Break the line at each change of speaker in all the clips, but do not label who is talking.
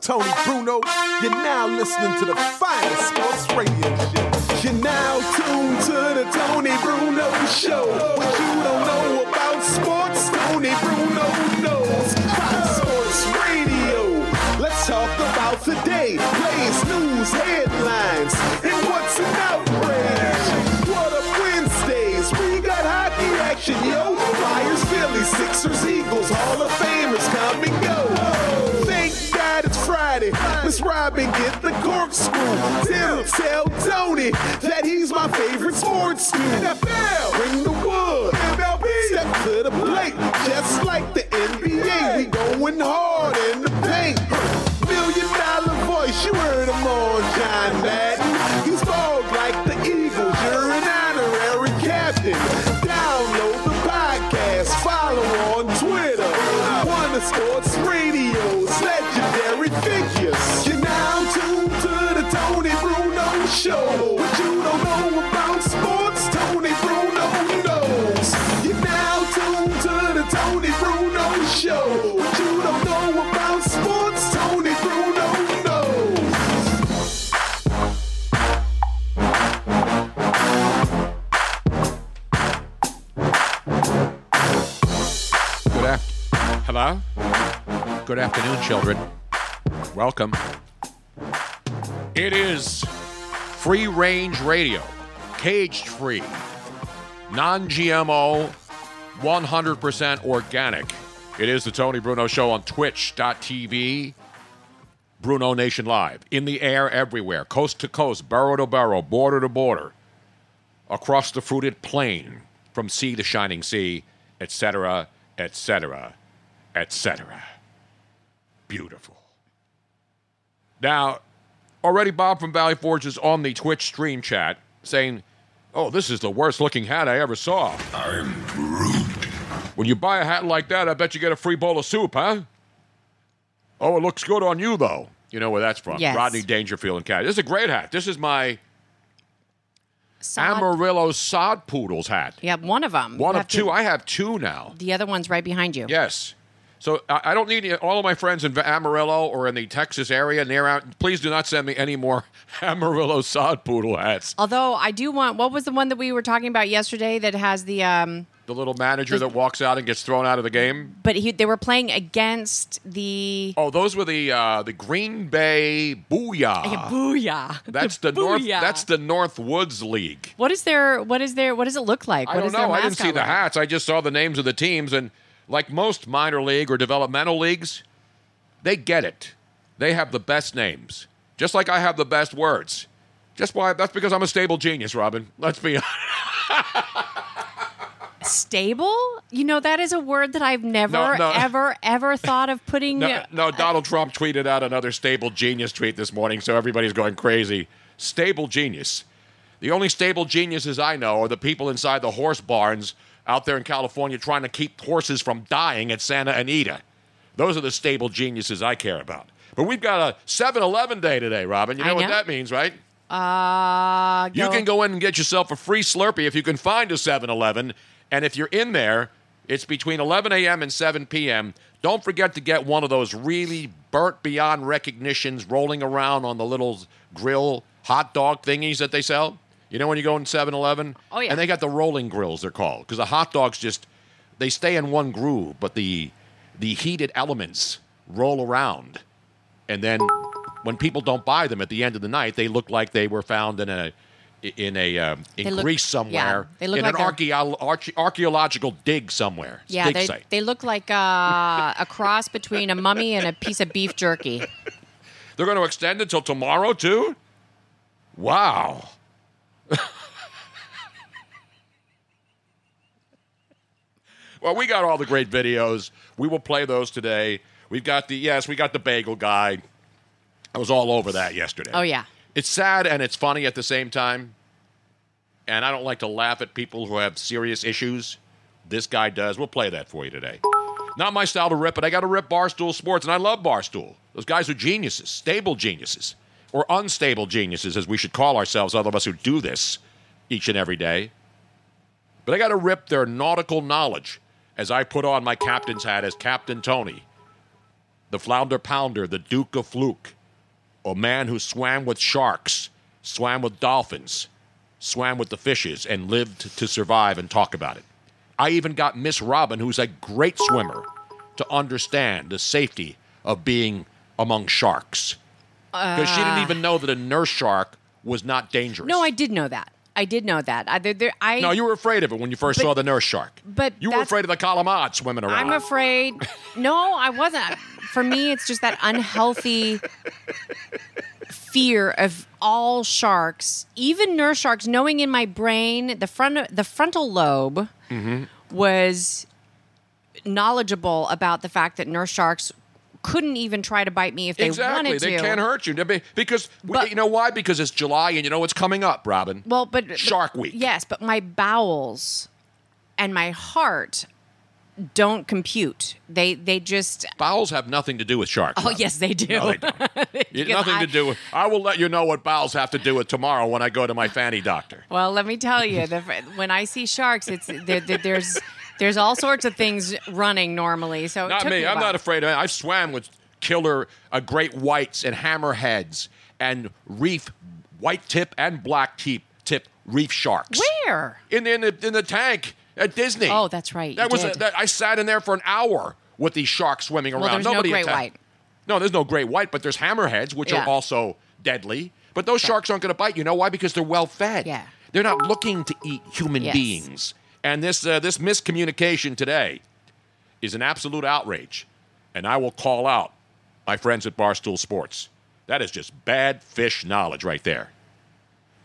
Tony Bruno. You're now listening to the finest sports radio show. You're now tuned to the Tony Bruno Show. What you don't know about sports, Tony Bruno knows. Fox Sports Radio. Let's talk about today. Plays, news, headlines, and what's an outrage. What up, Wednesdays? We got hockey action, yo. Flyers, Phillies, Sixers, Eagles, Hall of Famers, come and go. Thank God it's Friday. Miss Robin get the corkscrew. Tim, tell Tony that he's my favorite sports dude. NFL, bring the wood. MLB, step to the plate. Just like the NBA, we going hard in the paint. Million dollar voice, you heard him on John Madden. He's bald like the Eagles, you're an honorary captain. Download the podcast, follow on Twitter. One of Sports Radio's legendary figures. You're now tuned to the Tony Bruno Show. What you don't know about sports, Tony Bruno knows. You're now tuned to the Tony Bruno Show. What you don't know about sports, Tony Bruno knows.
Good af- Hello? Good afternoon, children. Welcome. It is free range radio, cage free, non GMO, 100% organic. It is the Tony Bruno Show on twitch.tv, Bruno Nation Live. In the air everywhere, coast to coast, burrow to burrow, border to border across the fruited plain, from sea to shining sea, etc., etc., etc. Beautiful. Now, already Bob from Valley Forge is on the Twitch stream chat saying, Oh, this is the worst looking hat I ever saw. I'm Groot. When you buy a hat like that, I bet you get a free bowl of soup, huh? Oh, it looks good on you, though. You know where that's from.
Yes.
Rodney Dangerfield and Cat. This is a great hat. This is my
Sod-
Amarillo sod poodles hat.
yeah, one of them.
One of two. I have two now.
the other one's right behind you.
Yes. So I, I don't need any- all of my friends in Amarillo or in the Texas area near out. Please do not send me any more Amarillo sod poodle hats.
Although I do want, what was the one that we were talking about yesterday that has the? um
The little manager that walks out and gets thrown out of the game.
But he, they were playing against the.
Oh, those were the uh, the Green Bay Booyah.
Booyah!
Ah. That's the North. That's the North Woods League.
What is their? What is their? What does it look like?
I
What
don't
is their
know. I didn't
mascot
see the
look like?
hats. I just saw the names of the teams, and like most minor league or developmental leagues, they get it. They have the best names, just like I have the best words. Just why? That's because I'm a stable genius, Robin. Let's be honest.
Stable? You know that is a word that I've never,
No, no.
ever, ever thought of putting.
No, no, Donald Trump tweeted out another stable genius tweet this morning, so everybody's going crazy. Stable genius. The only stable geniuses I know are the people inside the horse barns out there in California trying to keep horses from dying at Santa Anita. Those are the stable geniuses I care about. But we've got a 7 Eleven day today, Robin. You
I
know, what
know.
that means, right?
Uh,
You can go in and get yourself a free Slurpee if you can find a 7 Eleven. And if you're in there, it's between 11 a.m. and 7 p.m. Don't forget to get one of those really burnt beyond recognitions rolling around on the little grill hot dog thingies that they sell. You know when you go in 7 Eleven?
Oh, yeah.
And they got the rolling grills, they're called, because the hot dogs just, they stay in one groove, but the, the heated elements roll around and then when people don't buy them at the end of the night, they look like they were found in a in a um, in
They look-
Greece somewhere,
yeah, they look
in
like
an
they're-
archeo- arche- archaeological dig somewhere,
Yeah,
dig
they,
site.
they look like uh, a cross between a mummy and a piece of beef jerky.
They're going to extend it till tomorrow too. Wow. well, we got all the great videos. We will play those today. We've got the yes, we got the bagel guy. I was all over that yesterday.
Oh, yeah.
It's sad and it's funny at the same time. And I don't like to laugh at people who have serious issues. This guy does. We'll play that for you today. Not my style to rip, but I got to rip Barstool Sports, and I love Barstool. Those guys are geniuses, stable geniuses, or unstable geniuses, as we should call ourselves, all of us who do this each and every day. But I got to rip their nautical knowledge as I put on my captain's hat as Captain Tony the flounder pounder, the Duke of Fluke, a man who swam with sharks, swam with dolphins, swam with the fishes, and lived to survive and talk about it. I even got Miss Robin, who's a great swimmer, to understand the safety of being among sharks. Because she didn't even know that a nurse shark was not dangerous.
Ah. No, I did know that. I did know that. I, there, there, I,
No, you were afraid of it when you first
But-
saw the nurse shark.
but
you were
that's-
afraid of the calamod swimming around.
I'm afraid. No, I wasn't. For me, it's just that unhealthy fear of all sharks, even nurse sharks. Knowing in my brain, the front, the frontal lobe
Mm-hmm.
was knowledgeable about the fact that nurse sharks couldn't even try to bite me if they
exactly.
wanted to.
They can't hurt you They'll be- because we-
But-
you know why? Because it's July and you know what's coming up, Robin.
Well, but but-
Shark Week.
Yes, but my bowels and my heart don't compute. They they just.
Bowels have nothing to do with sharks.
Oh yes, they do.
No, they don't. It-
Because
nothing
I-
to do with. I will let you know what bowels have to do with tomorrow when I go to my fanny doctor.
Well, let me tell you, the, when I see sharks, it's there, there, there's there's all sorts of things running normally. So it
Not
took
me.
me a
I'm
while.
not afraid of it. I swam with killer uh, great whites and hammerheads and reef white tip and black tip tip reef sharks.
Where?
in the, in the in the tank at Disney.
Oh, that's right,
That
you
was
did.
that, I sat in there for an hour with these sharks swimming around.
there's no
Nobody
great
attacked-
white.
No, there's no great white, but there's hammerheads, which
Yeah.
are also deadly. But those sharks aren't going to bite you. Know why? Because they're well fed.
Yeah.
They're not looking to eat human
Yes.
beings. And this uh, this miscommunication today is an absolute outrage. And I will call out my friends at Barstool Sports. That is just bad fish knowledge right there.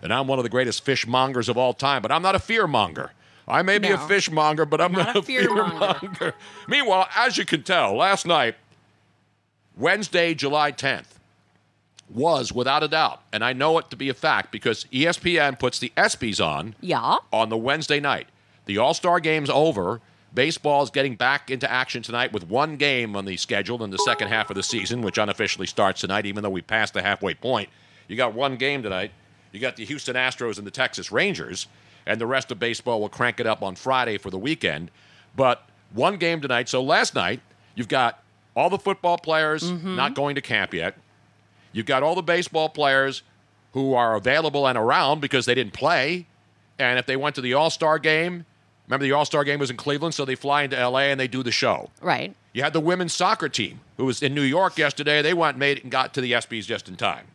And I'm one of the greatest fishmongers of all time, but I'm not a fearmonger. I may be a
No.
fishmonger, but I'm not,
a
a fearmonger.
fearmonger.
Meanwhile, as you can tell, last night, Wednesday, July 10th, was without a doubt, and I know it to be a fact because E ESPN puts the ESPYs on
Yeah.
on the Wednesday night. The All Star game's over. Baseball is getting back into action tonight with one game on the schedule in the second half of the season, which unofficially starts tonight, even though we passed the halfway point. You got one game tonight. You got the Houston Astros and the Texas Rangers, and the rest of baseball will crank it up on Friday for the weekend. But one game tonight. So last night, you've got all the football players not going to camp yet. You've got all the baseball players who are available and around because they didn't play. And if they went to the All Star game, remember the All Star game was in Cleveland, so they fly into LA and they do the show.
Right.
You had the women's soccer team who was in New York yesterday. They went and made it and got to the ESPYs just in time.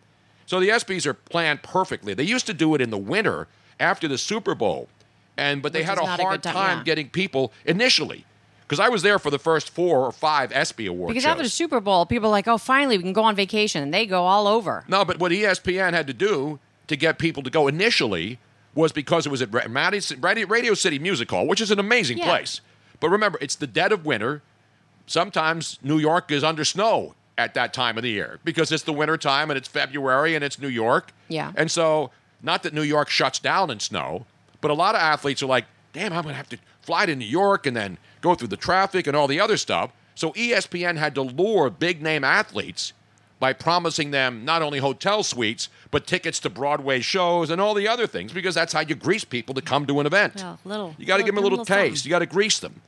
So the ESPYs are planned perfectly. They used to do it in the winter after the Super Bowl, and but they
Which
had
is
a
not a
hard
good time,
time
yeah.
getting people initially. Because I was there for the first four or five ESPY awards.
Because after the Super Bowl, people are like, oh, finally we can go on vacation. And they go all over.
No, but what E ESPN had to do to get people to go initially was because it was at Ra- Madison- Radio Radio City Music Hall, which is an amazing
Yeah.
place. But remember, it's the dead of winter. Sometimes New York is under snow at that time of the year because it's the winter time and it's February and it's New York.
Yeah.
And so, not that New York shuts down in snow, but a lot of athletes are like, damn, I'm going to have to fly to New York and then go through the traffic and all the other stuff. So, E ESPN had to lure big name athletes by promising them not only hotel suites, but tickets to Broadway shows and all the other things because that's how you grease people to come to an event.
Well, little-
you got to Oh,
little-
give them a little,
little something.
taste. You got to grease them.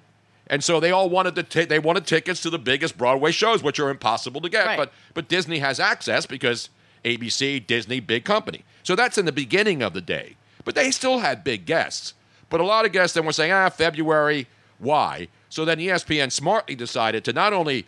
And so they all wanted to ta- they wanted tickets to the biggest Broadway shows, which are impossible to get.
Right.
But but Disney has access because ABC, Disney, big company. So that's in the beginning of the day. But they still had big guests. But a lot of guests then were saying, ah, February, why? So then E ESPN smartly decided to not only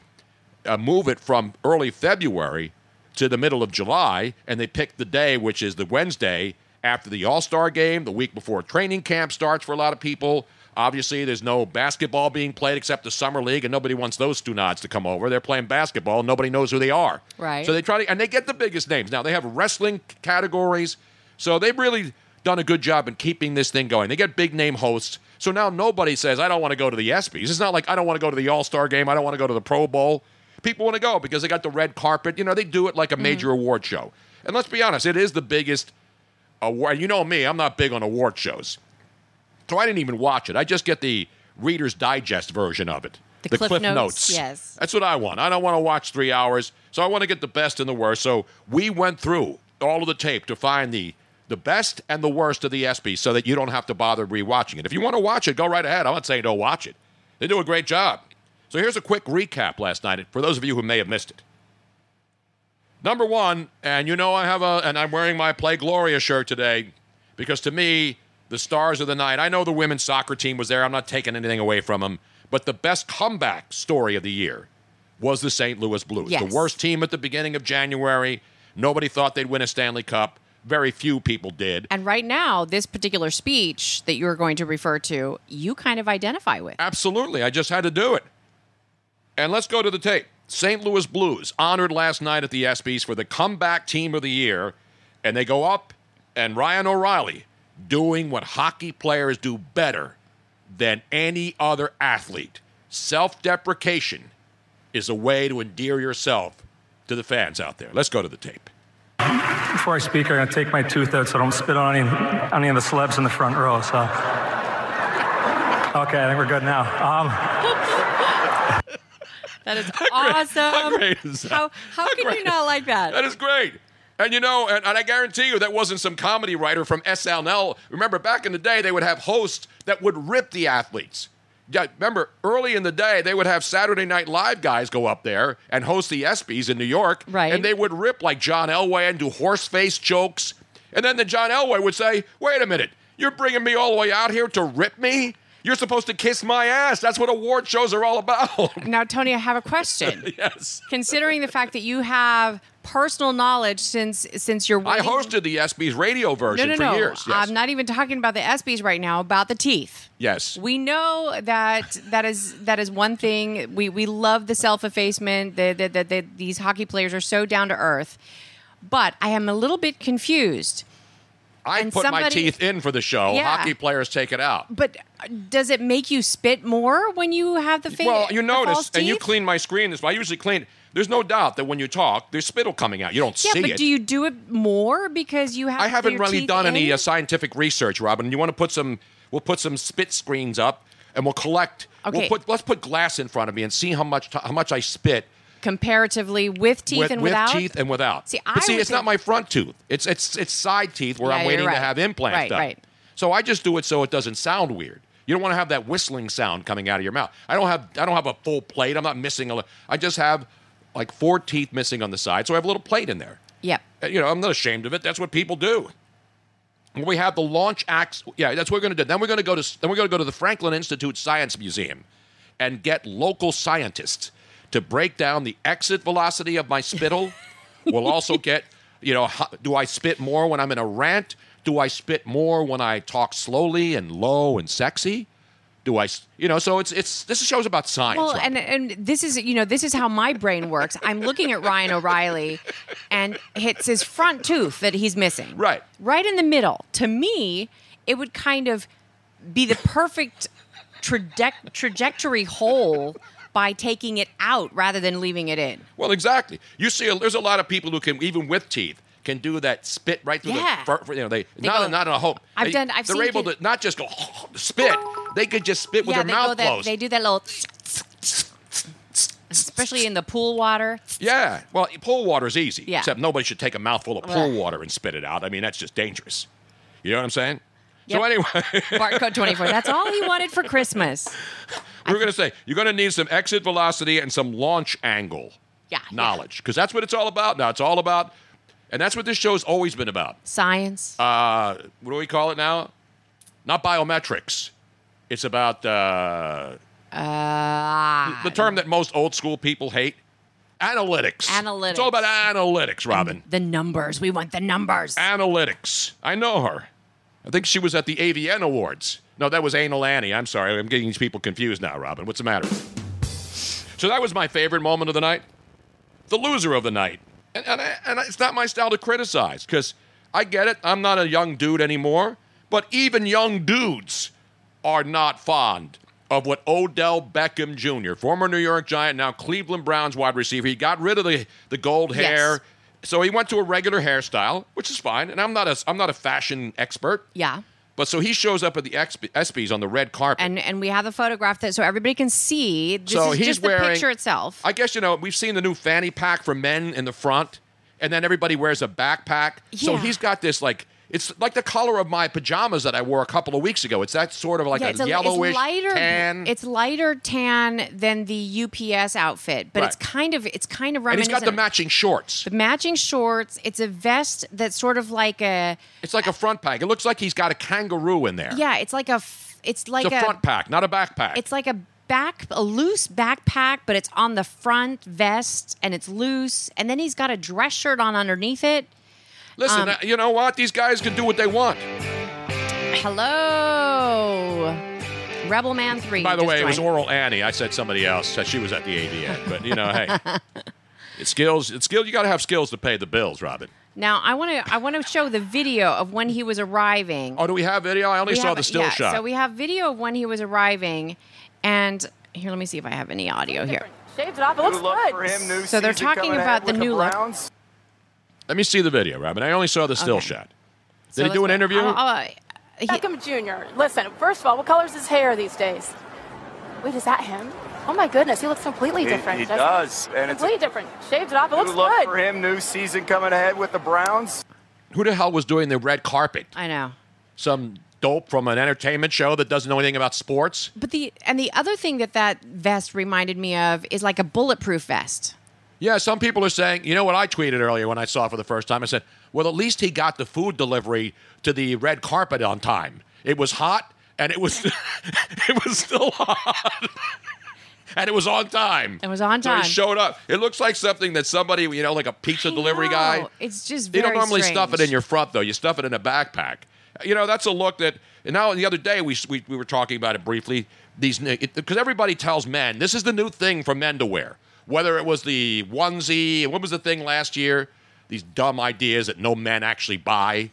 uh, move it from early February to the middle of July, and they picked the day, which is the Wednesday after the All Star game, the week before training camp starts for a lot of people. Obviously, there's no basketball being played except the summer league, and nobody wants those two nods to come over. They're playing basketball, and nobody knows who they are.
Right.
So they try to, and they get the biggest names. Now they have wrestling c- categories, so they've really done a good job in keeping this thing going. They get big name hosts, so now nobody says I don't want to go to the ESPYS. It's not like I don't want to go to the All Star game, I don't want to go to the Pro Bowl. People want to go because they got the red carpet. You know, they do it like a major award show. And let's be honest, it is the biggest award. You know me, I'm not big on award shows, so I didn't even watch it. I just get the Reader's Digest version of it.
The Cliff Notes, yes.
That's what I want. I don't want to watch three hours, so I want to get the best and the worst. So we went through all of the tape to find the the best and the worst of the E ESPYS, so that you don't have to bother rewatching it. If you want to watch it, go right ahead. I'm not saying don't watch it. They do a great job. So here's a quick recap last night for those of you who may have missed it. Number one, and you know I have a, and I'm wearing my Play Gloria shirt today because to me, the stars of the night, I know the women's soccer team was there. I'm not taking anything away from them. But the best comeback story of the year was the St. Louis Blues.
Yes.
The worst team at the beginning of January. Nobody thought they'd win a Stanley Cup. Very few people did.
And right now, this particular speech that you're going to refer to, you kind of identify with.
Absolutely. I just had to do it. And let's go to the tape. St. Louis Blues honored last night at the ESPYs for the comeback team of the year, and they go up and Ryan O'Reilly doing what hockey players do better than any other athlete. Self-deprecation is a way to endear yourself to the fans out there. Let's go to the tape.
Before I speak, I'm going to take my tooth out so I don't spit on any, on any of the celebs in the front row. So, okay, I think we're good now. Um,
That is
How
awesome.
great is that?
How, how can you
great.
not like
That
that?
is great. And you know, and, and I guarantee you that wasn't some comedy writer from SNL. Remember, back in the day, they would have hosts that would rip the athletes. Yeah, remember, early in the day, they would have Saturday Night Live guys go up there and host the ESPYs in New York.
Right.
And they would rip like John Elway and do horse face jokes. And then the John Elway would say, wait a minute, you're bringing me all the way out here to rip me? You're supposed to kiss my ass. That's what award shows are all about.
Now, Tony, I have a question.
yes.
Considering the fact that you have personal knowledge since since you're
I
waiting-
hosted the ESPYs radio
no
version
no
for
no
years. Yes.
I'm not even talking about the ESPYS right now about the teeth
Yes.
we know that that is that is one thing we we love the self effacement that that that- that these hockey players are so down to earth but I am a little bit confused
I
And
put my
somebody-
teeth in for the show.
Yeah.
Hockey players take it out.
But uh, does it make you spit more when you have the face?
Well, you notice, and you clean my screen. This, I usually clean. There's no doubt that when you talk, there's spittle coming out. You don't
Yeah,
see
but
it.
do you do it more because you have?
I
your
haven't really
teeth
done any
in?
uh, scientific research, Robin. You want to put some? We'll put some spit screens up, and we'll collect. We'll
Okay.
put, let's put glass in front of me and see how much t- how much I spit
comparatively with teeth
with,
and
with
without.
teeth and without.
See,
but
I
see,
would
it's not
think-
my front tooth. It's it's it's side teeth where
Yeah,
I'm
you're
waiting to
right.
have implants
Right,
done.
right.
So I just do it so it doesn't sound weird. You don't want to have that whistling sound coming out of your mouth. I don't have I don't have a full plate. I'm not missing a. li- I just have like four teeth missing on the side, so I have a little plate in there.
Yep.
Uh, You know, I'm not ashamed of it. That's what people do. When we have the launch acts, yeah, that's what we're going to do. Then we're going to go to then we're going to go to the Franklin Institute Science Museum and get local scientists to break down the exit velocity of my spittle. we'll also get, you know, how, do I spit more when I'm in a rant? Do I spit more when I talk slowly and low and sexy? Do I, s- you know, so it's it's this show's about science.
Well,
Robin.
and and this is you know this is how my brain works. I'm looking at Ryan O'Reilly, and it's his front tooth that he's missing.
Right.
Right in the middle. To me, it would kind of be the perfect traje- trajectory hole by taking it out rather than leaving it in.
Well, exactly. You see, there's a lot of people who can, even with teeth, can do that spit right through
Yeah.
the. fur- You know, they, not
go-
not in a hope.
I've
They-
done- I've
They're
seen
able
kids-
to not just go spit. They could just spit with
yeah,
their
they go
mouth
that,
closed.
They do that little, especially in the pool water.
yeah. Well, pool water is easy.
Yeah.
Except nobody should take a mouthful of pool
Ugh.
water and spit it out. I mean, that's just dangerous. You know what I'm saying? So
Yep.
anyway.
Barcode twenty four. That's all he wanted for Christmas.
We were going to say you're going to need some exit velocity and some launch angle
Yeah,
knowledge because that's what it's all about now. It's all about, and that's what this show's always been about.
Science.
uh, what do we call it now? Not biometrics. It's about uh, the term that most old school people hate analytics.
Analytics.
It's all about analytics, Robin.
the numbers. We want the numbers.
analytics. I know her. I think she was at the AVN Awards. No, that was Anal Annie. I'm sorry. I'm getting these people confused now, Robin. What's the matter? So that was my favorite moment of the night. The loser of the night. And, and, I- and I- it's not my style to criticize because I get it. I'm not a young dude anymore. But even young dudes are not fond of what Odell Beckham Jr., former New York Giant, now Cleveland Browns wide receiver, he got rid of the, the gold
Yes.
hair. So he went to a regular hairstyle, which is fine. And I'm not a I'm not a fashion expert.
yeah.
But so he shows up at the XP, ESPYS on the red carpet.
and and we have the photograph that so everybody can see. This
so
is
he's
just
wearing
the picture itself.
I guess you know we've seen the new fanny pack for men in the front, and then everybody wears a backpack. So
Yeah.
he's got this like It's like the color of my pajamas that I wore a couple of weeks ago. It's that sort of like
yeah,
a
it's a,
yellowish
it's lighter,
tan.
It's lighter tan than the UPS outfit, but it's
Right.
kind of it's kind of
and he's
reminiscent.
got the
of-
matching shorts.
the matching shorts. It's a vest that's sort of like a
It's like a front pack. It looks like he's got a kangaroo in there.
yeah. It's like a f- it's like
it's a, front pack, not a backpack.
it's like a back a loose backpack but it's on the front vest and it's loose and then he's got a dress shirt on underneath it
Listen,
um,
uh, you know what? These guys can do what they want.
hello rebel man 3
By the
just
way, it was
joined.
Oral Annie. I said somebody else. said She was at the ADN, but you know, hey, it's skills. It's skill. You got to have skills to pay the bills, Robin.
now i want to i want to show the video of when he was arriving
Oh, do we have video? I only
We
saw
have-
the still
yeah,
shot.
so we have video of when he was arriving and here let me see if i have any audio here
Shaved it off. It looks good.
So they're talking about the new look.
Let me see the video, Robin. I only saw the still
Okay.
shot.
So
Did he
let's
do an
go-
interview?
I'll- I'll- he-
Beckham Jr. Listen, first of all, what color's his hair these days? Wait, is that him? Oh my goodness, he looks completely
He-
different.
he
doesn't
does, and it's a-
completely different. Shaved it off. It
New
looks
look
good.
for him. New season coming ahead with the Browns.
Who the hell was doing the red carpet?
i know
Some dope from an entertainment show that doesn't know anything about sports.
but the and the other thing that that vest reminded me of is like a bulletproof vest
Yeah, some people are saying, you know what I tweeted earlier when I saw it for the first time? I said, well, at least he got the food delivery to the red carpet on time. It was hot and it was it was still hot. and it was on time.
It was on
So
time.
he showed up. It looks like something that somebody, you know, like a pizza
I
delivery
know.
guy.
It's just
You don't
very
normally stuff it
strange.
in your front though. You stuff it in a backpack. You know, that's a look that. And now the other day we we, we were talking about it briefly. These because everybody tells men this is the new thing for men to wear. Whether it was the onesie, what was the thing last year? These dumb ideas that no men actually buy.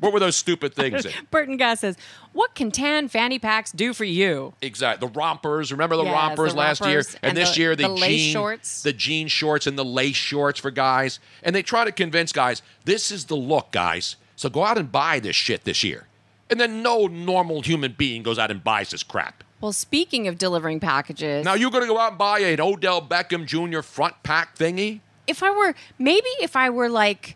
What were those stupid things? that-
Burton Guy says, "What can tan fanny packs do for you?"
Exactly. The rompers. Remember the
Yes,
rompers
the
last year?
rompers
And,
and
this
the-
year, the,
the lace
jean,
shorts.
The jean shorts and the lace shorts for guys. And they try to convince guys, this is the look, guys. So go out and buy this shit this year. And then no normal human being goes out and buys this crap.
Well, speaking of delivering packages,
Now you're going to go out and buy an Odell Beckham Jr. front pack thingy?
if I were maybe if I were like,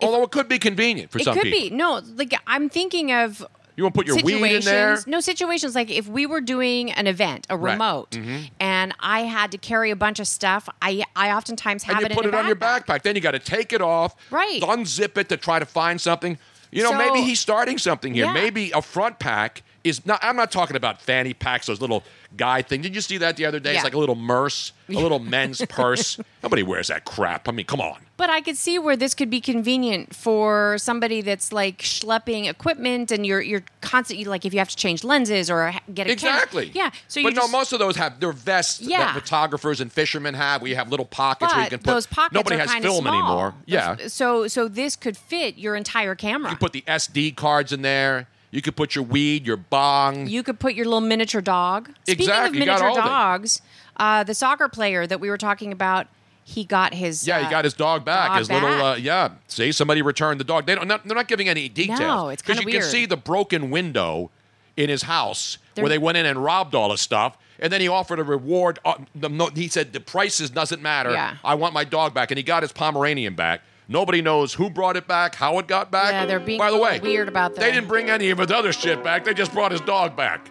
Although it could be convenient for
it
some
could
people.
be no, like I'm thinking of
You want to put your weed in
situations.
there?
No situations like if we were doing an event, a
Right. Mm-hmm.
remote, and I had to carry a bunch of stuff. I I oftentimes have
and you
it
put
in
it
a
on your backpack. Then you got to take it off,
Right.
Unzip it to try to find something. You know,
So-
maybe he's starting something here.
Yeah.
Maybe a front pack is not. I'm not talking about fanny packs, those little guy thing. Did you see that the other day?
Yeah.
It's like a little merce, a little men's purse. Nobody wears that crap. I mean, come on.
But I could see where this could be convenient for somebody that's like schlepping equipment, and you're you're constantly like if you have to change lenses or ha- get a camera.
Exactly.
Yeah. So you
but no,
just-
most of those have their vests
Yeah.
that photographers and fishermen have. We have little pockets where you
but
can put.
those pockets
nobody
are
has
kinda
film
small.
anymore. Yeah.
So so this could fit your entire camera.
You put the SD cards in there. You could put your weed, your bong.
You could put your little miniature dog. Speaking of
Exactly, you got
miniature
all of it.
dogs, uh, the soccer player that we were talking about, he got his
Yeah,
uh,
he got his dog back.
dog
his little uh,
back.
yeah. See, somebody returned the dog. They don't. Not, they're not giving any details.
No, it's
because
kinda
you
weird.
can see the broken window in his house
They're-
where they went in and robbed all his stuff, and then he offered a reward. Uh, the, no, he said the prices doesn't matter.
Yeah.
I want my dog back, and he got his Pomeranian back. Nobody knows who brought it back, how it got back.
Yeah, they're being
By the way,
weird about
They
that.
didn't bring any of his other shit back. They just brought his dog back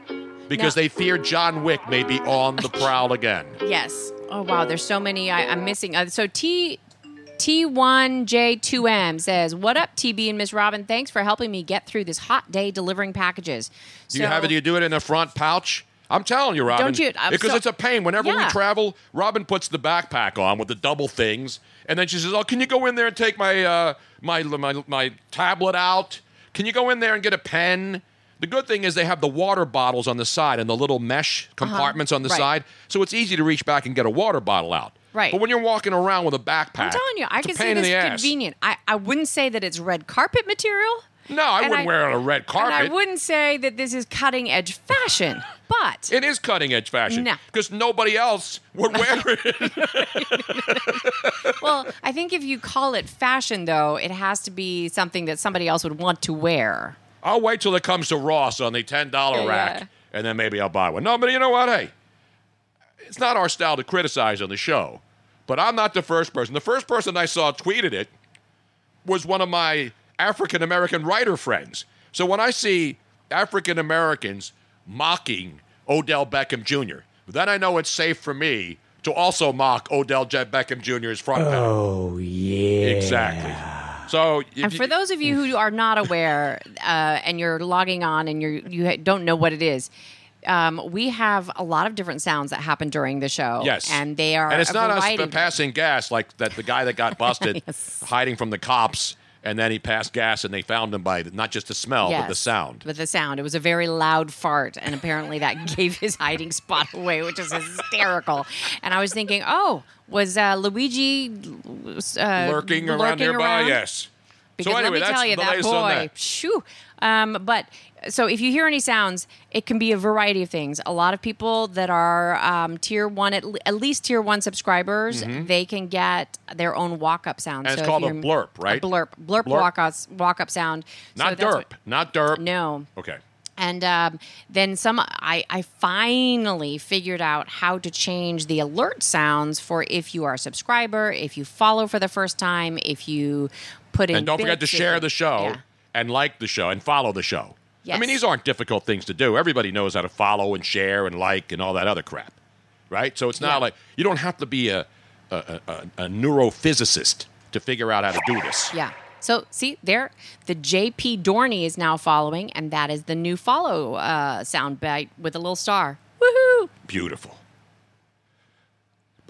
because
Now-
they fear John Wick may be on the prowl again.
Yes. Oh wow, there's so many I, I'm missing. Uh, so T T1J2M says, "What up, TB and Miss Robin? Thanks for helping me get through this hot day delivering packages."
Do you have it? Do you do it in the front pouch? I'm telling you, Robin.
Don't you- I'm
Because
so-
it's a pain. Whenever
Yeah.
we travel, Robin puts the backpack on with the double things, and then she says, "Oh, can you go in there and take my uh, my my my tablet out? Can you go in there and get a pen?" The good thing is they have the water bottles on the side and the little mesh compartments on the
Uh-huh. Right.
side, so it's easy to reach back and get a water bottle out.
Right.
But when you're walking around with a backpack,
I'm telling you, I
it's a
can see
pain in the
this
ass.
convenient. I, I wouldn't say that it's red carpet material.
No, I
And
wouldn't wear it on a red carpet.
And I wouldn't say that this is cutting edge fashion, but
It is cutting edge fashion
No.
because nobody else would wear it.
well, I think if you call it fashion, though, it has to be something that somebody else would want to wear.
I'll wait till it comes to Ross on the ten dollar
Yeah,
rack,
yeah.
and then maybe I'll buy one. No, but you know what? Hey, it's not our style to criticize on the show, but I'm not the first person. The first person I saw tweeted it was one of my African American writer friends. So when I see African Americans mocking Odell Beckham Jr., then I know it's safe for me to also mock Odell J- Beckham Jr.'s front oh, yeah. Exactly. So if
And
you-
for those of you who are not aware, uh, and you're logging on and you're, you ha- don't know what it is, um, we have a lot of different sounds that happen during the show.
Yes,
and they are
And it's
a
not us
variety-
passing gas like that. The guy that got busted
Yes.
hiding from the cops, and then he passed gas, and they found him by not just the smell but the
Yes,
sound.
With the sound, it was a very loud fart, and apparently that gave his hiding spot away, which is hysterical. and I was thinking, oh, was uh, Luigi uh,
lurking around nearby. Yes.
Because
so anyway,
let me
that's
tell you,
the
that
latest on
boy,
that.
shoo. Um, but so if you hear any sounds, it can be a variety of things. A lot of people that are um, tier one, at, le- at least tier one subscribers, they can get their own walk up sound.
Mm-hmm. And it's
if
called a
you're-
blurp, right?
A blurp, blurp,
Blurp.
walk up walk up sound. So
Not derp.
that's what-
not derp.
no.
Okay.
And um, then some, I, I finally figured out how to change the alert sounds for if you are a subscriber, if you follow for the first time, if you put in.
And don't forget to
bits, if
share
you-
the show
Yeah.
and like the show and follow the show. I
Yes.
mean, these aren't difficult things to do. Everybody knows how to follow and share and like and all that other crap, right? So it's not
Yeah.
like you don't have to be a a, a, a a neurophysicist to figure out how to do this.
Yeah. So see there, the JP Dorney is now following, and that is the new follow uh, soundbite with a little star. Woohoo!
Beautiful.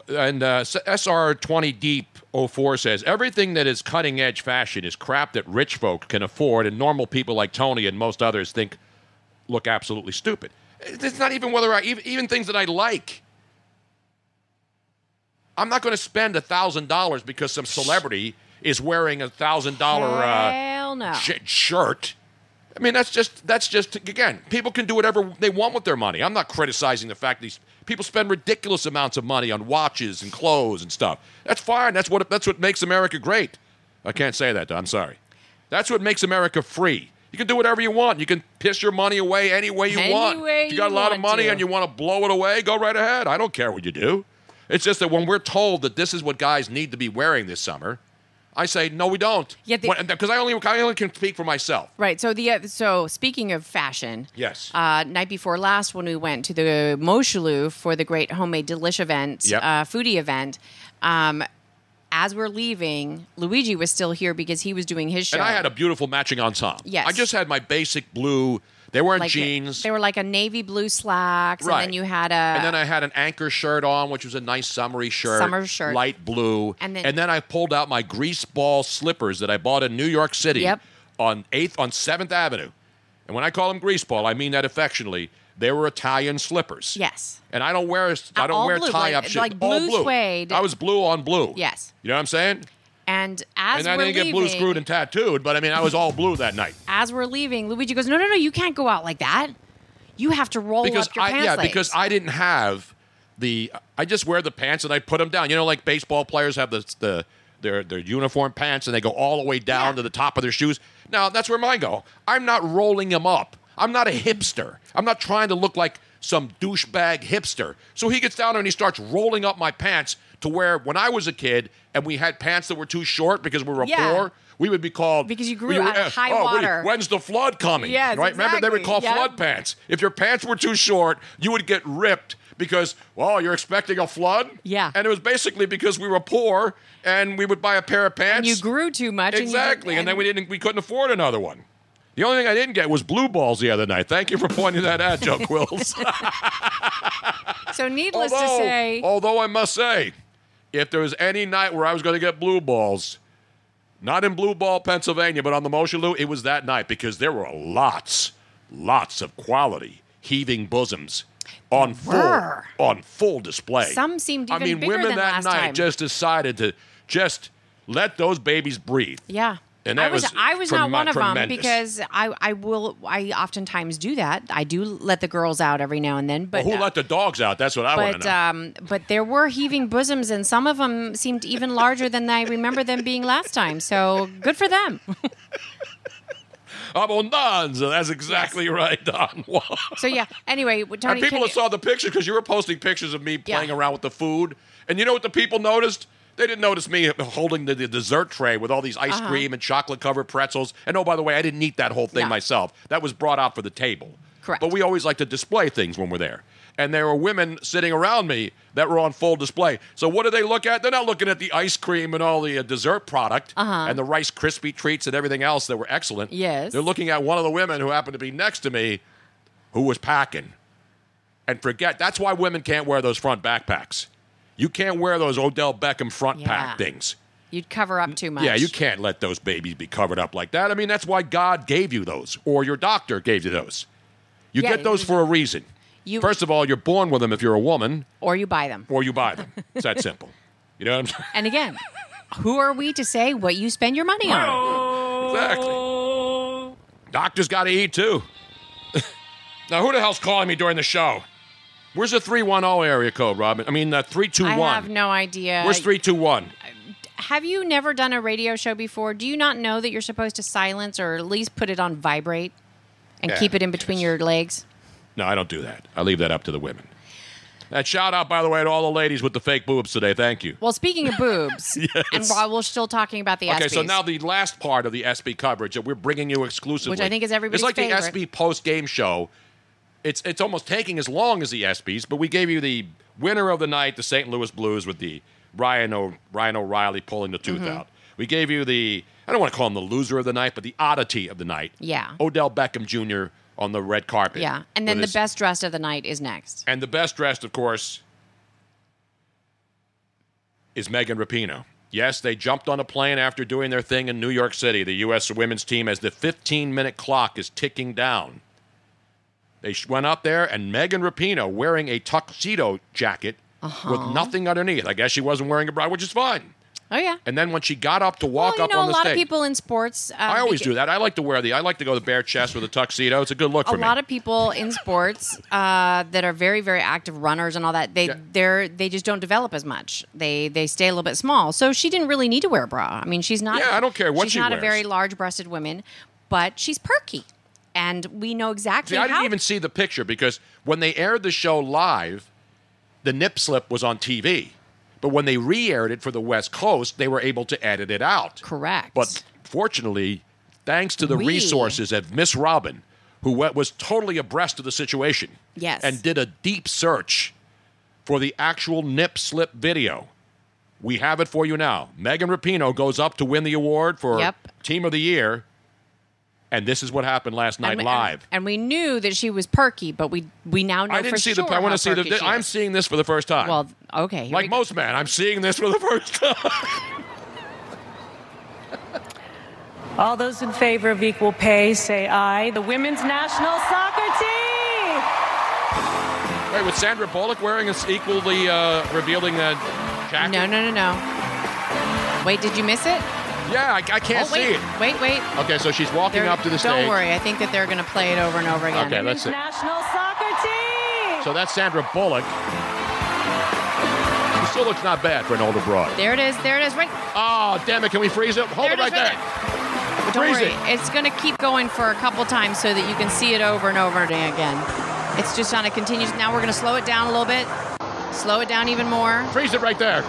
And uh, SR twenty deep 04 says everything that is cutting edge fashion is crap that rich folk can afford, and normal people like Tony and most others think look absolutely stupid. It's not even whether I even, even things that I like. I'm not going to spend a thousand dollars because some celebrity is wearing a thousand dollar uh,
Hell no.
sh- shirt. I mean, that's just that's just again, people can do whatever they want with their money. I'm not criticizing the fact these people spend ridiculous amounts of money on watches and clothes and stuff. That's fine. That's what that's what makes America great. I can't say that. though. I'm sorry. That's what makes America free. You can do whatever you want. You can piss your money away any way you
Any
want.
way
if you got a
you
lot of
want
money
to.
and you want to blow it away, go right ahead. I don't care what you do. It's just that when we're told that this is what guys need to be wearing this summer, I say no, we don't.
Yeah, the-
because I only I only can speak for myself.
Right. So the uh, so speaking of fashion,
Yes.
Uh, night before last, when we went to the Moshulu for the Great Homemade Delish event,
Yep.
uh, foodie event, um, as we're leaving, Luigi was still here because he was doing his show.
And I had a beautiful matching ensemble.
Yes.
I just had my basic blue. They weren't
like,
jeans.
They were like a navy blue slacks,
right.
and then you had a
And then I had an anchor shirt on, which was a nice summery shirt.
Summer shirt.
Light blue.
And then-
I pulled out my grease ball slippers that I bought in New York City
Yep.
on 8th, on 7th Avenue. And when I call them grease ball, I mean that affectionately. They were Italian slippers.
Yes.
And I don't wear I
Uh,
don't
all
wear
blue,
tie
like-
up shit.
like
all
blue
blue.
suede.
I was blue on blue.
Yes.
You know what I'm saying?
And as
and I
we're
didn't
leaving,
get blue screwed and tattooed, but I mean I was all blue that night.
as we're leaving, Luigi goes, "No, no, no! You can't go out like that. You have to roll
because
up your
I
pants
yeah
legs."
because I didn't have the I just wear the pants and I put them down. You know, like baseball players have the the their their uniform pants and they go all the way down
Yeah.
to the top of their shoes. Now that's where mine go. I'm not rolling them up. I'm not a hipster. I'm not trying to look like some douchebag hipster. So he gets down there and he starts rolling up my pants to where when I was a kid and we had pants that were too short because we were
Yeah.
poor, we would be called
Because you grew
we were-
out of high
oh, what do you-
water."
When's the flood coming?
Yes,
right. Remember they would call
exactly. Yep.
flood pants. If your pants were too short, you would get ripped because, well, you're expecting a flood.
Yeah.
And it was basically because we were poor and we would buy a pair of pants.
And you grew too much. and you didn't-
Exactly. And, then we didn't we couldn't afford another one. The only thing I didn't get was blue balls the other night. Thank you for pointing that out, Joe Quills.
So needless
although,
to say,
although I must say, if there was any night where I was going to get blue balls, not in Blue Ball, Pennsylvania, but on the Moshulu, it was that night because there were lots, lots of quality heaving bosoms on full
were.
on full display.
Some seemed
I
even
mean,
bigger
women
than
that
last
night
time.
just decided to just let those babies breathe.
yeah.
And
I
that
was,
was
I was not
trem-
one of them
tremendous.
because I, I will I oftentimes do that. I do let the girls out every now and then, but
Who let the dogs out? That's what I want
but
to know.
um, but there were heaving bosoms, and some of them seemed even larger than I remember them being last time. So good for them. uh,
Abondanza. That's exactly right, Don Juan.
So yeah. Anyway, Tony,
And
can
people
you-
that saw the pictures because you were posting pictures of me
Yeah.
playing around with the food. And you know what the people noticed? They didn't notice me holding the, the dessert tray with all these ice
Uh-huh.
cream and chocolate covered pretzels. And oh, by the way, I didn't eat that whole thing
No.
myself. That was brought out for the table.
Correct.
But we always like to display things when we're there. And there were women sitting around me that were on full display. So what do they look at? They're not looking at the ice cream and all the uh, dessert product and the Rice Krispie treats and everything else that were excellent.
Uh-huh. Yes.
They're looking at one of the women who happened to be next to me who was packing. And forget, that's why women can't wear those front backpacks. You can't wear those Odell Beckham front
Yeah.
pack things.
You'd cover up too much.
Mm, Yeah, you can't let those babies be covered up like that. I mean, that's why God gave you those, or your doctor gave you those. You
Yeah,
get those
you-
for a reason.
you-
First of all, you're born with them if you're a woman,
Or you buy them.
or you buy them. It's that simple. You know what I'm saying?
And again, who are we to say what you spend your money on?
Exactly. Doctor's got to eat too. now, who the hell's calling me during the show? Where's the 310 area code, Robin? I mean, uh, 321.
I have no idea.
Where's 321?
Have you never done a radio show before? Do you not know that you're supposed to silence or at least put it on vibrate and
Yeah,
keep it in between your legs?
No, I don't do that. I leave that up to the women. And shout out, by the way, to all the ladies with the fake boobs today. Thank you.
Well, speaking of boobs, and while we're still talking about the
Okay, so
ESPYs,
now the last part of the SB coverage that we're bringing you exclusively,
Which I think is everybody's
It's like
favorite.
the SB post game show. It's it's almost taking as long as the SBs, but we gave you the winner of the night, the St. Louis Blues, with the Ryan o, Ryan O'Reilly pulling the
Mm-hmm.
tooth out. We gave you the I don't want to call him the loser of the night, but the oddity of the night.
Yeah.
Odell Beckham Jr. on the red carpet.
yeah, and then
with
the
his-
best dressed of the night is next.
and the best dressed, of course, is Megan Rapino. Yes, they jumped on a plane after doing their thing in New York City, the U.S. women's team, as the 15 minute clock is ticking down. They sh- went up there, and Megan Rapino, wearing a tuxedo jacket
Uh-huh.
with nothing underneath. I guess she wasn't wearing a bra, which is fine.
Oh yeah.
And then when she got up to
well,
walk
you
up
know,
on
a
the
lot
stage,
of people in sports. Uh,
I always
beca-
do that. I like to wear the. I like to go the bare chest with a tuxedo. It's a good look
A
for me.
lot of people in sports uh, that are very, very active runners and all that, they
Yeah.
they're they just don't develop as much. They they stay a little bit small. So she didn't really need to wear a bra. I mean, she's not.
Yeah, I don't care what
she's
she
not
wears.
a very large-breasted woman, but she's perky, and we know exactly
See, I
how.
didn't even see the picture because when they aired the show live, the nip slip was on TV. But when they re aired it for the West Coast, they were able to edit it out.
Correct.
But fortunately, thanks to the
We-
resources of Miss Robin, who wa- was totally abreast of the situation
Yes.
and did a deep search for the actual nip slip video. We have it for you now. Megan Rapino goes up to win the award for
Yep.
Team of the Year. And this is what happened last night
and,
live.
and, and we knew that she was perky, but we we now know
I didn't
for
see
sure
the. I want
how
to see the.
perky she
I'm
is.
seeing this for the first time.
Well, okay. here we
like
go.
most men, I'm seeing this for the first time.
All those in favor of equal pay say aye. The women's national soccer team.
Wait, was Sandra Bullock wearing an equally uh, revealing uh, jacket?
No, no, no, no. Wait, did you miss it?
Yeah, I, I can't
oh,
see
wait,
it.
wait, wait.
Okay, so she's walking
They're-
up to the
Don't
stage.
worry. I think that they're going to play it over and over again.
Okay, let's see.
National soccer team.
So that's Sandra Bullock. She still looks not bad for an older broad.
There it is. There it is. Right.
Oh, damn it! Can we freeze it? Hold
There
it
it
right
is,
there.
right Don't
Freeze
worry.
it.
It's going to keep going for a couple times so that you can see it over and over again. It's just on a continuous. Now we're going to slow it down a little bit. Slow it down even more.
Freeze it right there.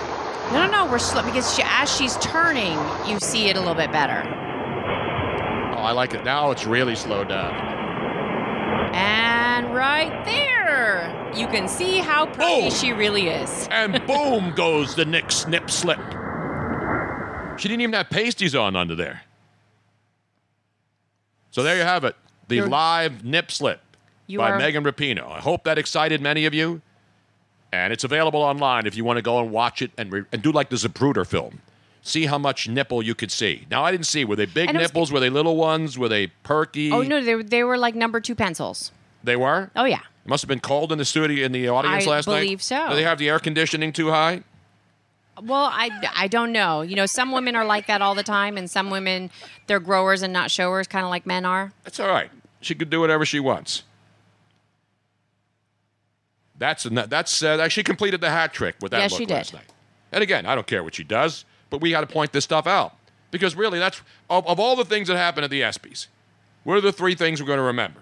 No, no, no. We're slow because she, as she's turning, you see it a little bit better.
Oh, I like it. Now it's really slowed down.
And right there, you can see how pretty
Boom.
she really is.
And boom goes the Nick snip slip. She didn't even have pasties on under there. So there you have it. The
You're-
live nip slip
You
by
are-
Megan Rapino. I hope that excited many of you. And it's available online if you want to go and watch it and, re- and do like the Zapruder film. See how much nipple you could see. Now, I didn't see. Were they big
And it was-
nipples? were they little ones? Were they perky?
Oh no, they, were- they were like number two pencils.
They were?
Oh yeah.
It must have been cold in the studio, in the audience
I
last night.
believe so.
Do they have the air conditioning too high?
Well, I, I don't know. You know, some women are like that all the time, and some women they're growers and not showers, kind of like men are.
That's all right. She could do whatever she wants. That's eno- that's uh, she completed the hat trick with that
Yeah,
look
she did.
last night. And again, I don't care what she does, but we got to point this stuff out because really, that's of, of all the things that happened at the ESPYS, what are the three things we're going to remember?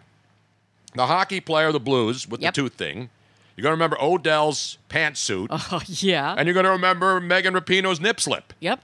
The hockey player, the Blues with
Yep.
the tooth thing. You're going to remember Odell's pantsuit,
Oh, yeah.
and you're going to remember Megan Rapinoe's nip slip.
yep.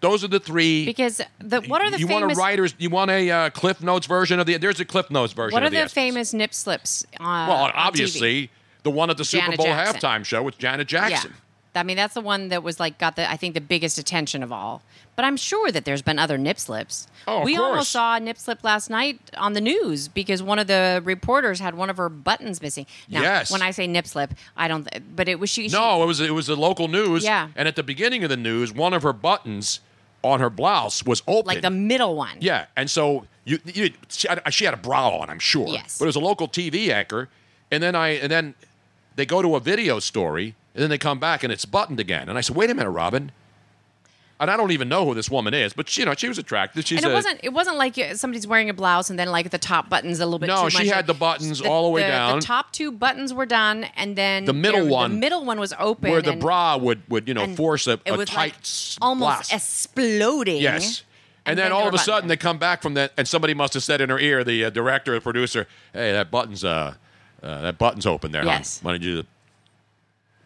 Those are the three.
Because the what are the
you want
famous
a writer's? You want a uh, Cliff Notes version of the? There's a Cliff Notes version.
what are
of
the
Essence.
famous nip slips? On,
Well,
on TV?
obviously, the one at the Super
Janet
Bowl
Jackson.
halftime show with Janet Jackson.
Yeah. I mean, that's the one that was like got the I think the biggest attention of all. But I'm sure that there's been other nip slips.
Oh, of
we
course.
almost saw a nip slip last night on the news because one of the reporters had one of her buttons missing. Now,
Yes.
when I say nip slip, I don't. But it was she. she-
No, it was it was the local news.
Yeah.
And at the beginning of the news, one of her buttons on her blouse was open.
like the middle one.
yeah, and so you, you she, had, she had a bra on, I'm sure.
Yes.
But it was a local TV anchor, and then I and then they go to a video story, and then they come back and it's buttoned again. And I said, wait a minute, Robin. And I don't even know who this woman is, but you know she was attractive. She's
And it
a,
wasn't. It wasn't like uh, somebody's wearing a blouse and then like the top buttons a little bit.
No,
too
she
much.
had the buttons all the way down.
The top two buttons were done, and then
The middle
there-
one-
The middle one was open.
where the
and-
bra would would you know
and
force a,
it
a
was
tight
like
s-
almost
blast.
exploding.
Yes. And, then,
they
all
were
of a
buttoned.
sudden they come back from that, and somebody must have said in her ear, the uh, director, the producer, "Hey, that button's uh, uh that button's open there. hon.
Yes.
Why don't you?"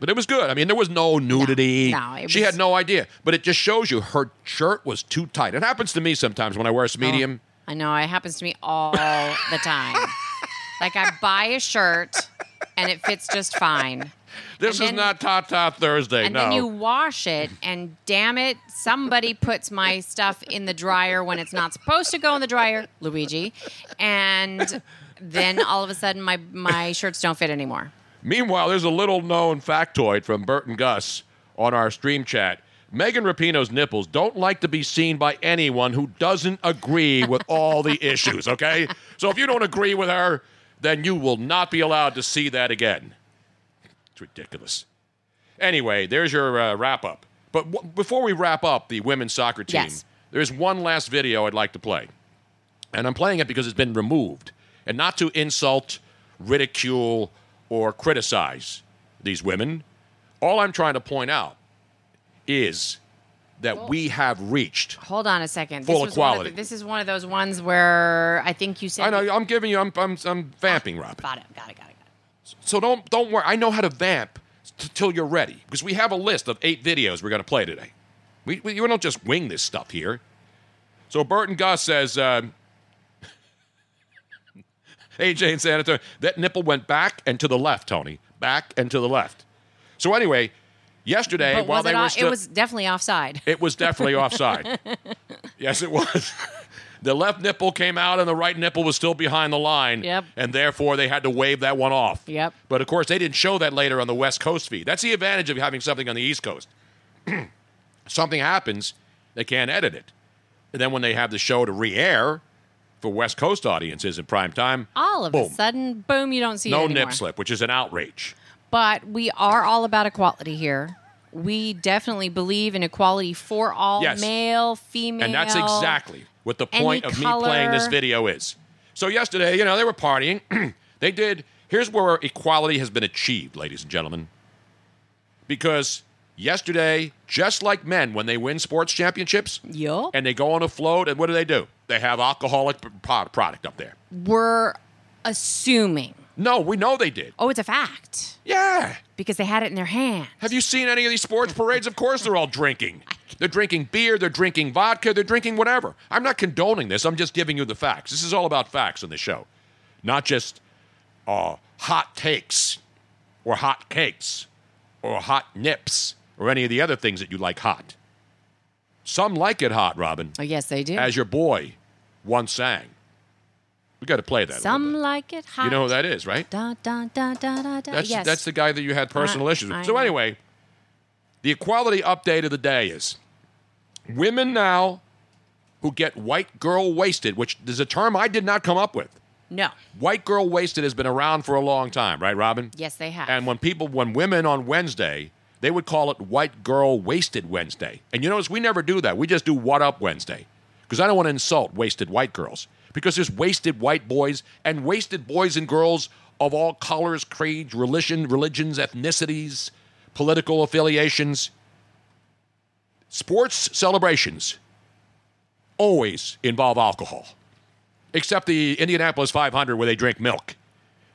But it was good. I mean, there was no nudity.
no, it
she
was-
had no idea. But it just shows you her shirt was too tight. It happens to me sometimes when I
Oh.
wear a medium.
I know. It happens to me all the time. like I buy a shirt and it fits just fine.
this
and
is
then-
not Ta Ta Thursday.
And
no.
then you wash it, and damn it, somebody puts my stuff in the dryer when it's not supposed to go in the dryer, Luigi. And then all of a sudden, my, my shirts don't fit anymore.
Meanwhile, there's a little known factoid from Bert and Gus on our stream chat. Megan Rapinoe's nipples don't like to be seen by anyone who doesn't agree with all the issues, okay? So if you don't agree with her, then you will not be allowed to see that again. It's ridiculous. Anyway, there's your uh, wrap up. But w- before we wrap up the women's soccer team,
Yes.
there's one last video I'd like to play. And I'm playing it because it's been removed. And not to insult, ridicule, or criticize these women. All I'm trying to point out is that we have reached.
Hold on a second.
Full
this was one of
equality.
the- this is one of those ones where I think you said.
I know I'm giving you. I'm I'm, I'm vamping, Robin.
Got it. Got it. Got it. Got it.
So don't don't worry. I know how to vamp t- till you're ready because we have a list of eight videos we're going to play today. We, we you don't just wing this stuff here. So Bert and Gus says, uh, AJ and San Antonio, that nipple went back and to the left, Tony, back and to the left. So anyway, yesterday
But
while
was
they
it,
were
off,
still,
it was definitely offside.
it was definitely offside. yes, it was. the left nipple came out and the right nipple was still behind the line.
Yep.
And therefore they had to wave that one off.
Yep.
But of course they didn't show that later on the West Coast feed. That's the advantage of having something on the East Coast. something happens, they can't edit it. And then when they have the show to re air for West Coast audiences in prime time,
All of
boom,
a sudden, boom, you don't see it
no
anymore.
nip slip, which is an outrage.
But we are all about equality here. We definitely believe in equality for all
Yes.
male, female.
And that's exactly what the
any
point of me playing this
color.
video is. So yesterday, you know, they were partying. they did. Here's where equality has been achieved, ladies and gentlemen. Because yesterday, just like men, when they win sports championships,
Yup.
and they go on a float, and what do they do? They have alcoholic p- pro- product up there.
We're assuming.
No, we know they did.
Oh, it's a fact
Yeah.
because they had it in their hand.
Have you seen any of these sports parades? Of course, they're all drinking. They're drinking beer, they're drinking vodka, they're drinking whatever. I'm not condoning this. I'm just giving you the facts. This is all about facts on the show, not just uh, hot takes or hot cakes or hot nips or any of the other things that you like hot. Some like it hot, Robin,
Oh, yes, they do.
as your boy once sang. We got to play that. a little
Some
bit.
like it hot.
you know who that is, right?
Da, da, da, da, da, da.
That's
yes.
that's the guy that you had personal
I-
issues with.
I
so
know.
anyway, the equality update of the day is women now who get white girl wasted, which is a term I did not come up with.
no.
White girl wasted has been around for a long time, right, Robin?
Yes, they have.
And when people, when women on Wednesday, they would call it White Girl Wasted Wednesday. And you notice we never do that. We just do What Up Wednesday. Because I don't want to insult wasted white girls. Because there's wasted white boys and wasted boys and girls of all colors, creeds, religion, religions, ethnicities, political affiliations. Sports celebrations always involve alcohol, except the Indianapolis 500 where they drink milk.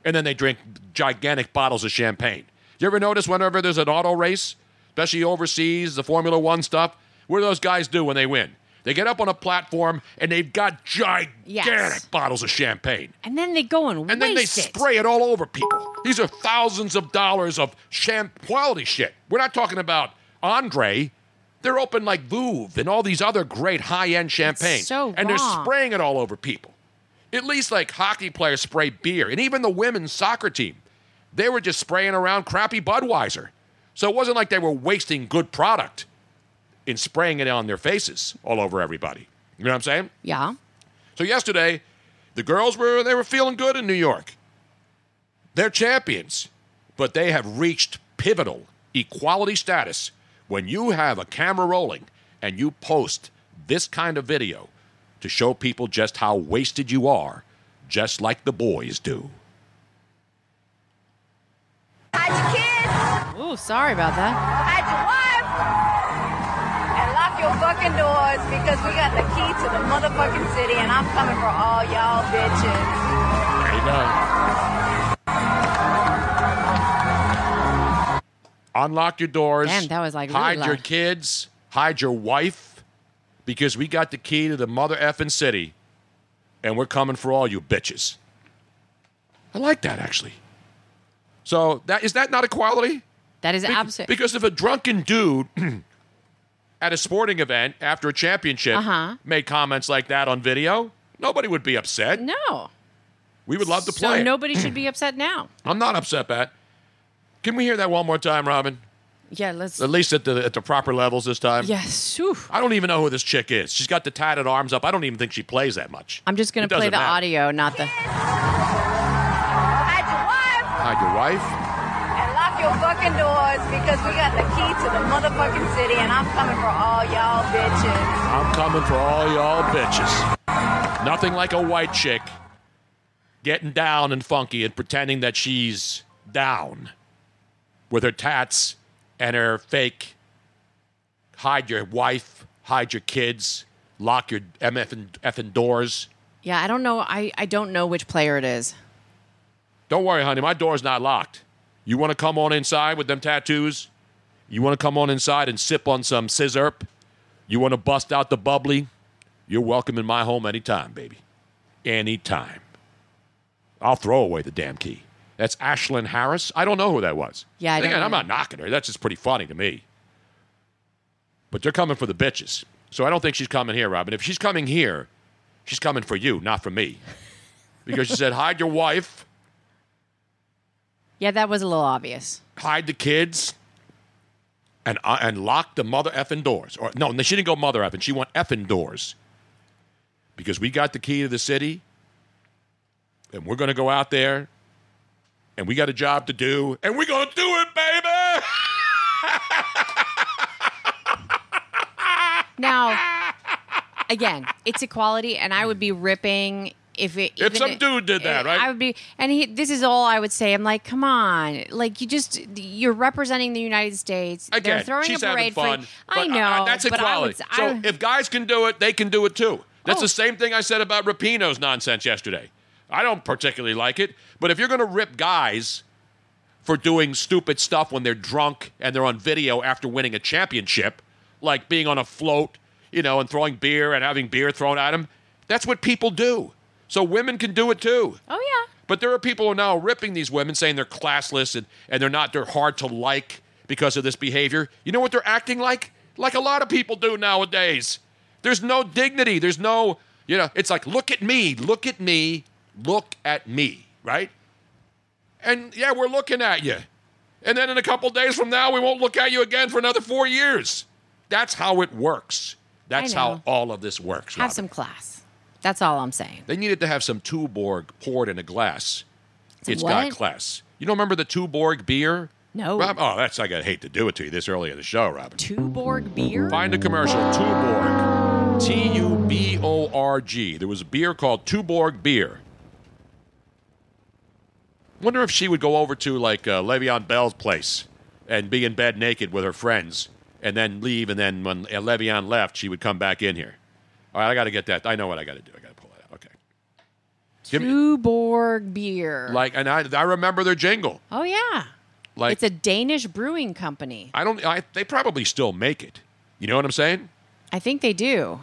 and then they drink gigantic bottles of champagne. You ever notice whenever there's an auto race, especially overseas, the Formula One stuff, what do those guys do when they win? They get up on a platform and they've got gigantic
Yes.
bottles of champagne.
And then they go and,
And
waste
then they
it.
spray it all over people. These are thousands of dollars of sham quality shit. We're not talking about Andre. They're open like Vouv and all these other great high end champagne.
so
and they're
wrong.
spraying it all over people. At least like hockey players spray beer. And even the women's soccer team, they were just spraying around crappy Budweiser. So it wasn't like they were wasting good product in spraying it on their faces all over everybody. You know what I'm saying?
Yeah.
So yesterday, the girls were they were feeling good in New York. They're champions, but they have reached pivotal equality status when you have a camera rolling and you post this kind of video to show people just how wasted you are, just like the boys do.
Had your kids,
Ooh, sorry about that.
had your wife, and lock your fucking doors because we got the key to the motherfucking city and I'm coming for all y'all bitches.
There you go. Unlock your doors.
Damn, that was, like, really
hide your
loud.
kids, hide your wife, because we got the key to the mother effing city, and we're coming for all you bitches. I like that actually. So that is that not equality?
That is
Be-
absolute.
Because if a drunken dude at a sporting event after a championship
Uh-huh.
made comments like that on video, nobody would be upset.
no.
We would love to
So
play. it.
nobody should be upset now.
I'm not upset, Pat. Can we hear that one more time, Robin?
Yeah, let's.
At least at the at the proper levels this time.
Yes. Whew.
I don't even know who this chick is. She's got the tatted arms up. I don't even think she plays that much.
I'm just going
It
to play
doesn't
the
matter.
audio, not the.
Had your wife,
Hide your wife.
and lock your fucking doors because we got the key to the motherfucking city and I'm coming for all y'all bitches.
I'm coming for all y'all bitches. Nothing like a white chick getting down and funky and pretending that she's down with her tats and her fake hide your wife, hide your kids, lock your MF effing doors.
Yeah, I don't know. I, I don't know which player it is.
Don't worry, honey. My door's not locked. You want to come on inside with them tattoos? You want to come on inside and sip on some scissorp? You want to bust out the bubbly? You're welcome in my home anytime, baby. Anytime. I'll throw away the damn key. That's Ashlyn Harris. I don't know who that was.
Yeah, I
And
don't
Again, I'm
know.
not knocking her. That's just pretty funny to me. But they're coming for the bitches. So I don't think she's coming here, Robin. If she's coming here, she's coming for you, not for me. Because she said, hide your wife.
Yeah, that was a little obvious.
hide the kids and uh, and lock the mother effing doors. Or no, she didn't go mother effing. She went effing doors because we got the key to the city, and we're gonna go out there, and we got a job to do, and we're gonna do it, baby.
Now, again, it's equality, and I would be ripping if it.
If
even
some dude did that, right?
I would be, and he, this is all I would say. I'm like, come on, like you just you're representing the United States.
Again,
They're throwing
she's
a
having
parade
fun.
flag. I
but,
know
uh, that's
but I would
equality.
s-
so
I-
if guys can do it, they can do it too. That's
Oh.
the same thing I said about Rapino's nonsense yesterday. I don't particularly like it, but if you're going to rip guys for doing stupid stuff when they're drunk and they're on video after winning a championship, like being on a float, you know, and throwing beer and having beer thrown at them, that's what people do. So women can do it too.
oh yeah,
But there are people who are now ripping these women, saying they're classless and, and they're not, they're hard to like because of this behavior. You know what they're acting like? Like a lot of people do nowadays. There's no dignity. There's no, you know, it's like, look at me, look at me, look at me, right? And yeah, we're looking at you. And then in a couple days from now, we won't look at you again for another four years. That's how it works. That's how
know.
all of this works.
have
Robin.
some class. That's all I'm saying.
They needed to have some Tuborg poured in a glass. It's
Some
got
what?
class. You don't remember the Tuborg beer?
No.
Rob, oh, that's like I hate to do it to you this early in the show, Robin.
Tuborg beer.
Find a commercial. Tuborg. T U B O R G. There was a beer called Tuborg beer. Wonder if she would go over to like uh, Le'Veon Bell's place and be in bed naked with her friends, and then leave. And then when uh, Le'Veon left, she would come back in here. All right, I got to get that. I know what I got to do. I got to pull that out. Okay. Give me-
Tuborg beer.
like, and I, I remember their jingle.
oh yeah,
Like,
it's a Danish brewing company.
I don't. I, they probably still make it. You know what I'm saying?
I think they do.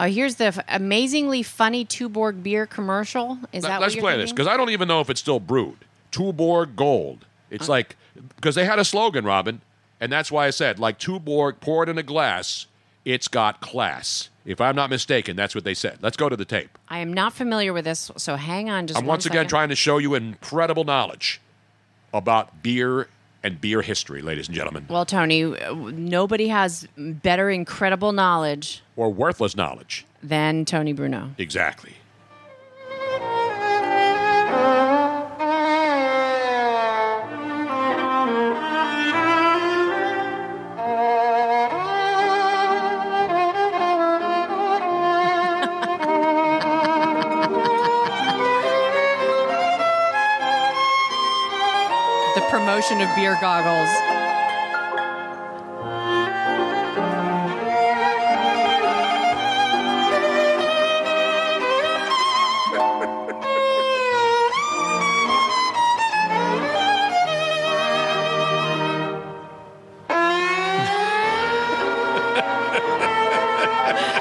Oh, here's the f- amazingly funny Tuborg beer commercial. Is
Let-
that
Let's
what you're
play this
thinking?
because I don't even know if it's still brewed. Tuborg Gold.
Uh.
It's like because they had a slogan, Robin, and that's why I said like Tuborg poured in a glass. It's got class. If I'm not mistaken, that's what they said. Let's go to the tape.
I am not familiar with this, so hang on. Just
I'm
one
once again
second.
trying to show you incredible knowledge about beer and beer history, ladies and gentlemen,
Well, Tony, uh, nobody has better incredible knowledge
or worthless knowledge.
than Tony Bruno.
Exactly.
The promotion of beer goggles.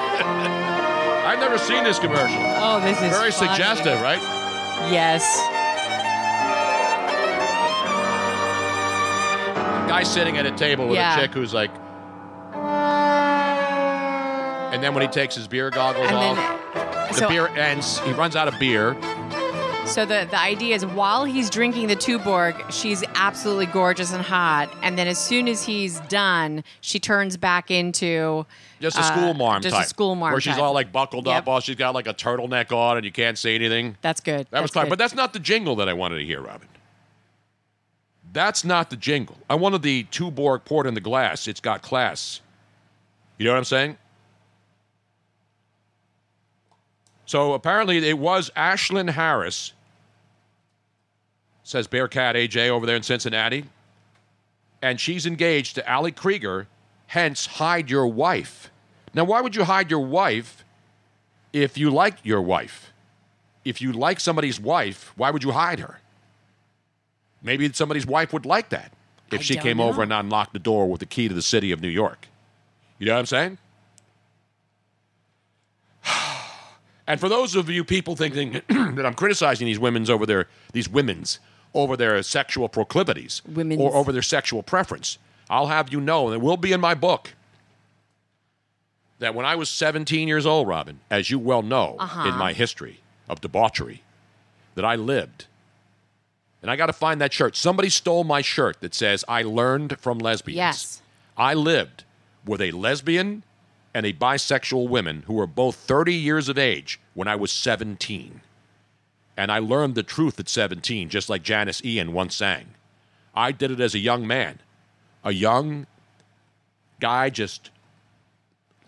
I've never seen this commercial.
Oh, this is
Very
funny.
suggestive, right?
Yes.
guy sitting at a table with
Yeah.
a chick who's like and then when he takes his beer goggles
And
off
then,
the
so,
beer ends he runs out of beer
so the, the idea is while he's drinking the Tuborg, she's absolutely gorgeous and hot. And then as soon as he's done, she turns back into
just a
uh,
school marm
Just
type,
a school marm
where she's
type.
all like buckled
Yep.
up all she's got like a turtleneck on and you can't see anything that
That's good.
was fine but
good.
that's not the jingle that i wanted to hear robin that's not the jingle i wanted the two borg port in the glass it's got class you know what i'm saying so apparently it was ashlyn harris says Bearcat AJ over there in Cincinnati. And she's engaged to Allie Krieger, hence hide your wife. Now, why would you hide your wife if you like your wife? If you like somebody's wife, why would you hide her? Maybe somebody's wife would like that if
I
she
don't
came over and
know.
unlocked the door with the key to the city of New York. You know what I'm saying? And for those of you people thinking that I'm criticizing these women's over their these women's over their sexual proclivities
Women's.
or over their sexual preference, I'll have you know, and it will be in my book, that when I was 17 years old, Robin, as you well know in my history of debauchery, that I lived. And I got to find that shirt. Somebody stole my shirt that says "I learned from lesbians."
Yes.
I lived with a lesbian and a bisexual woman who were both 30 years of age when I was 17. And I learned the truth at 17, just like Janice Ian once sang. I did it as a young man, a young guy just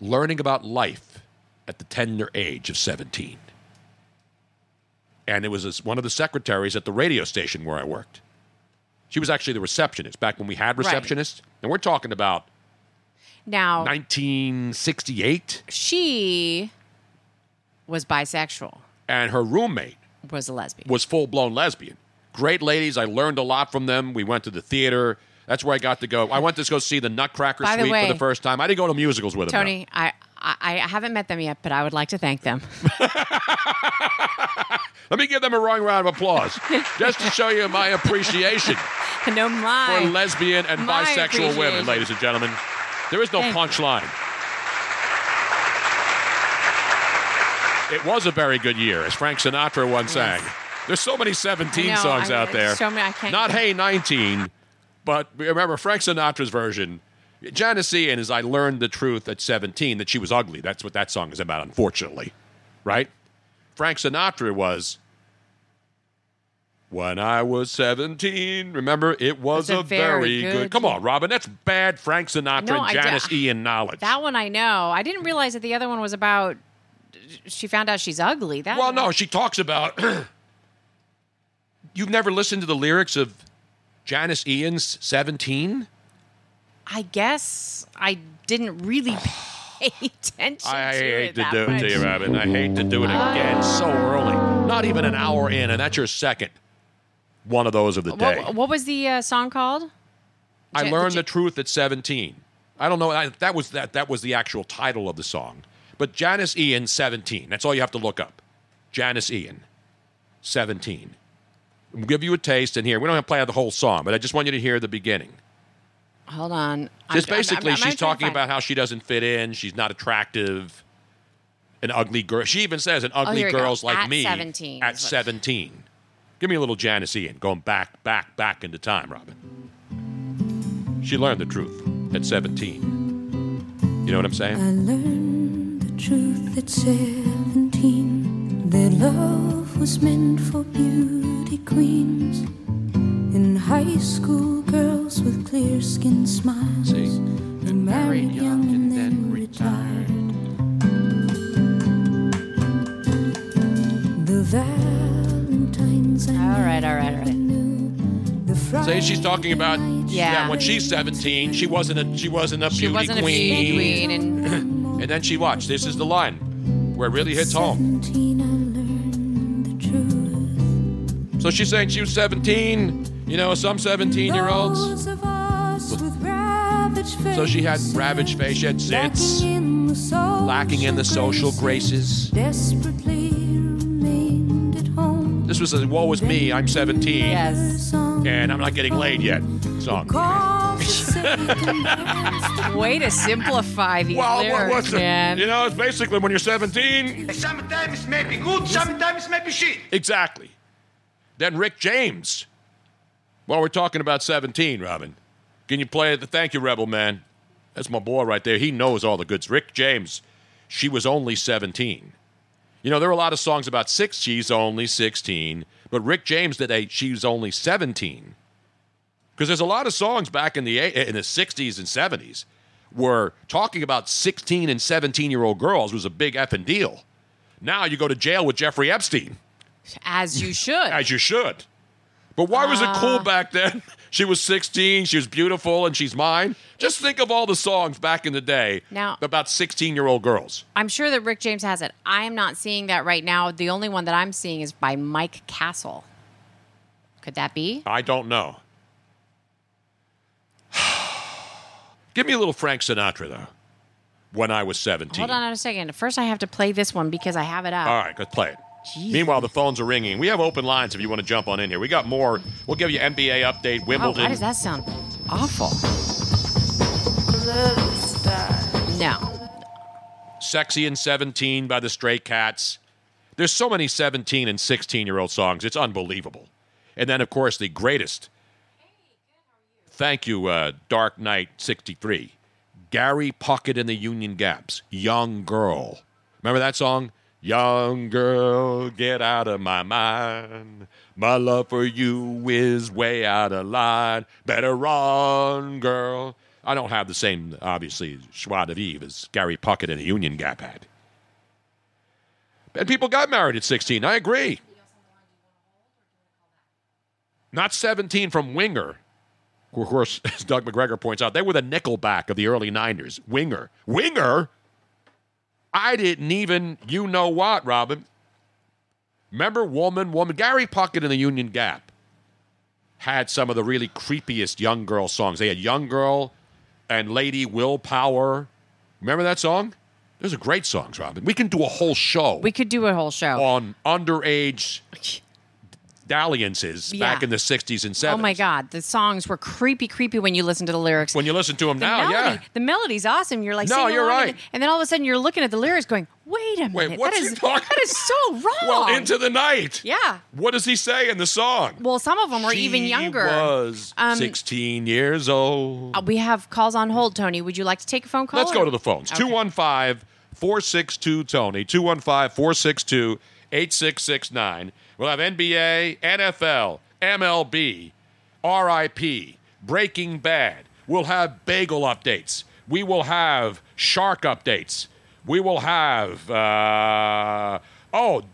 learning about life at the tender age of 17. And it was this- one of the secretaries at the radio station where I worked. She was actually the receptionist back when we had receptionists. And we're talking about
now
1968,
she was bisexual,
and her roommate
was a lesbian.
was full blown lesbian. Great ladies. I learned a lot from them. We went to the theater. That's where I got to go. I went to go see the Nutcracker
By the
Suite
way-
for the first time. I didn't go to musicals with them. though.
Tony, I, I I haven't met them yet, but I would like to thank them.
Let me give them a wrong round of applause just to show you my appreciation
no,
for
my
lesbian and
my
bisexual women,
appreciation.
ladies and gentlemen. There is no
Thank you.
punchline. It was a very good year, as Frank Sinatra once sang.
Yes.
There's so many 17
I know,
songs
I-
out
I-
there.
show me, I can't-
Not Hey 19, but remember Frank Sinatra's version. Janice Ian is I learned the truth at 17 that she was ugly. That's what that song is about, unfortunately. Right? Frank Sinatra was when I was 17. Remember, it was
That's
a, very, good. Come on, Robin. That's bad Frank Sinatra
No,
and
I
Janice
don't-
Ian knowledge.
that one I know. I didn't realize that the other one was about. She found out she's ugly. That
well, no, she talks about. You've never listened to the lyrics of Janice Ian's 17?
I guess I didn't really pay attention.
I
to
hate
it
to
that
do it
much.
to you, Robin. I hate to do it again so early. Not even an hour in, and that's your second one of those of the day.
What, what was the uh, song called?
I
Jan-
learned
Jan-
the truth at 17. I don't know. I, that was that. That was the actual title of the song. But Janice Ian, 17. That's all you have to look up. Janice Ian, 17. We'll give you a taste in here. We don't have to play out the whole song, but I just want you to hear the beginning.
Hold on. I'm-
Just
I'm- I'm-
basically,
I'm
she's
trying to
talking
find-
about how she doesn't fit in. She's not attractive. An ugly girl. She even says, "An ugly
Oh, here we go.
girl's like
At
me."
17
At
is what-
17. Give me a little Janice Ian. Going back, back, back into time, Robin. She learned the truth at 17. You know what I'm saying?
I learned the truth at 17 that love was meant for beauty queens and high school girls with clear skin smiles and married young and then retired. The Valentines I
All right, all right, all right.
knew, the
Say she's talking about
Friday
Yeah.
that when she's 17, she wasn't a she wasn't a
She
beauty
wasn't a beauty queen, and
And then she watched. This is the line where it really hits home.
17 I learned the truth.
So she's saying she was 17. You know, some 17 year olds.
Those of us with ravaged
So she had
faces,
ravaged face, she had zits,
lacking in the social
lacking in the social graces.
Desperately remained at home.
This was a woe is me, I'm 17,
yes.
Song
and I'm not getting laid yet song.
calls to say goodbyes to
Way to simplify these
Well,
lyrics,
what, what's
man.
it? You know, it's basically when you're 17.
Sometimes may be good, sometimes may be shit.
Exactly. Then Rick James. Well, we're talking about 17, Robin. Can you play the Thank You, Rebel Man? That's my boy right there. He knows all the goods. Rick James, she was only 17. You know, there are a lot of songs about six, she's only 16, but Rick James did a she's only 17. Because there's a lot of songs back in the eight- in the 60s and 70s where talking about 16 and 17 year old girls was a big effing deal. Now you go to jail with Jeffrey Epstein
As you should.
as you should. But why was it
Ah.
cool back then? She was 16, she was beautiful, and she's mine. Just think of all the songs back in the day
Now-
about 16 year old girls.
I'm sure that Rick James has it. I am not seeing that right now. The only one that I'm seeing is by Mike Castle. Could that be?
I don't know. Give me a little Frank Sinatra, though, when I was 17.
Hold on a second. First, I have to play this one because I have it up.
All right, let's play it. Meanwhile, the phones are ringing. We have open lines if you want to jump on in here. We got more. We'll give you NBA update,
oh,
Wimbledon.
why does that sound awful? No.
Sexy and 17 by the Stray Cats. There's so many 17 and 16 year old songs. It's unbelievable. And then, of course, the greatest. Thank you, uh, Dark Knight 63. Gary Puckett and the Union Gaps. Young Girl. Remember that song? Young girl, get out of my mind. My love for you is way out of line. Better run, girl. I don't have the same, obviously, joie de vivre as Gary Puckett and the Union Gap had. And people got married at 16. I agree. Not 17 from Winger. Of course, as Doug McGregor points out, they were the nickelback of the early 90s. Winger. Winger? I didn't even, you know what, Robin. Remember Woman, Woman? Gary Puckett and the Union Gap had some of the really creepiest young girl songs. They had Young Girl and Lady Willpower. Remember that song? Those are great songs, Robin. We can do a whole show
We could do a whole show.
on underage dalliances back
Yeah.
in the 60s and 70s.
Oh my God. The songs were creepy, creepy when you listen to the lyrics.
When you listen to them
the
now,
melody,
yeah.
the melody's awesome. You're like,
No,
singing
you're
along,
right.
And, and then all of a sudden, you're looking at the lyrics, going, "Wait a minute,
Wait, what's
that
he
is
talking-
that is so wrong."
Well, into the night.
Oh. Yeah.
What does he say in the song?
Well, some of them were even
She
younger.
Was
Um,
16 years old.
Uh, We have calls on hold, Tony. Would you like to take a phone call?
Let's
or-
go to the phones.
Okay.
215 462 Tony. 215 462 8669. We'll have NBA, NFL, MLB, RIP, Breaking Bad. We'll have bagel updates. We will have shark updates. We will have, uh, oh,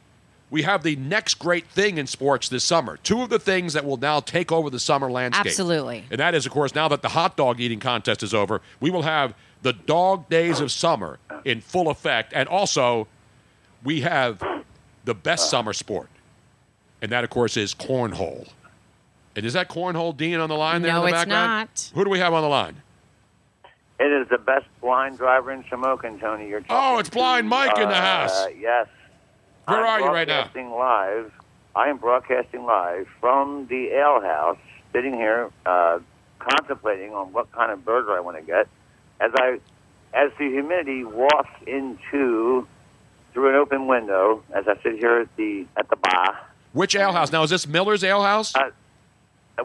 we have the next great thing in sports this summer. Two of the things that will now take over the summer landscape.
Absolutely.
And that is, of course, now that the hot dog eating contest is over, we will have the dog days of summer in full effect. And also, we have the best summer sport and that, of course, is cornhole. And is that cornhole Dean on the line there
No,
in the
it's
background?
not.
Who do we have on the line?
It is the best blind driver in Shamokin, Tony. You're talking
Oh, it's Blind Mike in the
Uh,
house.
yes.
Where
I'm
are you right now?
Broadcasting live. I am broadcasting live from the ale house, sitting here uh, contemplating on what kind of burger I want to get. As I, as the humidity wafts into through an open window, as I sit here at the at the bar.
Which ale house? Now, is this Miller's Ale House?
Uh,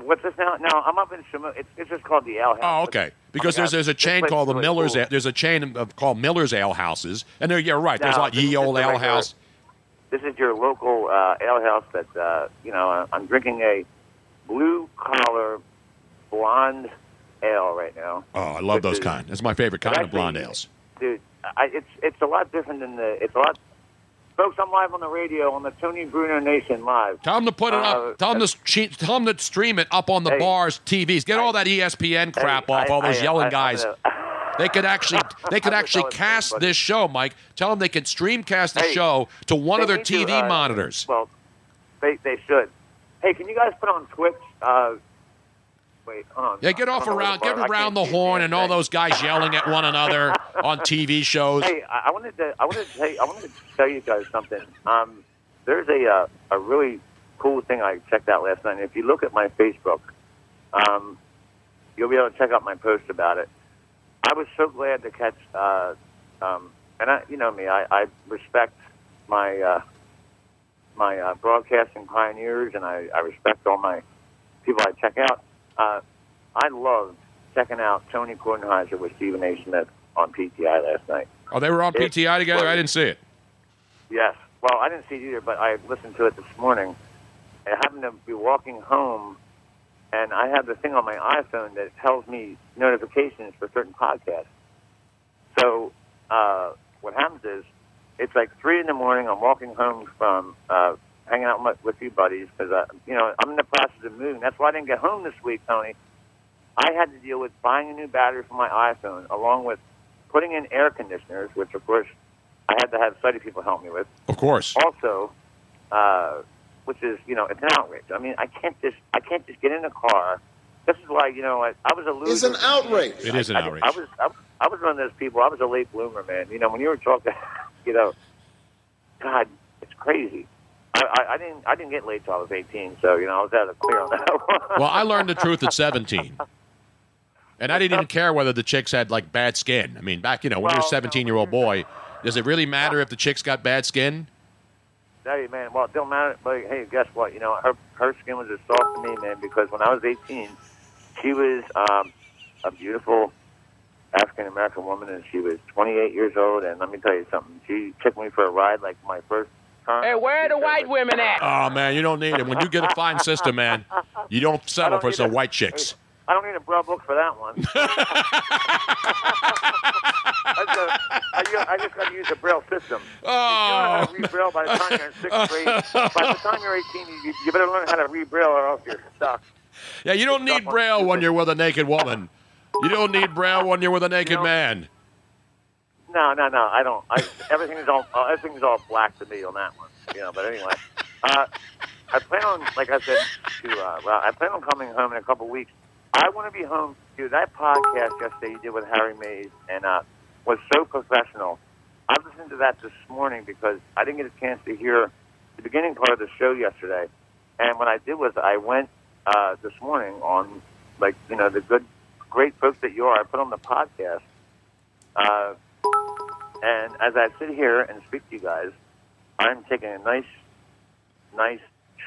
What's this now? No, I'm up in Shamokin. It's, it's just called the ale house.
Oh, okay. Because
my
there's
God,
there's a
this
chain
place
called the
really
Miller's.
cool.
Ale- There's a chain of, called Miller's Ale Houses, and there you're right. There's
No,
like
this is
Ye
just
Old
a
Ale
regular-
House.
This is your local uh, ale house that, uh, you know, I- I'm drinking a blue collar blonde ale right now.
Oh, I love
This
those
is-
kind. That's my favorite kind of
actually-
blonde ales.
Dude, I, it's, it's a lot different than the, it's a lot, folks, I'm live on the radio on the Tony Bruno Nation live.
Tell them to put it
Uh,
up. Tell them to che- tell them to stream it up on the
Hey.
bars, TVs. Get all that E ESPN crap
Hey,
off.
I-
all those
I-
yelling
I- I'm
guys.
gonna-
They could actually they could
I wish
actually
I was there,
cast
buddy.
this show, Mike. Tell them they can streamcast the
Hey,
show to one of
They
their
need
TV
to, uh,
monitors.
Well, they, they should. Hey, can you guys put on Twitch? Uh, wait, hold on.
Yeah, get off around, get
I can't
around the
see a damn
horn, and all
thing.
those guys yelling at one another on TV shows.
Hey, I I wanted to I wanted to tell you, I wanted to tell you guys something. Um, there's a uh, a really cool thing I checked out last night. And if you look at my Facebook, um, you'll be able to check out my post about it. I was so glad to catch, uh, um, and I, you know me, I, I respect my uh, my uh, broadcasting pioneers, and I, I respect all my people I check out. Uh, I loved checking out Tony Kornheiser with Stephen A. Smith on PTI last night.
Oh, they were on
It-
PTI together. I didn't see it.
Yes. Well, I didn't see it either, but I listened to it this morning. I happened to be walking home, and I have the thing on my iPhone that tells me notifications for certain podcasts. So uh, what happens is, it's like three in the morning. I'm walking home from uh, hanging out with- with you buddies because I, you know, I'm in the process of moving. That's why I didn't get home this week, Tony. I had to deal with buying a new battery for my iPhone, along with putting in air conditioners, which of course I had to have sighted people help me with
Of course.
Oh, also, uh, which is you know it's an outrage. I mean, I can't just I can't just get in a car. This is why you know I, I was a loser.
It's an outrage.
It is an
I- I-
outrage.
I, was I, was- I was one of those people. I was a late bloomer, man. You know when you were talking, you know, God, it's crazy. I, I, I didn't I didn't get late till I was eighteen, so you know I was out of the clear on that one.
Well, I learned the truth at 17. And I didn't even care whether the chicks had like bad skin. I mean, back, you know, when you're a
Well,
17 year old boy, does it really matter if the chicks got bad skin?
Hey man, well it don't matter. But hey, guess what? You know her her skin was as soft to me, man, because when I was 18, she was um, a beautiful African American woman, and she was 28 years old. And let me tell you something, she took me for a ride like my first time.
Hey, where are the white women at?
Oh, man, you don't need it. When you get a fine sister, man, you don't
I
settle
don't
for
need
some
a-
white chicks.
I don't need a broad book for that one. That's a- I ju- I just got to use the braille system.
Oh,
You better learn how to read braille by the time you're in sixth grade. By the time you're 18, you, you better learn how to read braille or else you're stuck.
yeah, you don't need braille when you're with a naked woman. You don't need braille when you're with a naked man.
No, no, no. I don't. I, everything's all uh, everything's all black to me on that one. You know, but anyway, uh, I plan on, like I said to, uh, well, I plan on coming home in a couple weeks. I want to be home. Dude, that podcast yesterday you did with Harry Mays and uh, was so professional. I listened to that this morning because I didn't get a chance to hear the beginning part of the show yesterday. And what I did was I went uh, this morning on, like, you know, the good, great folks that you are. I put on the podcast. Uh, and as I sit here and speak to you guys, I'm taking a nice, nice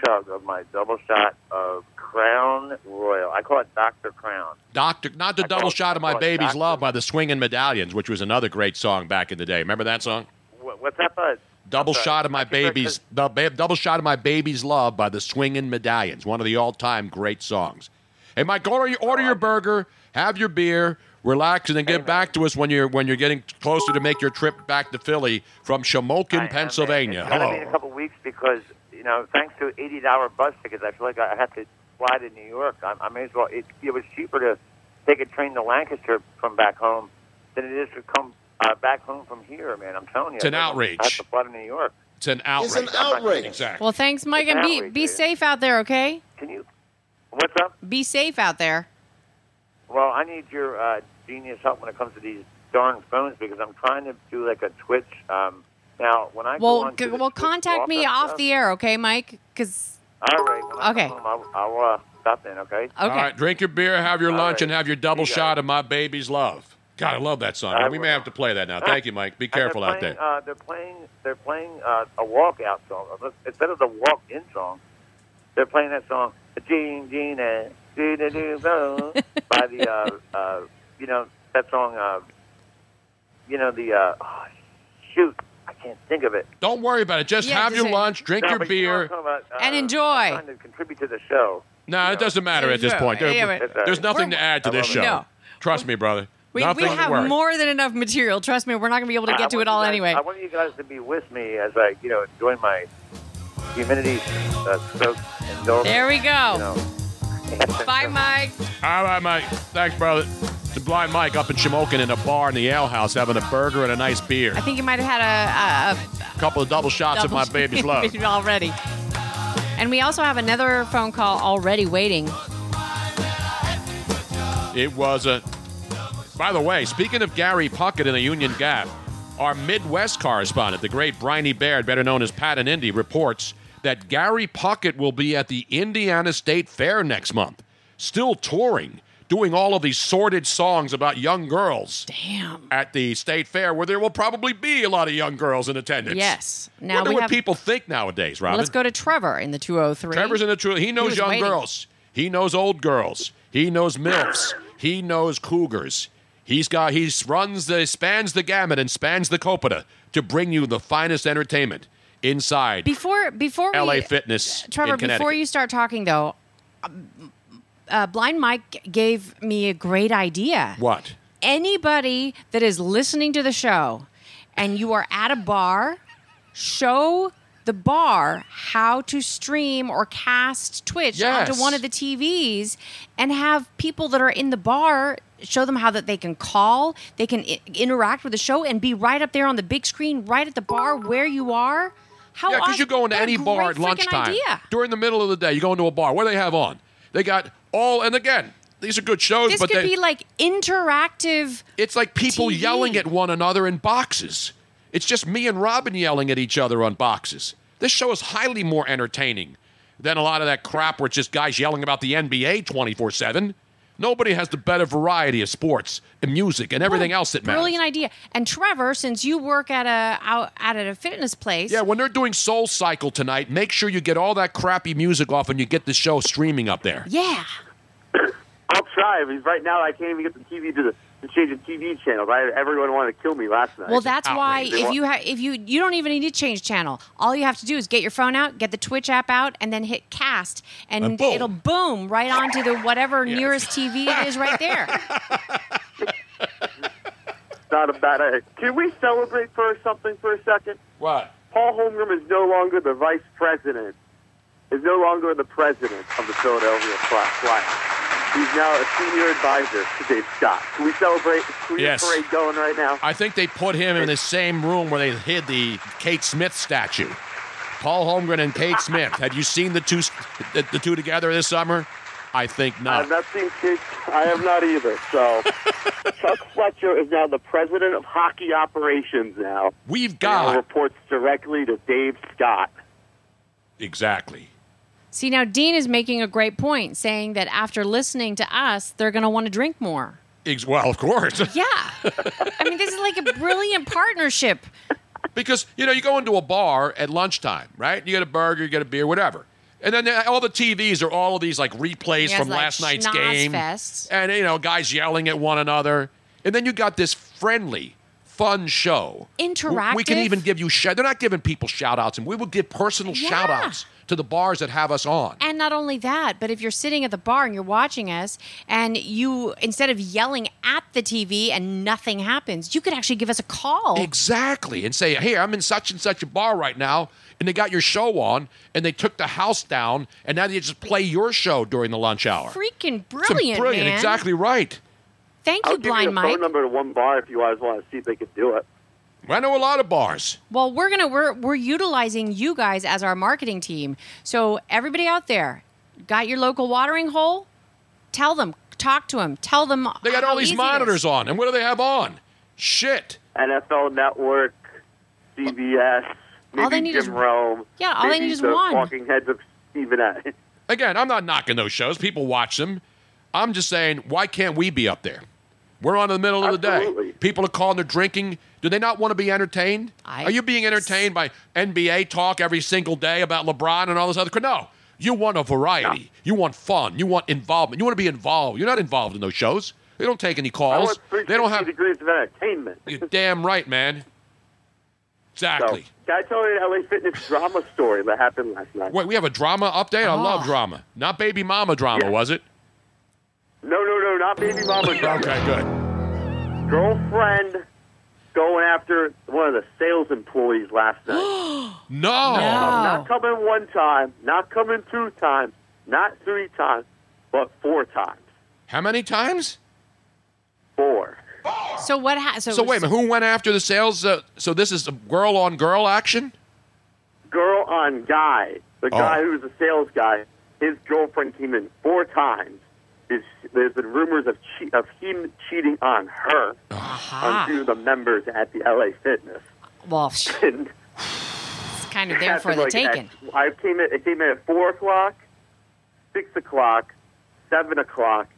chug of my double shot of Crown Royal. I call it Dr. Crown.
Doctor, not the
I
double
call it-
shot of
I
my
call it
baby's
doctor.
love by the Swinging Medallions, which was another great song back in the day. Remember that song?
What, what's that, bud?
Double
I'm sorry.
shot of my
I keep forgetting-
baby's the ba- double shot of my baby's love by the Swingin' Medallions, one of the all-time great songs. Hey, Mike, order your, order your burger, have your beer, relax, and then get back to us when you're when you're getting closer to make your trip back to Philly from
I
Shamokin,
am,
Pennsylvania.
man. It's to be in a
Hello.
couple weeks because you know, thanks to eighty dollar bus tickets, I feel like I have to fly to New York. I, I may as well. It, it was cheaper to take a train to Lancaster from back home than it is to come uh, back home from here, man. I'm telling you,
It's an
I
outrage.
have to fly to New York.
It's It's an outrage.
It's an
outrage.
Exactly.
Well, thanks, Mike, and be be safe out there, okay?
Can you? What's up?
Be safe out there.
Well, I need your uh, genius help when it comes to these darn phones because I'm trying to do like a Twitch. Um, now, when I go
well,
on
g-
to the
well,
Twitch
contact me
walk-up
off
stuff-
the air, okay, Mike? Because
All right. When I come
Okay.
home, I'll, I'll uh, stop then. Okay.
All right, drink your beer, have your
All
lunch,
right.
and have your double
You got
shot of My Baby's Love. God, I love that song.
I
we may have to play that now. Uh, Thank you, Mike. Be
And they're
careful out
playing,
there.
Uh, they're playing. They're playing uh, a walkout song instead of the walk-in song. They're playing that song, "Gene Gina, do do do do," by the uh, uh, you know that song. Uh, you know the uh, oh, shoot, I can't think of it.
Don't worry about it. Just
Yeah,
have
just
your
say-
lunch, drink
No,
your
but you know
beer.
what I'm talking about, uh,
And enjoy.
I'm Trying to contribute to the show.
No, it doesn't matter at this
Yeah,
point. There-
yeah, but-
there's nothing to add to this
it.
show.
No.
Trust me, brother.
we, we
nothing to worry.
have more than enough material. Trust me, we're not going to be able to
I- I
get to
want
it
you
all
guys-
anyway.
I want you guys to be with me as I, you know, enjoy my humidity uh, soaked endorphins,
There we go.
you know.
Bye, Mike.
All right, Mike. Thanks, brother. The blind Mike up in Shamokin in a bar in the Ale House having a burger and a nice beer.
I think you might have had a, a, a
A couple of double shots
Double
of my baby's
shot
love.
already. And we also have another phone call already waiting.
It was a. By the way, speaking of Gary Puckett and the Union Gap, our Midwest correspondent, the great Briny Baird, better known as Pat and Indy, reports that Gary Puckett will be at the Indiana State Fair next month, still touring, doing all of these sordid songs about young girls.
Damn.
At the state fair, where there will probably be a lot of young girls in attendance.
Yes. Now
Wonder
we
what
have-
people think nowadays, Robin.
Let's go to Trevor in the 203.
Trevor's in the truth. He knows
was
young
waiting.
girls. He knows old girls. He knows milfs. He knows cougars. He's got. He runs the spans the gamut and spans the copita to bring you the finest entertainment inside
Before before we
L.A. Fitness
Trevor,
in Connecticut.
before you start talking though, um, uh, Blind Mike gave me a great idea.
what?
Anybody that is listening to the show and you are at a bar, show the bar how to stream or cast Twitch
Yes.
onto one of the TVs and have people that are in the bar show them how that they can call, they can I- interact with the show and be right up there on the big screen right at the bar where you are. How
yeah, because you
awesome-
go into
what Oh, a
any bar
great
at
freaking
lunchtime
idea.
during the middle of the day. You go into a bar. What do they have on? They got all. And again, these are good shows,
This
but
could
they,
be like interactive.
It's like people
TV.
yelling at one another in boxes. It's just me and Robin yelling at each other on boxes. This show is highly more entertaining than a lot of that crap where it's just guys yelling about the NBA 24 7. Nobody has the better variety of sports and music and everything else that matters.
Brilliant idea. And Trevor, since you work at a out, at a fitness place,
Yeah, when they're doing Soul Cycle tonight, make sure you get all that crappy music off and you get the show streaming up there.
Yeah.
I'll try because right now I can't even get the TV to the to change the TV channels. I everyone wanted to kill me last night.
Well, that's why
They
if
want-
you ha- if you you don't even need to change channel. All you have to do is get your phone out, get the Twitch app out, and then hit cast, and,
And boom.
it'll boom right onto the whatever nearest TV it is right there.
It's not a bad idea. Can we celebrate for something for a second?
What?
Paul Holmgren is no longer the vice president. Is no longer the president of the Philadelphia Fly- Flyers. He's now a senior advisor to Dave Scott. Can we celebrate? Can we get
Yes.
a parade going right now?
I think they put him in the same room where they hid the Kate Smith statue. Paul Holmgren and Kate Smith. Have you seen the two the, the two together this summer? I think
I've
not.
not seen Kate. I have not either. So Chuck Fletcher is now the president of hockey operations. Now
we've
got reports directly to Dave Scott.
Exactly.
See now, Dean is making a great point, saying that after listening to us, they're going to want to drink more.
Ex- well, of course.
Yeah. I mean, this is like a brilliant partnership.
Because you know, you go into a bar at lunchtime, right? You get a burger, you get a beer, whatever. And then uh, all the TVs are all of these like replays
Yes,
from
like
last night's
schnoz
game.
fests.
And you know, guys yelling at one another. And then you got this friendly, fun show. W- We can
Interactive.
even give you shout they're not giving people shout outs and we will give personal
Yeah.
shout outs to the bars that have us on.
And not only that, but if you're sitting at the bar and you're watching us and you instead of yelling at the TV and nothing happens, you could actually give us a call.
Exactly. And say, hey, I'm in such and such a bar right now, and they got your show on, and they took the house down, and now they just play your show during the lunch hour.
Freaking
It's a
brilliant,
brilliant.
man.
Exactly right.
Thank
I'll
you,
give you
Blind
a
Mike.
phone number to one bar if you guys want to see if they can do it.
I know a lot of bars.
Well, we're gonna we're we're utilizing you guys as our marketing team. So everybody out there, got your local watering hole? Tell them, talk to them, tell them.
They got
how
all these
easy it
monitors
is.
on, and what do they have on? Shit.
NFL Network, CBS, maybe
All they need
Jim
is-
Rome.
Yeah, all they
maybe
need is
the
one.
Walking Heads of Stephen A.
Again, I'm not knocking those shows. People watch them. I'm just saying, why can't we be up there? We're on in the middle of the
Absolutely.
day. People are calling, they're drinking. Do they not want to be entertained?
I-
are you being entertained by NBA talk every single day about LeBron and all this other crap? No. You want a variety. You want fun. You want involvement. You want to be involved. You're not involved in those shows. They don't take any
I
calls.
want
They don't
360
have.
degrees of entertainment.
You're damn right, man. Exactly.
So, can I tell you an LA Fitness drama story that happened last night?
Wait, we have a drama update? I love
Oh.
drama. Not baby mama drama, was it?
No, no, no, not baby mama drama.
Okay, good.
Girlfriend going after one of the sales employees last night. Um,
No.
Not coming one time, not coming two times, not three times, but four times.
How many times?
Four.
So what? Ha- so
So wait a minute. Who went after the sales? Uh, so this is a girl on girl action.
Girl on guy. The
Oh.
guy who was a sales guy, his girlfriend came in four times. There's, there's been rumors of, che- of him cheating on her on two of the members at the LA Fitness.
Well, it's
And
kind of there for the
like,
taking.
at- I came in. It came in at four o'clock, six o'clock, seven o'clock,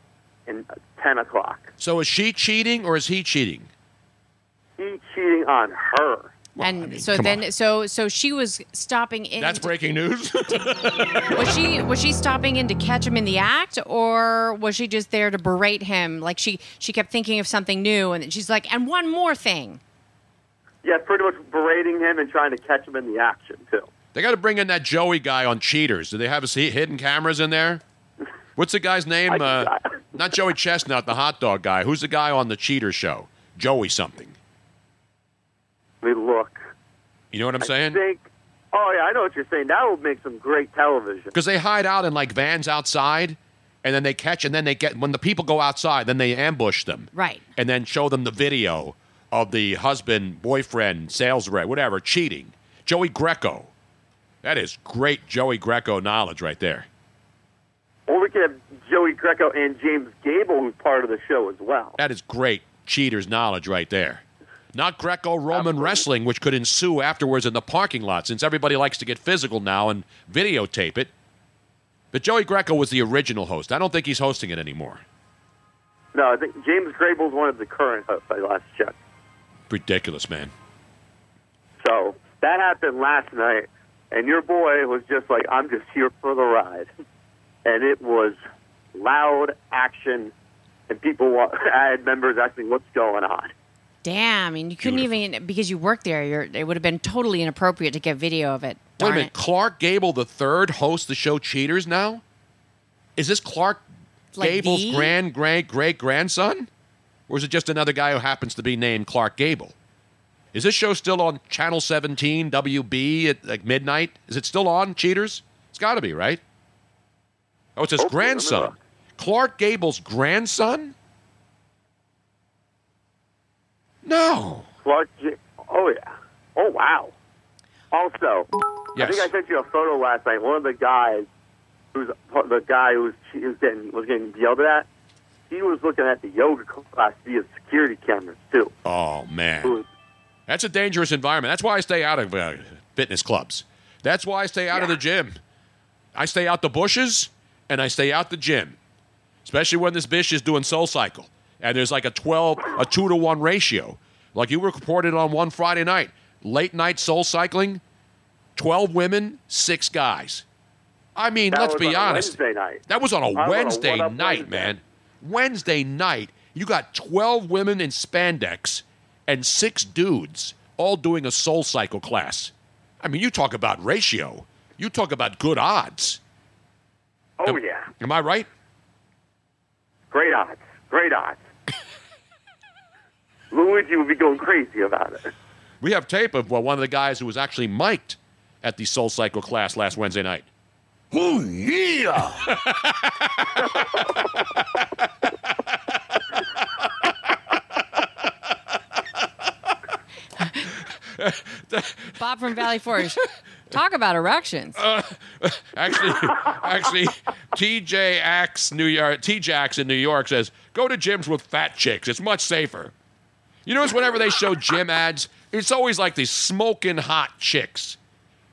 and ten o'clock.
So is she cheating or is he cheating?
He cheating on her.
and so
come
then, so so she was stopping in.
That's breaking news.
was she was she stopping in to catch him in the act, or was she just there to berate him? Like she she kept thinking of something new, and then she's like, and one more thing.
Yeah, pretty much berating him and trying to catch him in the action too.
they got to bring in that Joey guy on Cheaters. Do they have his he- hidden cameras in there? What's the guy's name? Uh, not Joey Chestnut, the hot dog guy. Who's the guy on the Cheater show? Joey something.
They look.
You know what I'm
I
saying?
think. Oh yeah, I know what you're saying. That would make some great television.
because they hide out in like vans outside and then they catch and then they get when the people go outside then they ambush them
Right.
and then show them the video of the husband boyfriend sales rep whatever cheating joey greco that is great joey greco knowledge right there
Or we could have Joey Greco and James Gable, who's part of the show as well.
that is great cheaters knowledge right there not greco-roman wrestling which could ensue afterwards in the parking lot since everybody likes to get physical now and videotape it but joey greco was the original host i don't think he's hosting it anymore
No, I think James Gable's one of the current hosts. I last checked.
ridiculous man
So that happened last night, and your boy was just like, "I'm just here for the ride," and it was loud action, and people. Wa- I had members asking, "What's going on?"
Damn, and you couldn't even because you worked there. You're, it would have been totally inappropriate to get video of
Wait
it.
a
Darn
minute.
it.
Clark Gable the third hosts the show Cheaters now? Is this Clark
Like
Gable's
the-
grand great great grandson? Or is it just another guy who happens to be named Clark Gable? Is this show still on Channel 17 WB at like midnight? Is it still on Cheaters? It's got to be, right? Oh, it's his
Hopefully, let me
grandson.
look.
Clark Gable's grandson? No.
Clark. J- oh yeah. Oh wow. Also, I
Yes.
think I sent you a photo last night. One of the guys, who's the guy who was, who was getting was getting yelled at, he was looking at the yoga class via security cameras too.
Oh man, that's a dangerous environment. That's why I stay out of uh, fitness clubs. That's why I stay out of the gym. I stay out the bushes and I stay out the gym, especially when this bitch is doing Soul Cycle and there's like a twelve, a two to one ratio. Like you reported on one Friday night, late night Soul Cycling, twelve women, six guys. I mean,
That
let's
was
be
on a
honest.
Wednesday night.
That was on
I
a
was on a
Wednesday
one-up
night,
Wednesday.
man. Wednesday night, you got 12 women in spandex and six dudes all doing a soul cycle class. I mean, you talk about ratio. You talk about good odds.
Oh
Am-
yeah.
Am I right?
Great odds. Great odds. Luigi would be going crazy about it.
We have tape of well, one of the guys who was actually mic'd at the soul cycle class last Wednesday night.
Oh, yeah.
Bob from Valley Forge. Talk about erections.
Uh. Actually, actually, TJ Axe New York, TJax in New York says, "Go to gyms with fat chicks. It's much safer." You notice whenever they show gym ads, it's always like these smoking hot chicks,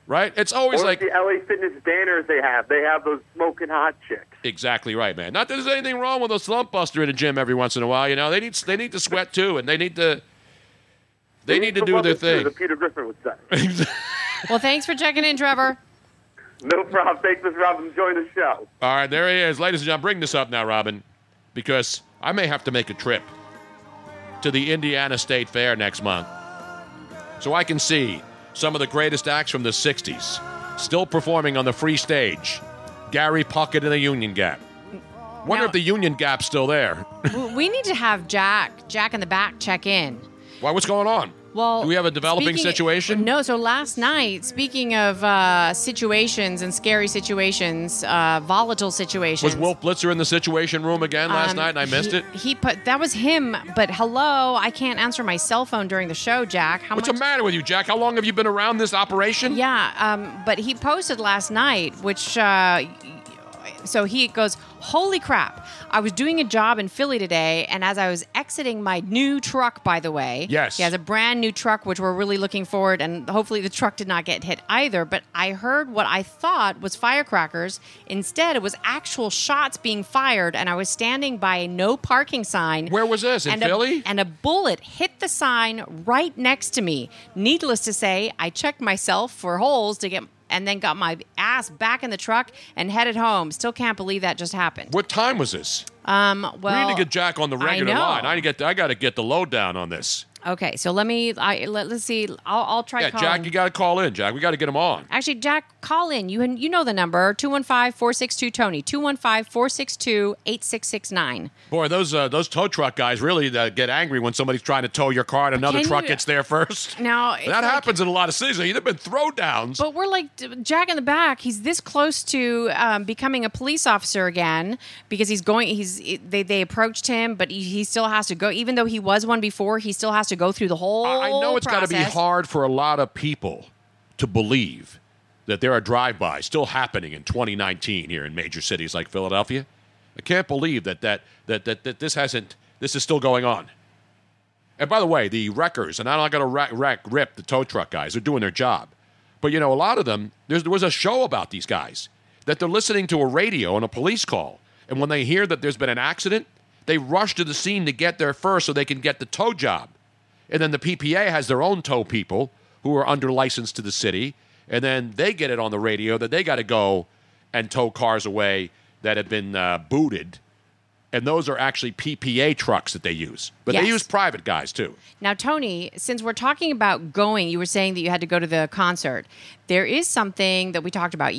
right? It's always
or
like
the LA Fitness banners they have. They have those smoking hot chicks.
Exactly right, man. Not that there's anything wrong with a slump buster in a gym every once in a while. You know, they need they need to sweat too, and they need to they, need, to do
love
their
it, too,
thing.
The Peter Griffin would say.
Well, thanks for checking in, Trevor.
no problem. Thanks, Mr. Robin. Enjoy the show.
All right, there he is, ladies and gentlemen. Bring this up now, Robin, because I may have to make a trip to the Indiana State Fair next month, so I can see some of the greatest acts from the '60s still performing on the free stage. Gary Puckett and the Union Gap. Wonder if the Union Gap's still there.
W- we need to have Jack, Jack in the back, check in.
Why? What's going on?
Well,
do we have a developing
Speaking-
situation?
No. So last night, speaking of uh, situations and scary situations, uh, volatile situations.
Was Wolf Blitzer in the Situation Room again last
um,
night, and I missed
he-
it?
He put that was him. But hello, I can't answer my cell phone during the show, Jack. How
What's
much?
the matter with you, Jack? How long have you been around this operation?
Yeah, um, but he posted last night, which uh, so he goes, "Holy crap! I was doing a job in Philly today, and as I was exiting my new truck, by the way,
Yes.
he has a brand new truck, which we're really looking forward, and hopefully the truck did not get hit either. But I heard what I thought was firecrackers. Instead, it was actual shots being fired, and I was standing by a no parking sign.
Where was this in
and
Philly?
A, and a bullet hit the sign right next to me. Needless to say, I checked myself for holes to get and then got my ass back in the truck and headed home. Still can't believe that just happened.
What time was this?
Um, well,
we need to get Jack on the
I
regular
know.
line. I get. I got to get the lowdown on this.
okay, so let me. I, let, us see. I'll, I'll try.
yeah,
calling.
Jack, you got to call in, Jack. We got to get him on.
Actually, Jack, call in. You you know the number 215 462 Tony, 215 462 8669.
Boy, those uh, those tow truck guys really uh, get angry when somebody's trying to tow your car and another
can
truck
you-
gets there first.
Now, it's
that
like-
happens in a lot of cities. There've been throwdowns.
But we're like d- Jack in the back. He's this close to um, becoming a police officer again because he's going. He's they they approached him, but he, he still has to go. Even though he was one before, he still has to go through the whole.
I know it's got to be
process.
hard for a lot of people to believe that there are drive-bys still happening in 2019 here in major cities like Philadelphia. I can't believe that that that that, that this hasn't this is still going on. And by the way, the wreckers, and I'm not going to rack, rack rip the tow truck guys. They're doing their job, but you know, a lot of them. There's, there was a show about these guys that they're listening to a radio and a police call, and when they hear that there's been an accident, they rush to the scene to get there first so they can get the tow job, and then the PPA has their own tow people who are under license to the city, and then they get it on the radio that they got to go and tow cars away that have been uh, booted. And those are actually PPA trucks that they use. But they
Yes.
use private guys too.
Now, Tony, since we're talking about going, you were saying that you had to go to the concert. There is something that we talked about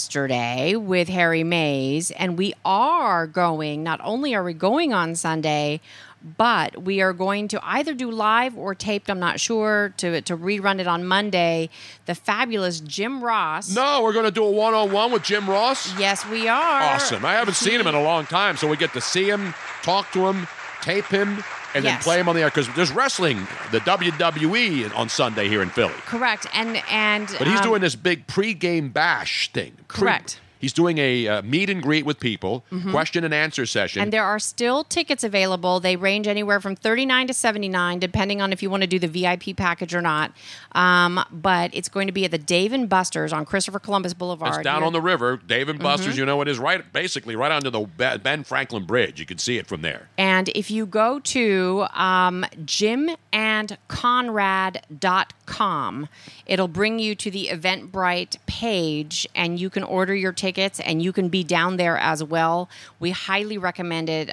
yesterday with Harry Mays, and we are going. Not only are we going on Sunday, but we are going to either do live or taped, I'm not sure, to, to rerun it on Monday. The fabulous Jim Ross.
No, we're going to do a one on one with Jim Ross.
Yes, we are.
Awesome. I haven't seen him in a long time, so we get to see him, talk to him, tape him, and then
Yes.
play him on the air because there's wrestling, the WWE on Sunday here in Philly.
Correct. And, and,
But he's
um,
doing this big pregame bash thing. Pre-
Correct.
He's doing a uh, meet and greet with people,
Mhm.
question and answer session.
And there are still tickets available. They range anywhere from thirty nine to seventy nine, depending on if you want to do the VIP package or not. Um, but it's going to be at the Dave and Buster's on Christopher Columbus Boulevard.
it's down
here.
on the river, Dave and Buster's.
Mhm.
You know, it is right, basically right onto the Be- Ben Franklin Bridge. You can see it from there.
And if you go to um, jimandconrad.com, it'll bring you to the Eventbrite page and you can order your tickets and you can be down there as well. We highly recommend it.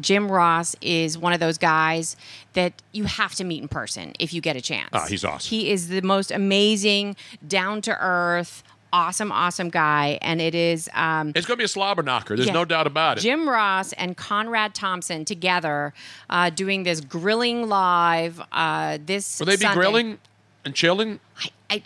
Jim Ross is one of those guys that you have to meet in person if you get a chance.
Ah, he's awesome.
He is the most amazing, down to earth, awesome, awesome guy. And it is. Um,
It's going to be a slobber knocker. There's
Yeah.
no doubt about it.
Jim Ross and Conrad Thompson together uh, doing this grilling live. Uh, this
Will they be
Sunday.
grilling and chilling?
I,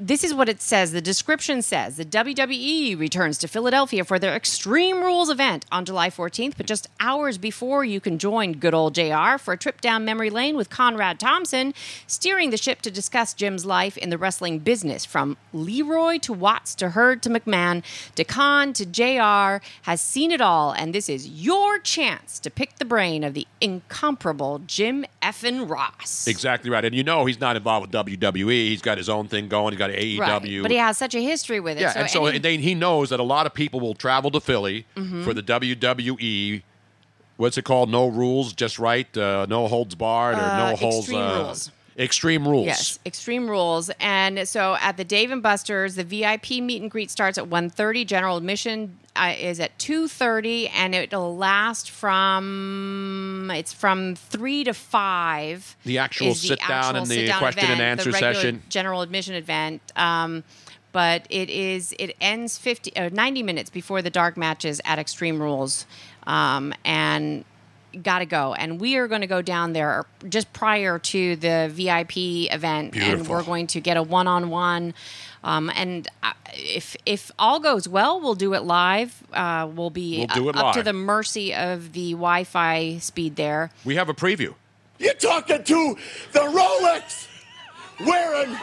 this is what it says. The description says the WWE returns to Philadelphia for their Extreme Rules event on July 14th, but just hours before you can join good old JR for a trip down memory lane with Conrad Thompson, steering the ship to discuss Jim's life in the wrestling business from Leroy to Watts to Hurd to McMahon to Khan to JR has seen it all, and this is your chance to pick the brain of the incomparable Jim effin' Ross.
Exactly right. And you know he's not involved with WWE. He's got his own thing going. He's got AEW.
Right. But he has such a history with it.
yeah,
so
and so
any-
they, he knows that a lot of people will travel to Philly
Mhm.
for the WWE. What's it called? No rules, just right. Uh, no holds barred or
Uh,
no holds.
Extreme
uh,
Rules.
Extreme rules.
Yes, Extreme Rules. And so at the Dave and Buster's, the VIP meet and greet starts at 1.30. General admission uh, is at 2.30, and it'll last from, it's from 3 to 5.
The actual
is the
sit down
actual
and the
sit-down
question and
event, the
answer
regular
session.
General admission event. Um, but it is it ends 50, uh, 90 minutes before the dark matches at Extreme Rules. Um, and gotta go and we are going to go down there just prior to the vip event and
Beautiful.
we're going to get a one-on-one um, and uh, if if all goes well we'll do it live uh, we'll be
We'll do
u-
it
up to
live.
the mercy of the wi-fi speed there
We have a preview.
You're talking to the Rolex wearing,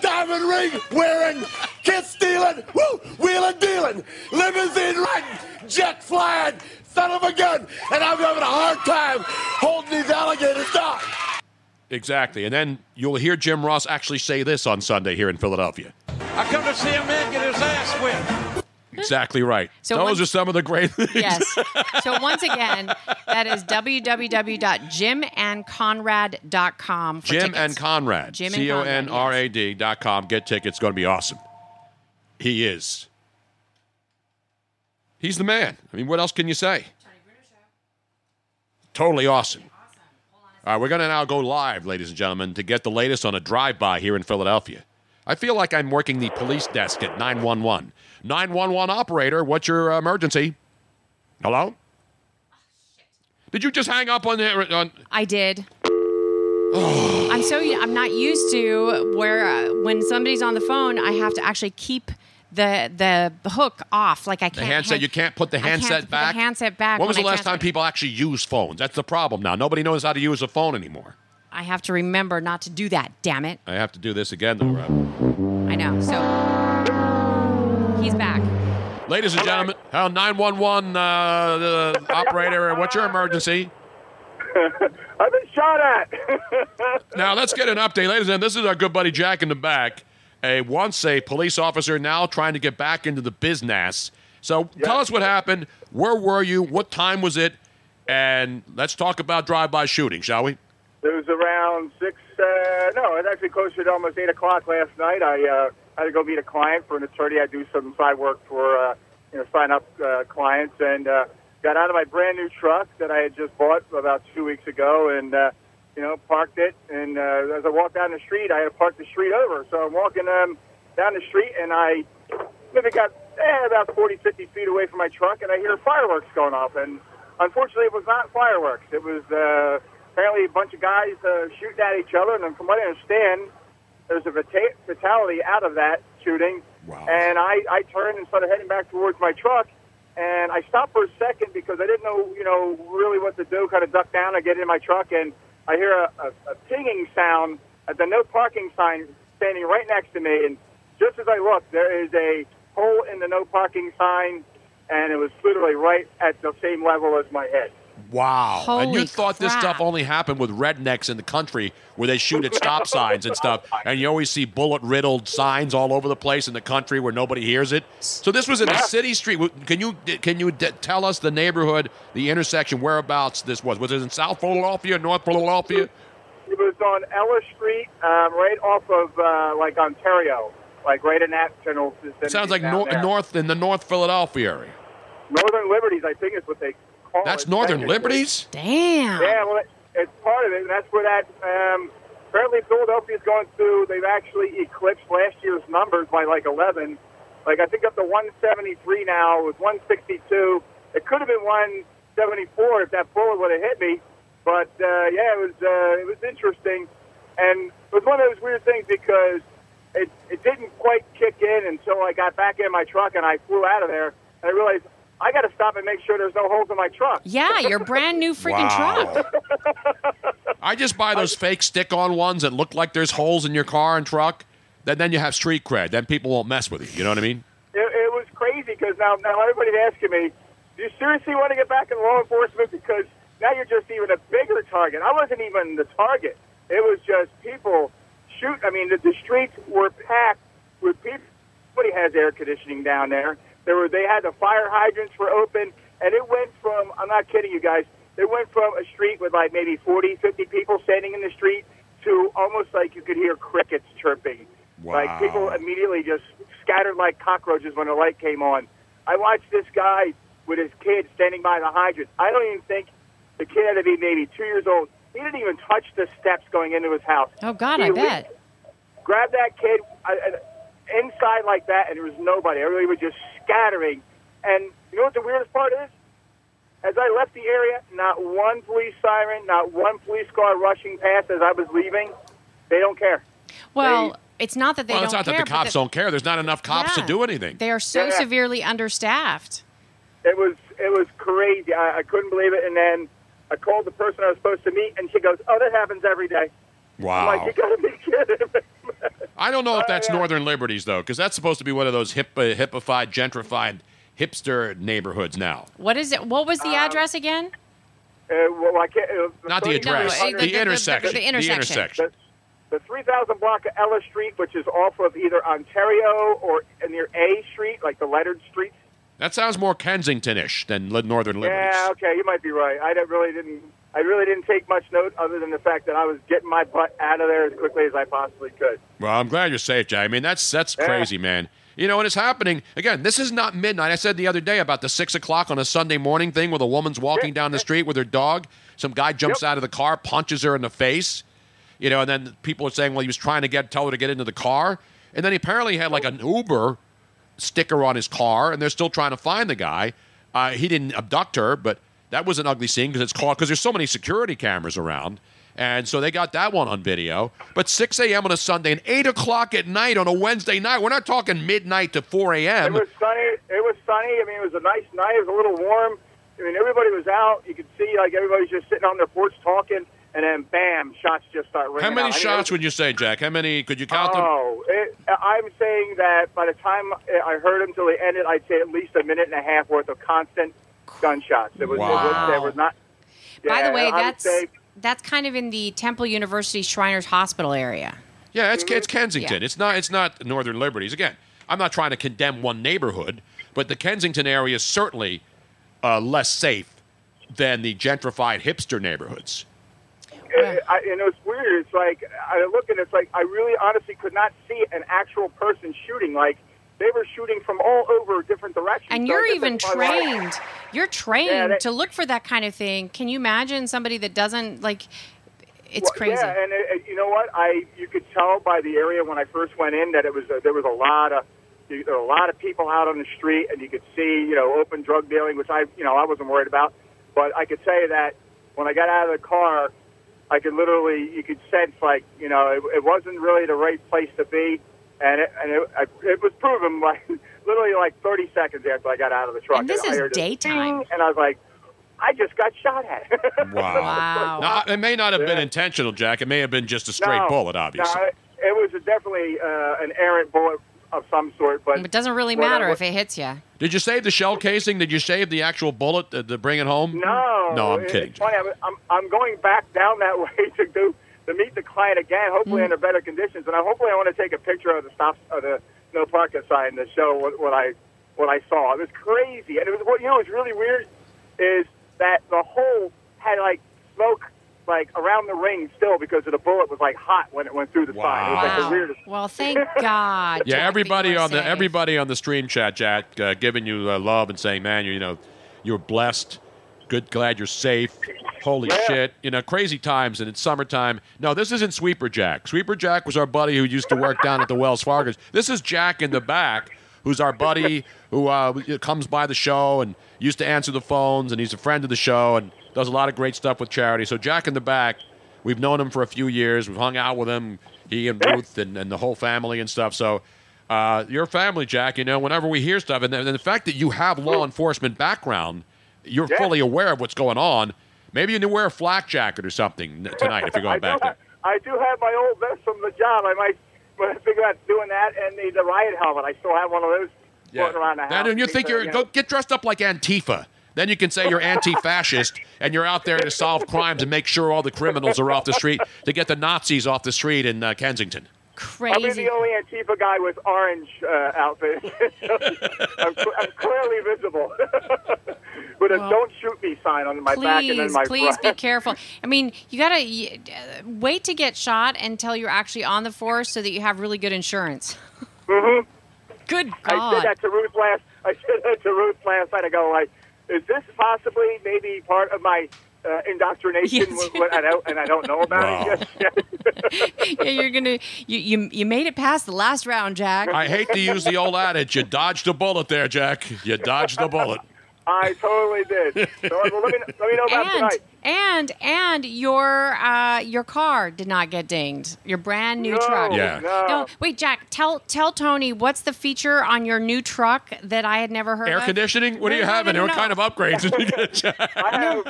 diamond ring wearing, kiss stealing, woo, wheeling dealing, limousine riding, jet flying, son of a gun, and I'm having a hard time holding these alligators down.
Exactly. And then you'll hear Jim Ross actually say this on Sunday here in Philadelphia.
I come to see a man get his ass whipped.
Exactly right.
So
Those
once-
are some of the great things.
yes so once again that is www.jimandconrad.com for
Jim
tickets.
and Conrad.
Jim and
C O N R A D dot com. Get tickets. Going to be awesome. He is. He's the man. I mean, what else can you say? Totally awesome. All right, we're going to now go live, ladies and gentlemen, to get the latest on a drive by here in Philadelphia. I feel like I'm working the police desk at 911. 911 operator, what's your uh, emergency?
Oh,
Hello? Did you just hang up on the. On,
I did.
Oh.
I'm so I'm not used to where uh, when somebody's on the phone, I have to actually keep the the hook off. Like I
The
can't.
handset,
hand-
you can't put the
I can't
handset
put the
back.
handset back
When was
when
the
I
last time people actually used phones? That's the problem now. Nobody knows how to use a phone anymore.
I have to remember not to do that. Damn it!
I have to do this again, though, Rob.
I know. So he's back.
Ladies and gentlemen, uh, 911 uh, the operator, what's your emergency?
I've been shot at.
Now, let's get an update. Ladies and gentlemen, this is our good buddy Jack in the back, a once a police officer now trying to get back into the business. So tell us what happened. Where were you? What time was it? And let's talk about drive-by shooting, shall we?
It was around six. Uh, no, it's actually closer to almost eight o'clock last night. I uh, had to go meet a client for an attorney. I do some side work for uh, you know sign up uh, clients, and uh, got out of my brand new truck that I had just bought about two weeks ago, and uh, you know parked it. And uh, as I walked down the street, I had to park the street over. So I'm walking um, down the street, and I maybe got eh, about 40, 50 feet away from my truck, and I hear fireworks going off. And unfortunately, it was not fireworks. It was uh, apparently a bunch of guys uh, shooting at each other. And from what I understand, there's a vata- fatality out of that shooting. Wow. And I, I turned and started heading back towards my truck. And I stopped for a second because I didn't know, you know, really what to do. Kind of ducked down. I get in my truck and I hear a, a, a pinging sound at the no parking sign standing right next to me. And just as I looked, there is a hole in the no parking sign, and it was literally right at the same level as my head.
Wow. and you
Holy
thought this
crap.
stuff only happened with rednecks in the country where they shoot at stop signs and stuff. And you always see bullet riddled signs all over the place in the country where nobody hears it. So this was in a
Yeah.
city street. W- Can you can you d- tell us the neighborhood, the intersection, whereabouts this was? Was it in South Philadelphia, North Philadelphia?
It was on Ellis Street, um, right off of uh, like Ontario, like right in that general vicinity.
It sounds like
down
nor-
there.
north in the North Philadelphia area.
Northern Liberties, I think is what they call
That's
it.
Northern
technically.
Liberties.
Damn.
Yeah, well, it- it's part of it, and that's where that. Um, apparently, Philadelphia's going through. They've actually eclipsed last year's numbers by like 11. Like I think up to 173 now. It was 162. It could have been 174 if that bullet would have hit me. But uh, yeah, it was uh, it was interesting, and it was one of those weird things because it it didn't quite kick in until I got back in my truck and I flew out of there. And I realized I got to stop and make sure there's no holes in my truck.
Yeah, your brand new freaking
Wow.
truck.
I just buy those fake stick-on ones that look like there's holes in your car and truck. Then then you have street cred. Then people won't mess with you. You know what I mean?
It, it was crazy because now now everybody's asking me, "Do you seriously want to get back in law enforcement?" Because now you're just even a bigger target. I wasn't even the target. It was just people shoot. I mean, the, the streets were packed with people. Nobody has air conditioning down there. There were they had the fire hydrants were open, and it went from I'm not kidding you guys. It went from a street with like maybe 40, 50 people standing in the street to almost like you could hear crickets chirping. Like people immediately just scattered like cockroaches when the light came on. I watched this guy with his kid standing by the hydrant. I don't even think the kid had to be maybe two years old. He didn't even touch the steps going into his house.
Oh God, I
He leaped
bet.
grabbed that kid I, I, inside like that, and there was nobody. Everybody was just scattering. And you know what the weirdest part is? As I left the area, not one police siren, not one police car rushing past as I was leaving. They don't care.
Well, it's not that they
well,
don't
it's not
care.
that the
but
cops
that-
don't care. There's not enough cops
Yeah.
to do anything.
They are so
Yeah.
severely understaffed.
It was it was crazy. I, I couldn't believe it. And then I called the person I was supposed to meet, and she goes, "Oh, that happens every day." I'm
Wow.
like, "You gotta be kidding!" me."
I don't know if that's Northern Liberties though, because that's supposed to be one of those hip, uh, hippified, gentrified, hipster neighborhoods now.
What is it? What was
Um,
the address again?
Uh, well, I can't. Uh,
Not the address,
No, uh, the- the- the- the-
the intersection.
the intersection.
intersection.
The 3,000 block of Ella Street, which is off of either Ontario or near A Street, like the lettered streets.
That sounds more Kensington-ish than li- Northern Liberties.
Yeah, okay, you might be right. I didn't- really didn't. I really didn't take much note other than the fact that I was getting my butt out of there as quickly as I possibly could.
Well, I'm glad you're safe, Jay. I mean, that's that's crazy, man. You know, and it's happening again. This is not midnight. I said the other day about the six o'clock on a Sunday morning thing, where the woman's walking down the street with her dog. Some guy jumps out of the car, punches her in the face. You know, and then people are saying, well, he was trying to get tell her to get into the car, and then he apparently had like an Uber sticker on his car, and they're still trying to find the guy. Uh, he didn't abduct her, but that was an ugly scene because it's caught because there's so many security cameras around, and so they got that one on video. But 6 a.m. on a Sunday and 8 o'clock at night on a Wednesday night. We're not talking midnight to 4
It
a.m.
was sunny. It was sunny. I mean, it was a nice night. It was a little warm. I mean, everybody was out. You could see like everybody's just sitting on their porch talking, and then bam, shots just start ringing.
How
out. I
many
mean,
shots would you say, Jack? How many could you count them?
Oh, it, I'm saying that by the time I heard them till they ended, I'd say at least a minute and a half worth of constant gunshots. It was, it
Wow.
was, there was not.
By the
Yeah,
way,
I would
that's
say-
that's kind of in the Temple University Shriners Hospital area.
Yeah,
Mm-hmm.
it's, it's Kensington.
Yeah.
It's not it's not Northern Liberties. Again, I'm not trying to condemn one neighborhood, but the Kensington area is certainly uh, less safe than the gentrified hipster neighborhoods.
It, I, and it was weird. It's like I look and it's like I really honestly could not see an actual person shooting. Like they were shooting from all over different directions.
And
So I
you're
guess
even
that's why, like,
trained. You're trained
they-
to look for that kind of thing. Can you imagine somebody that doesn't like? It's
Well,
crazy.
Yeah, and it, it- you know what? I you could tell by the area when I first went in that it was uh, there was a lot of you- there were a lot of people out on the street, and you could see you know open drug dealing, which I you know I wasn't worried about, but I could say that when I got out of the car, I could literally you could sense like you know it, it wasn't really the right place to be, and it, and it, I, it was proven like literally like 30 seconds after I got out of the truck.
And this
I
is
heard this
daytime.
ding, and I was like, I just got shot at. uh,
Wow. Now, it may not have been intentional, Jack. It may have been just a straight
No,
bullet, obviously.
no, it- it was a definitely uh, an errant bullet of some sort, but
it doesn't really
when I
matter
wa-
if it hits you.
Did you save the shell casing? Did you save the actual bullet uh, to, to bring it home?
No,
No, I'm
it-
kidding.
It's funny. I'm, I'm I'm going back down that way to do to meet the client again.
Mm.
Hopefully under better conditions, and I hopefully I want to take a picture of the stop of the no parking sign to show what, what I what I saw. It was crazy, and it was what you know. What's really weird is that the hole had like smoke like around the ring still because of the bullet was like hot when it went through the sign. It was like
Wow.
the weirdest.
Well, thank God.
Yeah,
Jack, that
everybody
you are
on the
safe.
everybody on the stream chat, Jack, uh, giving you uh, love and saying, "Man, you, you know, you're blessed. Good, glad you're safe. Holy shit! You know, crazy times, and it's summertime. No, this isn't Sweeper Jack. Sweeper Jack was our buddy who used to work down at the Wells Fargo's. This is Jack in the back, who's our buddy who uh, comes by the show and used to answer the phones, and he's a friend of the show and does a lot of great stuff with charity. So Jack in the back, We've known him for a few years. We've hung out with him. He and Ruth and, and the whole family and stuff. So uh, your family, Jack. You know, whenever we hear stuff, and, then- and the fact that you have law enforcement background, you're
Yeah.
fully aware of what's going on. Maybe you need to wear a flak jacket or something n- tonight if you're
I
going back
do
there.
have, I do have my old vest from the job. I might might figure out doing that and the, the riot helmet. I still have one of those floating around the house.
Then you think
because,
you're
you
go get dressed up like Antifa. Then you can say you're anti-fascist and you're out there to solve crimes and make sure all the criminals are off the street to get the Nazis off the street in uh, Kensington.
I'll be the only Antifa guy with orange uh, outfit. I'm, cl- I'm clearly visible. with a "Don't shoot me" sign on my back and then
please,
my
please be
front.
careful. I mean, you gotta y- uh, wait to get shot until you're actually on the force, so that you have really good insurance.
Mm-hmm.
Good
I
God.
said that to Ruth last. I said that to Ruth last night. I go like, "Is this possibly maybe part of my uh, indoctrination?"
Yes.
wh- wh- I don't, and I don't know about it. Yes, yes.
yeah, you're gonna you, you you made it past the last round, Jack.
I hate to use the old adage, you dodged a bullet there, Jack. You dodged a bullet.
I totally did. So, well, let me let me know about
and
tonight.
and and your uh, your car did not get dinged. Your brand new
No, Uh,
truck.
Yeah.
no.
Wait, Jack. Tell tell Tony what's the feature on your new truck that I had never heard
Air
of.
conditioning? What are you
No, no,
having?
no,
What
no.
kind of upgrades did you get, Jack?
I have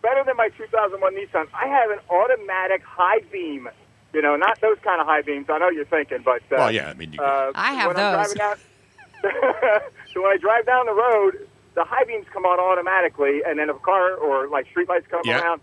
better than my 2001 Nissan. I have an automatic high beam. You know, not those kind of high beams. I know you're thinking, but uh,
Well, yeah, I mean, you-
uh,
I have
when I'm
those.
driving down- so when I drive down the road, the high beams come on automatically, and then if a car or like street lights come
Yeah.
around,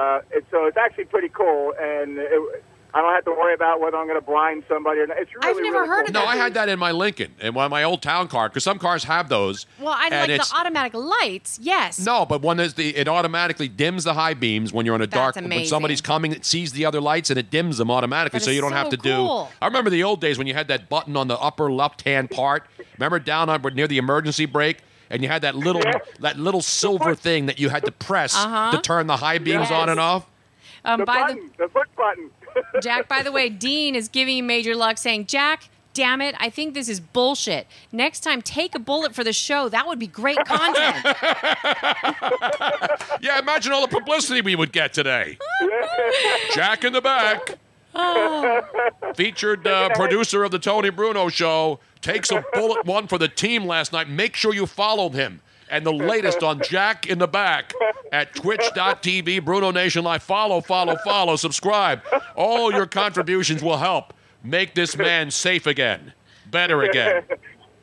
uh, it, so it's actually pretty cool, and it, I don't have to worry about whether I'm going to blind somebody or not. It's really, really cool.
No, I had that in my Lincoln, in one of my old town car, because some cars have those.
Well, I
and
like
it's-
the automatic lights. Yes.
No, but one is the it automatically dims the high beams when you're in a dark when
amazing.
somebody's coming it sees the other lights and it dims them automatically
That
so
is
you don't
so
have to
cool.
do I remember the old days when you had that button on the upper left hand part. Remember down on near the emergency brake and you had that little that little silver thing that you had to press
Uh-huh.
to turn the high beams
Yes.
on and off.
Um,
the
by
button, the, foot button.
Jack, by the way, Dean is giving you major luck saying, Jack, damn it, I think this is bullshit. Next time, take a bullet for the show. That would be great content.
Yeah, imagine all the publicity we would get today. Jack in the back, featured uh, producer of the Tony Bruno Show, takes a bullet one for the team last night. Make sure you followed him. And the latest on Jack in the back at twitch.tv, Bruno Nation Live. Follow, follow, follow, subscribe. All your contributions will help make this man safe again, better again.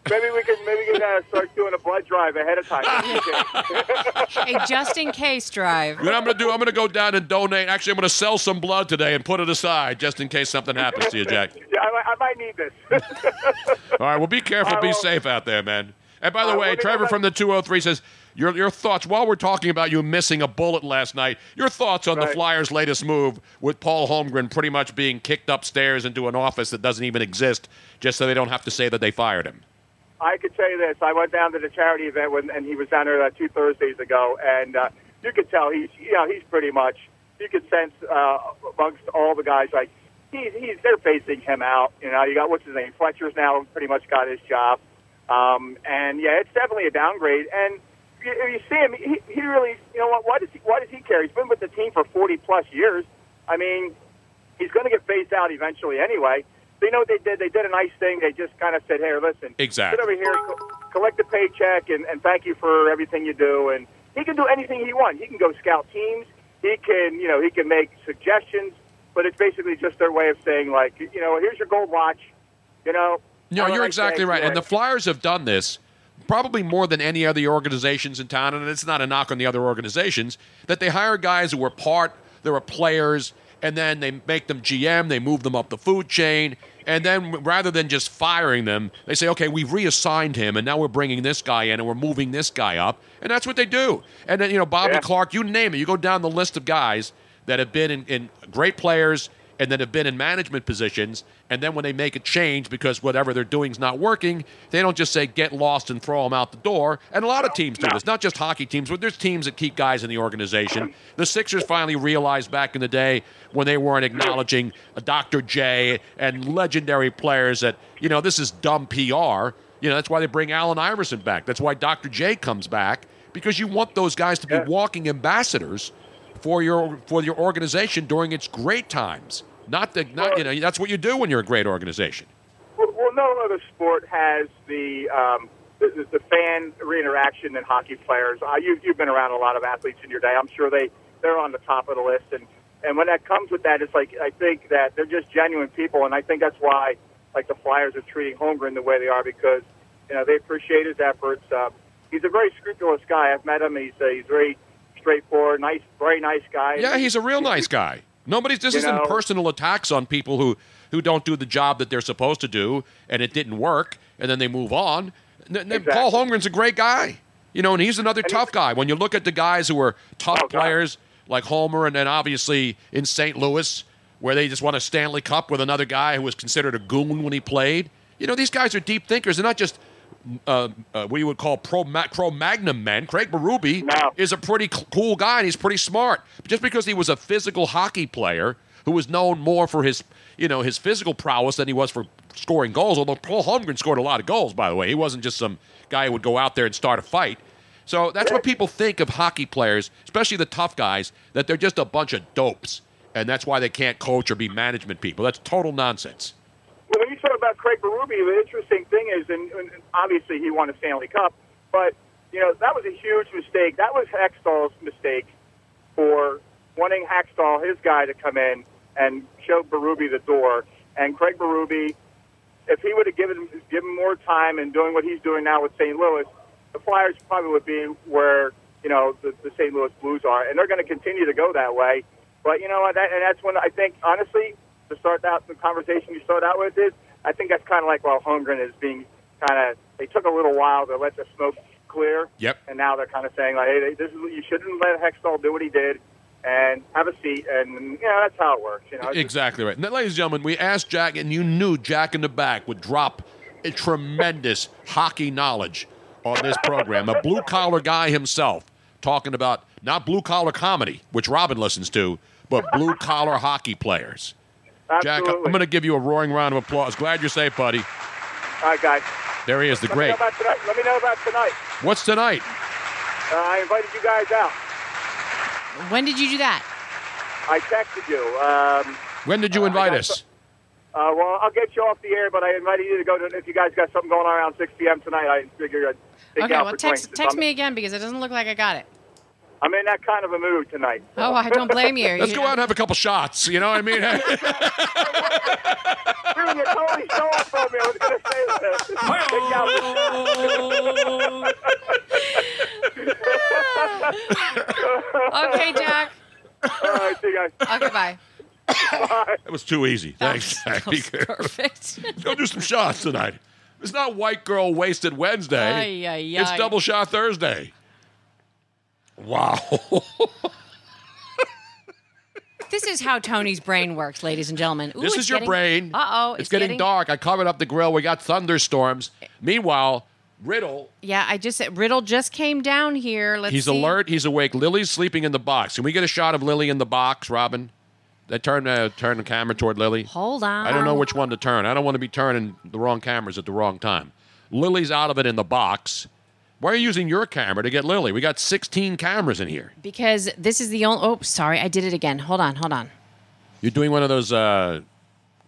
maybe we can maybe we can uh, start doing a blood drive ahead of time.
a just in case drive.
You know what I'm gonna do? I'm gonna go down and donate. Actually, I'm gonna sell some blood today and put it aside just in case something happens to you, Jack.
Yeah, I, might- I might need this.
All right, well, be careful,
I
be
will.
safe out there, man. And by the
I
way,
will be
Trevor
careful.
from the 203 says your your thoughts while we're talking about you missing a bullet last night. Your thoughts on the
Right.
Flyers' latest move with Paul Holmgren pretty much being kicked upstairs into an office that doesn't even exist, just so they don't have to say that they fired him.
I could tell you this. I went down to the charity event when, and he was down there uh, two Thursdays ago, and uh, you could tell he's you know he's pretty much you could sense uh, amongst all the guys like he's he's they're phasing him out. You know, you got what's his name Fletcher's now pretty much got his job, um, and yeah, it's definitely a downgrade. And you, you see him, he, he really you know what? Why does he why does he care? He's been with the team for forty plus years. I mean, he's going to get phased out eventually anyway. So you know what they did? They did a nice thing. They just kind of said, "Hey, listen,
Exactly.
get over here, co- collect a paycheck, and, and thank you for everything you do." And he can do anything he wants. He can go scout teams. He can, you know, he can make suggestions. But it's basically just their way of saying, like, you know, here's your gold watch. You know.
No,
have a
you're
nice
exactly
day.
right. And the
Yeah.
Flyers have done this probably more than any other organizations in town. And it's not a knock on the other organizations that they hire guys who were part, they were players, and then they make them GM, they move them up the food chain. And then rather than just firing them, they say, okay, we've reassigned him, and now we're bringing this guy in, and we're moving this guy up. And that's what they do. And then, you know, Bobby
Yeah.
Clark, you name it, you go down the list of guys that have been in, in great players and that have been in management positions. And then when they make a change because whatever they're doing is not working, they don't just say get lost and throw them out the door. And a lot of teams do this, not just hockey teams, but there's teams that keep guys in the organization. The Sixers finally realized back in the day when they weren't acknowledging Dr. J and legendary players that, you know, this is dumb PR. You know, that's why they bring Allen Iverson back. That's why Dr. J comes back because you want those guys to be walking ambassadors for your for your organization during its great times, Not the not you know that's what you do when you're a great organization.
Well, well no other sport has the, um, the the the fan reinteraction than hockey players. Uh, you, you've been around a lot of athletes in your day. I'm sure they they're on the top of the list. And and when that comes with that, it's like I think that they're just genuine people, and I think that's why like the Flyers are treating Holmgren the way they are because you know they appreciate his efforts. Uh, he's a very scrupulous guy. I've met him. He's uh, he's very straightforward, nice, very nice guy.
Yeah, he's a real nice guy. Nobody's this
You
isn't
know-
personal attacks on people who who don't do the job that they're supposed to do and it didn't work and then they move on. N- n- Paul Holmgren's a great guy. You know, and he's another tough guy. When you look at the guys who are tough
Oh,
players like Homer and then obviously in St. Louis where they just won a Stanley Cup with another guy who was considered a goon when he played. You know, these guys are deep thinkers. They're not just uh, uh, what you would call pro ma- pro magnum men. Craig Berube is a pretty c cool guy and he's pretty smart. But just because he was a physical hockey player who was known more for his you know his physical prowess than he was for scoring goals. Although Paul Holmgren scored a lot of goals, by the way, he wasn't just some guy who would go out there and start a fight. So that's what people think of hockey players, especially the tough guys, that they're just a bunch of dopes, and that's why they can't coach or be management people. That's total nonsense.
Well, when you talk about Craig Berube, the interesting thing is, and, and obviously he won a Stanley Cup, but you know that was a huge mistake. That was Hextall's mistake for wanting Hextall, his guy, to come in and show Berube the door. And Craig Berube, if he would have given given more time and doing what he's doing now with St. Louis, the Flyers probably would be where you know the, the St. Louis Blues are, and they're going to continue to go that way. But you know, what, that, and that's when I think, honestly, to start out the conversation you start out with is, I think that's kind of like while Holmgren is being kind of, they took a little while to let the smoke clear,
Yep.
and now they're kind of saying like, hey, this is what- you shouldn't let Hextall do what he did, and have a seat, and you know, that's how it works. You know, It's just-
Exactly right. Now, ladies and gentlemen, we asked Jack, and you knew Jack in the back would drop a tremendous hockey knowledge on this program. A blue collar guy himself, talking about not blue collar comedy, which Robin listens to, but blue collar hockey players. Jack, I'm going to give you a roaring round of applause. Glad you're safe, buddy.
all right, guys.
There he is, the
Let me
great.
know about tonight. Let me know about tonight.
What's tonight?
Uh, I invited you guys out.
When did you do that?
I texted you. Um,
When did you invite us?
uh, well, I'll get you off the air, but I invited you to go to. If you guys got something going on around 6 p.m. tonight, I figured I'd take
Okay,
you out
well
for
text
drinks.
text
I'm,
me again because it doesn't look like I got it.
I'm in that kind of a mood tonight.
Oh, I don't blame you.
Let's
You
go
know.
out and have a couple shots. You know what I mean?
Dude, you totally stole it from me. I was going to say this.
okay, Jack.
All right, see you guys.
Okay, bye.
That was too easy. Thanks, Jack.
Perfect.
Let's go do some shots tonight. It's not White Girl Wasted Wednesday.
Ay, ay,
It's
ay.
Double Shot Thursday. Wow.
This is how Tony's brain works, ladies and gentlemen. Ooh,
this
it's
is your
getting-
brain.
Uh oh,
It's, getting, dark. I covered up the grill. We got thunderstorms. Meanwhile, Riddle,
Yeah, I just said Riddle just came down here. Let's
he's
see.
alert. He's awake. Lily's sleeping in the box. Can we get a shot of Lily in the box, Robin? That turn, uh, turn the camera toward Lily.
Hold on.
I don't know which one to turn. I don't want to be turning the wrong cameras at the wrong time. Lily's out of it in the box. Why are you using your camera to get Lily? We got 16 cameras in here.
Because this is the only. Oh, sorry, I did it again. Hold on, hold on.
You're doing one of those uh,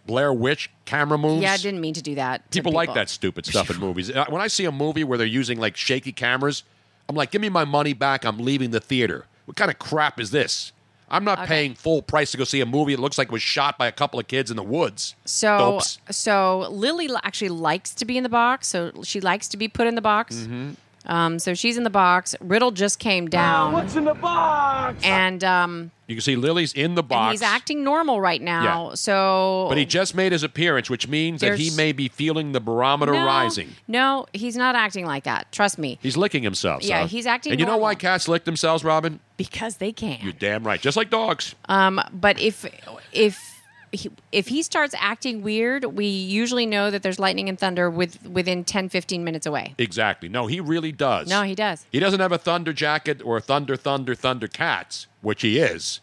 Blair Witch camera moves.
Yeah, I didn't mean to do that. to
People, like that stupid stuff in movies. Uh, When I see a movie where they're using like shaky cameras, I'm like, give me my money back. I'm leaving the theater. What kind of crap is this? I'm not
Okay.
paying full price to go see a movie that looks like it was shot by a couple of kids in the woods.
So,
Dopes.
so Lily li- actually likes to be in the box. So she likes to be put in the box.
Mhm.
Um, so she's in the box. Riddle just came down. what's in the box? And um,
You can see Lily's in the
and
box.
he's acting normal right now.
Yeah.
So,
But he just made his appearance, which means that he
There's-
may be feeling the barometer
No,
rising.
No, he's not acting like that. Trust me,
He's licking himself.
Yeah,
son.
he's acting
And you know
normal.
why cats lick themselves, Robin?
because they can.
You're damn right. Just like dogs.
Um, but if if he, if he starts acting weird, we usually know that there's lightning and thunder with within 10, 15 minutes away.
Exactly. No, he really does.
No, he does.
He doesn't have a thunder jacket or a thunder, thunder, thunder cats, which he is.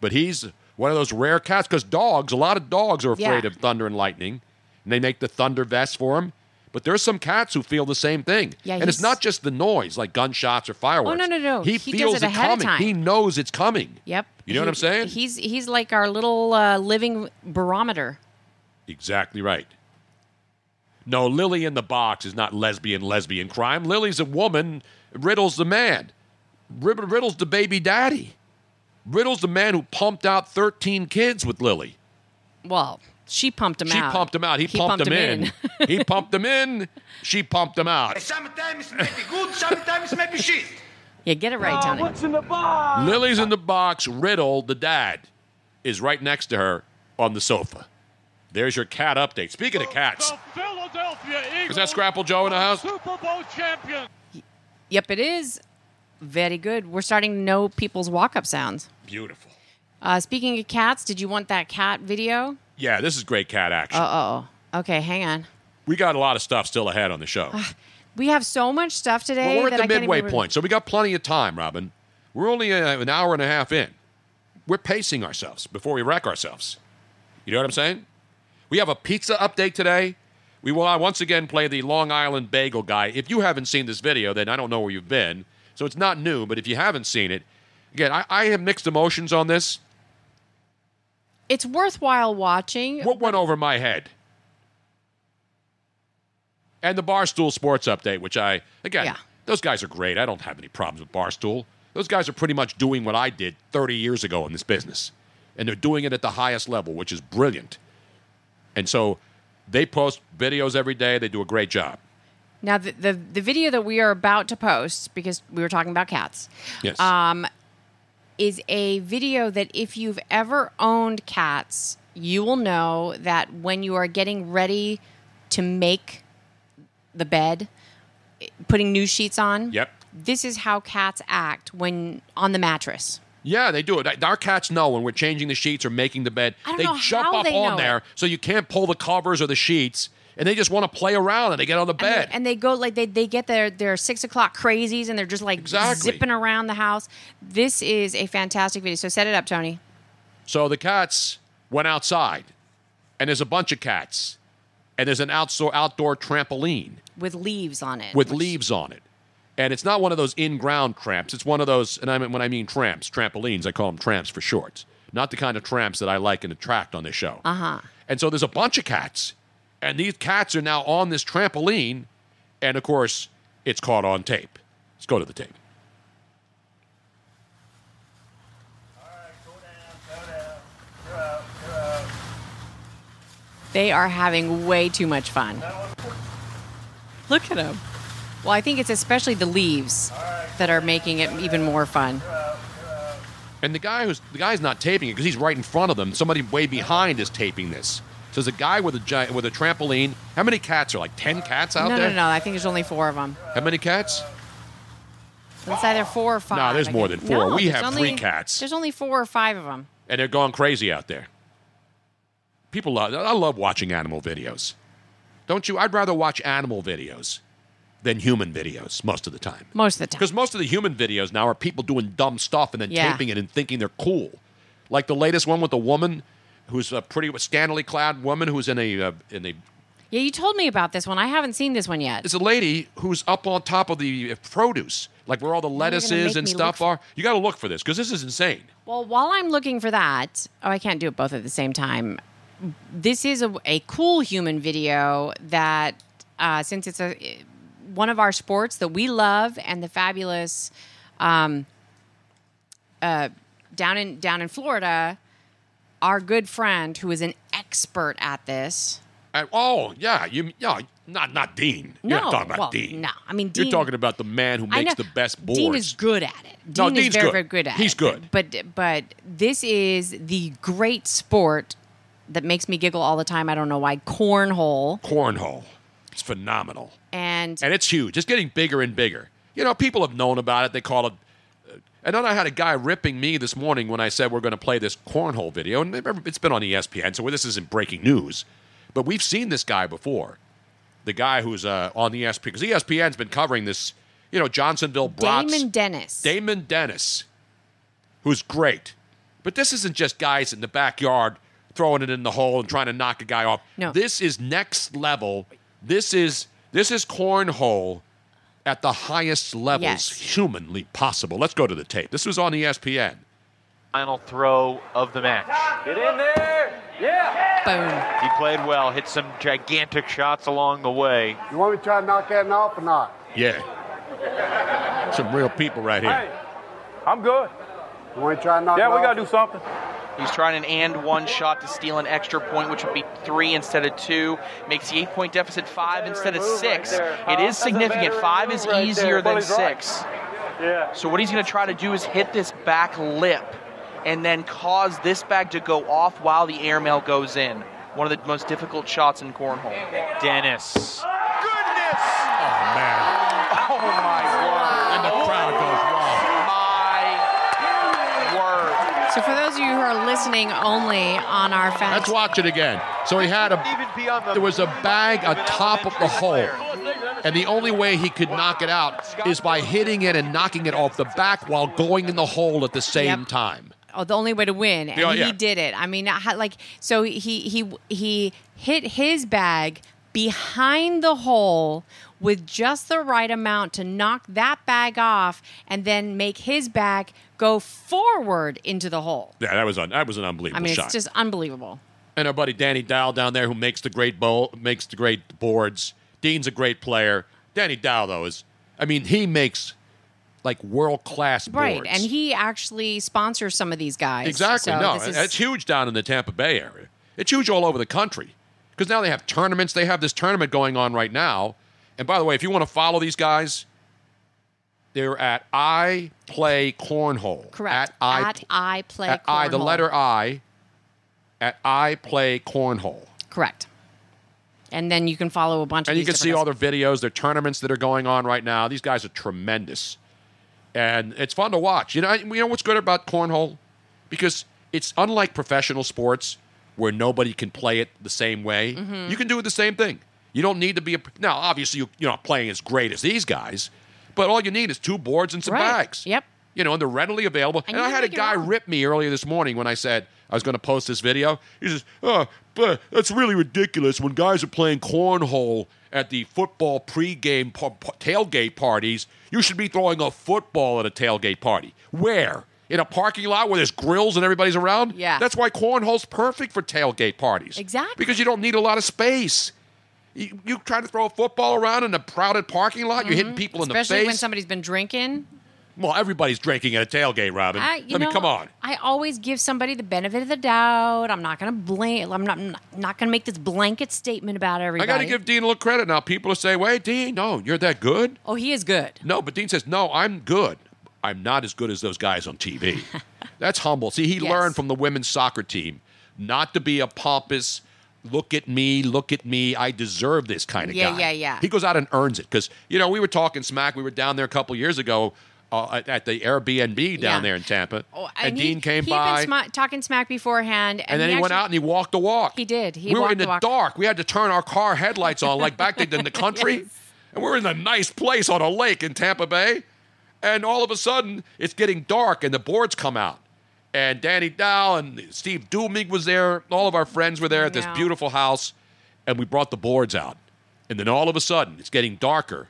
But he's one of those rare cats because dogs, a lot of dogs are afraid
Yeah.
of thunder and lightning. And they make the thunder vest for him. But there's some cats who feel the same thing.
Yeah,
and it's
he's- Oh,
not just the noise, like gunshots or fireworks.
no, no.
He,
He does
feels
it ahead of
coming.
time.
He knows it's coming.
Yep.
You know what I'm saying?
He's he's like our little uh, living barometer.
Exactly right. No, Lily in the box is not lesbian, lesbian crime. Lily's a woman. Riddle's the man. Rid- Riddle's the baby daddy. Riddle's the man who pumped out 13 kids with Lily.
Well, she pumped him
she
out.
pumped him out. He, pumped, him, in. he pumped him in. She pumped him out.
Sometimes it may be good, sometimes it may be shit.
yeah, get it right, Tony.
what's in the box?
Lily's in the box. Riddle, the dad, is right next to her on the sofa. There's your cat update. Speaking of cats,
Philadelphia
is that Scrapple Joe in the house?
Super Bowl champion.
Yep, it is. Very good. We're starting to know people's walk-up sounds.
Beautiful.
Uh, speaking of cats, did you want that cat video?
Yeah, this is great cat action.
Uh oh. Okay, hang on.
We got a lot of stuff still ahead on the show.
We have so much stuff today.
Well, we're
that
at the
I can't
midway
even-
point, so we got plenty of time, Robin. We're only uh, an hour and a half in. We're pacing ourselves before we wreck ourselves. You know what I'm saying? We have a pizza update today. We will uh, once again play the Long Island Bagel guy. If you haven't seen this video, then I don't know where you've been. So it's not new, but if you haven't seen it, again, I, I have mixed emotions on this.
It's worthwhile watching.
What went over my head? And the Barstool Sports Update, which I, again, those guys are great. I don't have any problems with Barstool. Those guys are pretty much doing what I did 30 years ago in this business. And they're doing it at the highest level, which is brilliant. And so they post videos every day. They do a great job.
Now, the, the the video that we are about to post because we were talking about cats.
Yes.
Um, is a video that if you've ever owned cats, you will know that when you are getting ready to make the bed, putting new sheets on.
Yep.
This is how cats act when on the mattress.
Yeah, they do it. Our cats know when we're changing the sheets or making the bed.
I don't
they
know
jump
how
up
they
on
know
there
it.
so you can't pull the covers or the sheets. And they just want to play around and they get on the
And
bed.
they, and they go like they, they get their, their six o'clock crazies and they're just like
Exactly.
zipping around the house. This is a fantastic video. So set it up, Tony.
So the cats went outside, and there's a bunch of cats, and there's an outdoor outdoor trampoline
With leaves on it.
with leaves on it, and it's not one of those in-ground tramps. It's one of those, and I mean when I mean tramps, trampolines, I call them tramps for short. Not the kind of tramps that I like and attract on this show.
Uh huh.
And so there's a bunch of cats, and these cats are now on this trampoline, and of course it's caught on tape. Let's go to the tape.
They are having way too much fun. Look at them. Well, I think it's especially the leaves that are making it even more fun.
And the guy who's the guy's not taping it because he's right in front of them. Somebody way behind is taping this. So there's a guy with a giant, with a trampoline. How many cats are like ten cats out
no,
there?
no, no. I think there's only four of them.
How many cats?
It's either four or five.
Nah, there's
I
more
think.
than four.
No,
We
there's
have
only-
three cats.
There's only four or five of them.
And they're going crazy out there. People love. I love watching animal videos. Don't you? I'd rather watch animal videos than human videos most of the time.
Most of the time.
Because most of the human videos now are people doing dumb stuff and then
Yeah.
taping it and thinking they're cool. Like the latest one with the woman who's a pretty scantily clad woman who's in a uh, in a
Yeah, you told me about this one. I haven't seen this one yet.
it's a lady who's up on top of the produce, like where all the lettuce
gonna
is
make
and
me
stuff are. You got to look for this because this is insane.
Well, while I'm looking for that, oh, I can't do it both at the same time. This is a, a cool human video that, uh, since it's a one of our sports that we love and the fabulous, um, uh, down in down in Florida, our good friend who is an expert at this.
I, oh yeah, you yeah not not Dean. You're
No,
not talking about
well,
Dean.
no, I mean,
you're
Dean-
talking about the man who
I
makes
know.
the best boards.
Dean is good at it.
No,
Dean
Dean's
is very,
good.
very good at
He's
it.
good.
But but this is the great sport that makes me giggle all the time. I don't know why. Cornhole.
Cornhole. It's phenomenal.
And
and it's huge. It's getting bigger and bigger. You know, people have known about it. They call it. uh, And then I had a guy ripping me this morning when I said we're going to play this cornhole video, and it's been on E ESPN, so this isn't breaking news. But we've seen this guy before, the guy who's uh, on ESPN because ESPN's been covering this. You know, Johnsonville Brats,
Damon Dennis.
Damon Dennis, who's great. But this isn't just guys in the backyard throwing it in the hole and trying to knock a guy off. No. This is next level. This is This is cornhole at the highest levels
Yes.
humanly possible. Let's go to the tape. This was on E ESPN.
Final throw of the match. Get in there! Yeah! Boom. He played well, hit some gigantic shots along the way.
You want me to try to knock that off or not?
Yeah. Some real people right here.
I'm good. You want to try to knock
Yeah,
it
we
off?
gotta do
something.
He's trying an and one shot to steal an extra point, which would be three instead of two. Makes the eight point deficit five instead of six. It is significant. Five is easier than six.
Yeah.
So, what he's going to try to do is hit this back lip and then cause this bag to go off while the airmail goes in. One of the most difficult shots in cornhole. Dennis.
Oh my word. And the crowd goes
So for those of you who are listening only on our fact,
Let's watch it again. So he had
a
there was a bag atop of the hole. And the only way he could knock it out is by hitting it and knocking it off the back while going in the hole at the same
Yep.
time.
oh, the only way to win, and
Yeah,
he
yeah.
did it. I mean, I had, like so he he he hit his bag behind the hole with just the right amount to knock that bag off, and then make his bag go forward into the hole.
Yeah, that was un- that was an unbelievable
I mean,
shot.
it's just unbelievable.
and our buddy Danny Dow down there, who makes the great bowl, makes the great boards. Dean's a great player. Danny Dow though is, I mean, he makes like world class
Right,
boards.
and he actually sponsors some of these guys.
Exactly.
So
no,
this is-
it's huge down in the Tampa Bay area. It's huge all over the country because now they have tournaments. They have this tournament going on right now. And by the way, if you want to follow these guys, they're at I Play Cornhole.
correct.
At I,
At I play
at I the
cornhole.
letter I, at I Play Cornhole.
Correct. And then you can follow a bunch of
And you
these
can see
different
all their videos, their tournaments that are going on right now. These guys are tremendous, and it's fun to watch. You know, you know what's good about cornhole, because it's unlike professional sports where nobody can play it the same way.
Mhm.
You can do the same thing. You don't need to be a now. Obviously, you, you're not playing as great as these guys, but all you need is two boards and some
Right.
bags. Yep. You know, and they're readily available. And,
you
I
can
had a
make your
guy rip me earlier this morning when I said I was going to post this video. He says, "Oh, but that's really ridiculous when guys are playing cornhole at the football pregame par- par- tailgate parties. You should be throwing a football at a tailgate party. Where?" In a parking lot where there's grills and everybody's around?
Yeah.
That's why cornhole's perfect for tailgate parties.
Exactly.
Because you don't need a lot of space. You, you try to throw a football around in a crowded parking lot, you're hitting
Mhm.
people in the face.
Especially when somebody's been drinking.
Well, everybody's drinking at a tailgate, Robin.
I,
I
you
mean,
know,
come on.
I always give somebody the benefit of the doubt. I'm not going to blame. I'm not I'm not going to make this blanket statement about
I
everybody.
got to give Dean a little credit now. People are saying, "Wait, Dean, no, you're that good."
Oh, he is good.
No, but Dean says, "No, I'm good. I'm not as good as those guys on TV." That's humble. See, he
Yes.
learned from the women's soccer team not to be a pompous, "Look at me, look at me, I deserve this" kind of
Yeah,
guy.
yeah, yeah.
He goes out and earns it because you know we were talking smack. We were down there a couple years ago uh, at, at the Airbnb down
Yeah.
there in Tampa,
Oh,
and,
he-
Dean came
he'd
by.
been sma- talking smack beforehand, and,
and then he, went out and
actually-
he walked the walk.
he did. He
we were
walked
in the,
walk.
dark. We had to turn our car headlights on, like back then in the country. And we were in a nice place on a lake in Tampa Bay. And all of a sudden, it's getting dark, and the boards come out. And Danny Dow and Steve Dumig was there. All of our friends were there at this
Yeah.
beautiful house, and we brought the boards out. And then all of a sudden, it's getting darker,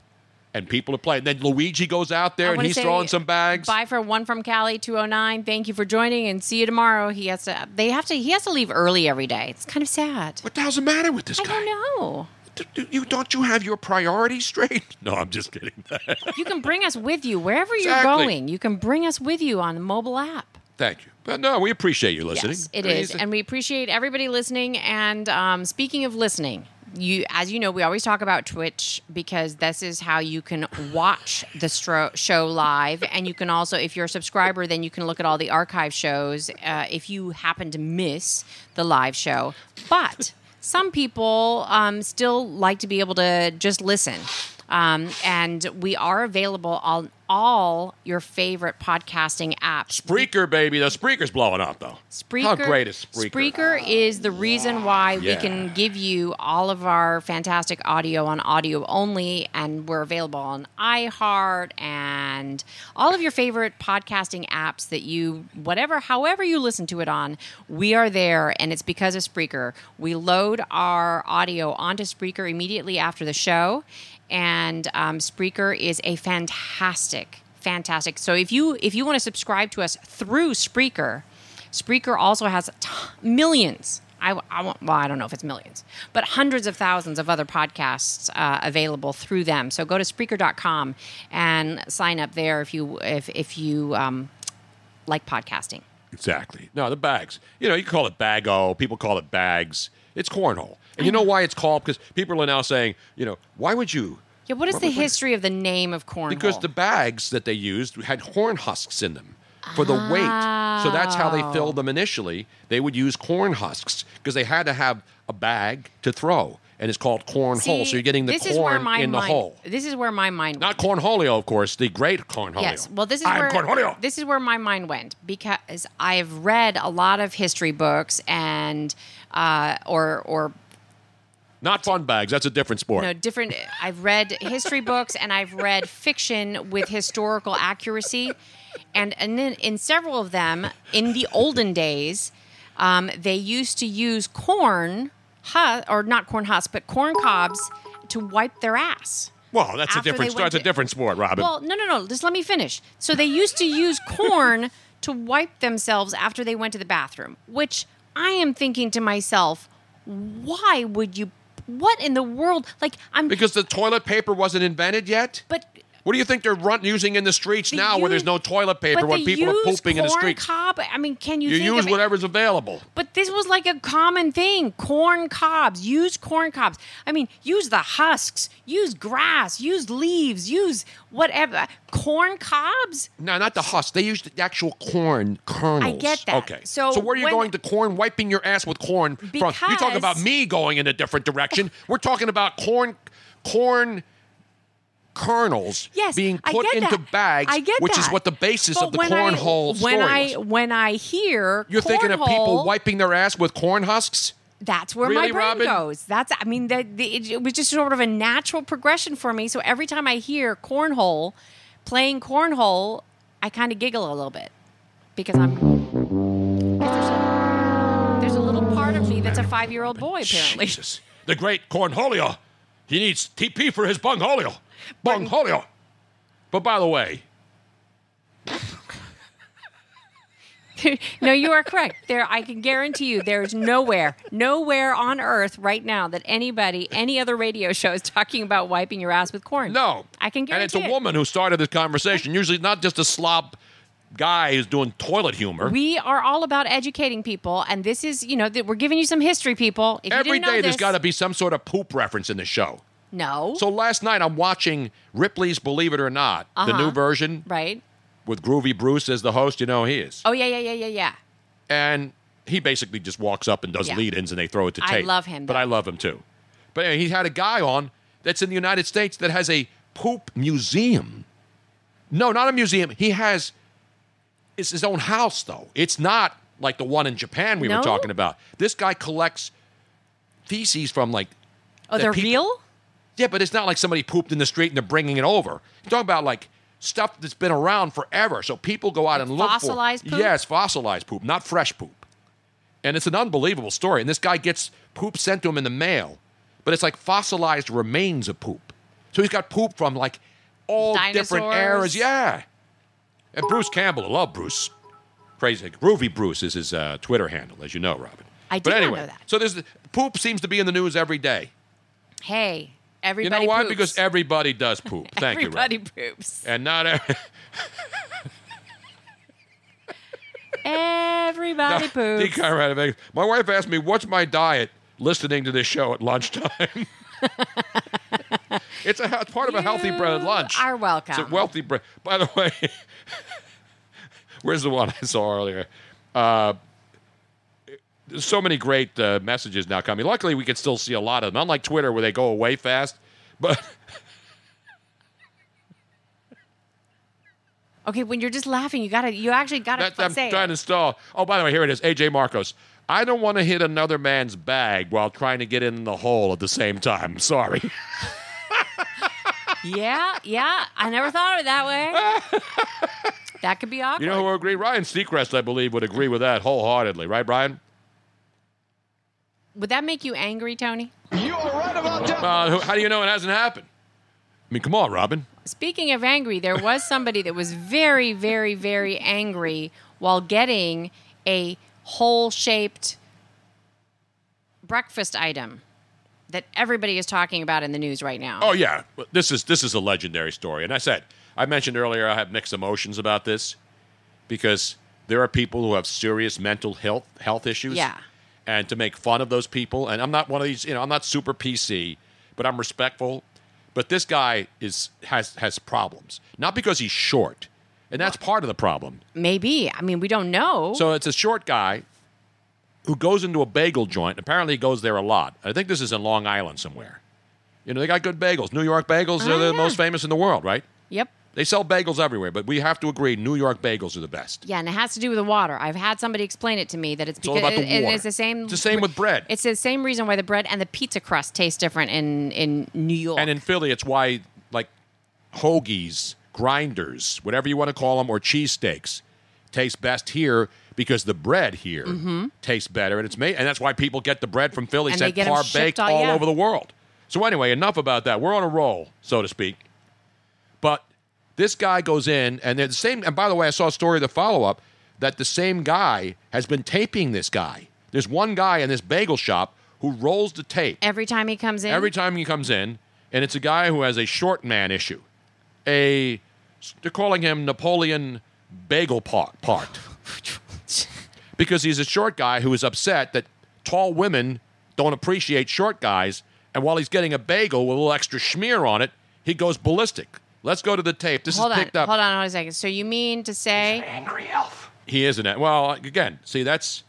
and people are playing. Then Luigi goes out
I
there, and
wanna
he's
say
throwing some bags.
Bye for one from Cali 209. Thank you for joining, and see you tomorrow. He has to. They have to. He has to leave early every day. It's kind of sad.
What the hell's the matter with this
guy? I don't know.
Do you don't you have your priorities straight? No, I'm just kidding.
You can bring us with you wherever you're
Exactly.
going. You can bring us with you on the mobile app.
Thank you. But no, we appreciate you listening.
Yes, it
I mean,
is,
it's-
and we appreciate everybody listening. And um, speaking of listening, you, as you know, we always talk about Twitch because this is how you can watch the stro- show live, and you can also, if you're a subscriber, then you can look at all the archive shows uh, if you happen to miss the live show. But some people um, still like to be able to just listen. Um, and we are available on all your favorite podcasting apps.
Spreaker, baby. The Spreaker's blowing up, though.
Spreaker.
How great is Spreaker?
is the reason why
Yeah.
we can give you all of our fantastic audio on audio only, and we're available on iHeart and all of your favorite podcasting apps that you, whatever, however you listen to it on, we are there, and it's because of Spreaker. We load our audio onto Spreaker immediately after the show, and um, Spreaker is a fantastic, fantastic. So if you if you want to subscribe to us through Spreaker, Spreaker also has t- millions. I, I want, well, I don't know if it's millions, but hundreds of thousands of other podcasts uh, available through them. So go to Spreaker.com and sign up there if you if if you um, like podcasting.
Exactly. No, the bags. You know, you call it bago. People call it bags. It's cornhole. And you know why it's called? Because people are now saying, you know, why would you?
Yeah, what is
Why
the
would-
history of the name of cornhole?
Because the bags that they used had horn husks in them for the weight. So that's how they
Oh.
filled them initially. They would use corn husks because they had to have a bag to throw. And it's called cornhole.
See,
So you're getting the
this
corn
is where my
in the
mind,
hole.
This is where my mind
Not cornholio, of course, the great cornholio.
Yes. Well, this is
I'm
where
cornholio.
this is where my mind went because I have read a lot of history books and uh, or or
Not fun bags. That's a different sport.
no different. I've read history books and I've read fiction with historical accuracy, and and then in several of them, in the olden days, um, they used to use corn husk or not corn husk, but corn cobs to wipe their ass.
well, that's a
After
different.
they went
That's a
to-
different sport, Robin.
Well, no, no, no. Just let me finish. So they used to use corn to wipe themselves after they went to the bathroom, which I am thinking to myself, why would you? What in the world? Like, I'm.
because the toilet paper wasn't invented yet.
But
What do you think they're run- using in the streets
They
now, where there's
use-
no toilet paper,
but
where
they
people are
use
pooping in the
corn
streets?
Cob. I mean, can you,
you
think
use
of it?
whatever's available.
But this was like a common thing. Corn cobs. Use corn cobs. I mean, use the husks. Use grass. Use leaves. Use whatever. Corn cobs.
No, not the husk. They used the actual corn kernels.
get that.
Okay.
So
where are you
when-
going to corn? Wiping your ass with corn? from? You talking about
Because-
me going in a different direction? We're talking about corn, corn kernels
Yes,
being
I
put
get
into
that.
bags,
I get
which is
that.
what the basis
But
of the
when I-
cornhole
when
story
I
was.
when I hear
You're thinking of people
cornhole,
wiping their ass with corn husks?
That's where
Really,
my brain
Robin?
goes. That's I mean the, the, it, it was just sort of a natural progression for me. So every time I hear cornhole, playing cornhole, I kind of giggle a little bit because I'm 'cause there's a, there's a little part of me that's a five year old boy apparently.
Jesus. The great cornholio. He needs TP for his bungholio. Bungholio. But by the way,
no, you are correct. There, I can guarantee you, there's nowhere, nowhere on earth right now that anybody, any other radio show is talking about wiping your ass with corn. No, I can guarantee.
and it's a
it.
woman who started this conversation. Usually, it's not just a slob guy who's doing toilet humor.
We are all about educating people, and this is, you know, that we're giving you some history, people. If you
Every
didn't know
day,
this,
there's got to be some sort of poop reference in the show.
no,
So last night, I'm watching Ripley's Believe It or Not, the
Uh-huh.
new version
right?
with Groovy Bruce as the host. You know he is,
Oh yeah, yeah, yeah, yeah, yeah.
and he basically just walks up and does
Yeah.
lead-ins, and they throw it to
I
tape.
love him,
but
though.
I love him too. But anyway, he had a guy on that's in the United States that has a poop museum. No, not a museum. He has it's his own house though. It's not like the one in Japan we
No?
were talking about. This guy collects feces from like
Oh,
that
they're
people-
real.
Yeah, but it's not like somebody pooped in the street and they're bringing it over. You're talking about like stuff that's been around forever. So people go out and look
fossilized
for
poop?
Yes, fossilized poop, not fresh poop. And it's an unbelievable story. And this guy gets poop sent to him in the mail, but it's like fossilized remains of poop. So he's got poop from like all different
Dinosaurs.
eras. Yeah. And Bruce Campbell, I love Bruce. Crazy. Groovy Bruce is his uh, Twitter handle, as you know, Robin.
I
but
did not
anyway,
know that.
so there's poop seems to be in the news every day.
Hey, everybody.
you know why?
Poops.
Because everybody does poop. Thank you, Robin.
everybody poops.
And not every,
Everybody
D.
poops.
Conrad of Vegas. My wife asked me, "What's my diet?" Listening to this show at lunchtime. it's a it's part of a healthy bread lunch.
Are welcome.
It's a wealthy bread. By the way, where's the one I saw earlier? Uh, there's so many great uh, messages now coming. Luckily, we can still see a lot of them. Unlike Twitter, where they go away fast. But
okay, when you're just laughing, you gotta, you actually gotta
That's, I'm
say.
trying to stall. Oh, by the way, here it is. AJ Marcos. I don't want to hit another man's bag while trying to get in the hole at the same time. Sorry.
it. Yeah, yeah. I never thought of it that way. that could be awkward.
you know who would agree? Ryan Seacrest, I believe, would agree with that wholeheartedly, right, Brian?
Would that make you angry, Tony?
Uh, who- how do you know it hasn't happened? I mean, come on, Robin.
Speaking of angry, there was somebody that was very, very, very angry while getting a hole shaped breakfast item that everybody is talking about in the news right now.
Oh yeah, Well, this is this is a legendary story. And I said I mentioned earlier I have mixed emotions about this because there are people who have serious mental health health issues.
Yeah.
And to make fun of those people, and I'm not one of these, you know, I'm not super PC, but I'm respectful. But this guy is has has problems, not because he's short, and that's part of the problem.
Maybe. I mean, we don't know.
So it's a short guy who goes into a bagel joint. Apparently, he goes there a lot. I think this is in Long Island somewhere. You know, they got good bagels. New York bagels,
Ah,
they're the most famous in the world, right?
Yep.
They sell bagels everywhere, but we have to agree New York bagels are the best.
Yeah, and it has to do with the water. I've had somebody explain it to me that it's
It's all
because
about the
it- it-
water.
it's the same.
It's the same with bread.
It's the same reason why the bread and the pizza crust taste different in in New York.
And in Philly, it's why, like, hoagies, grinders, whatever you want to call them, or cheesesteaks taste best here because the bread here
Mhm.
tastes better. And it's made, and that's why people get the bread from Philly
And they
sent
get 'em
par
shipped
baked
all-
all
yeah.
over the world. So, anyway, enough about that. We're on a roll, so to speak. But this guy goes in, and they're the same. And by the way, I saw a story, the follow up, that the same guy has been taping this guy. There's one guy in this bagel shop who rolls the tape
every time he comes in,
every time he comes in, and it's a guy who has a short man issue. A they're calling him Napoleon Bagel Part, part. because he's a short guy who is upset that tall women don't appreciate short guys. And while he's getting a bagel with a little extra schmear on it, he goes ballistic. Let's go to the tape. This
hold
is
on,
picked up.
hold on, hold on a second. So you mean to say angry elf?
He is an well. Again, see that's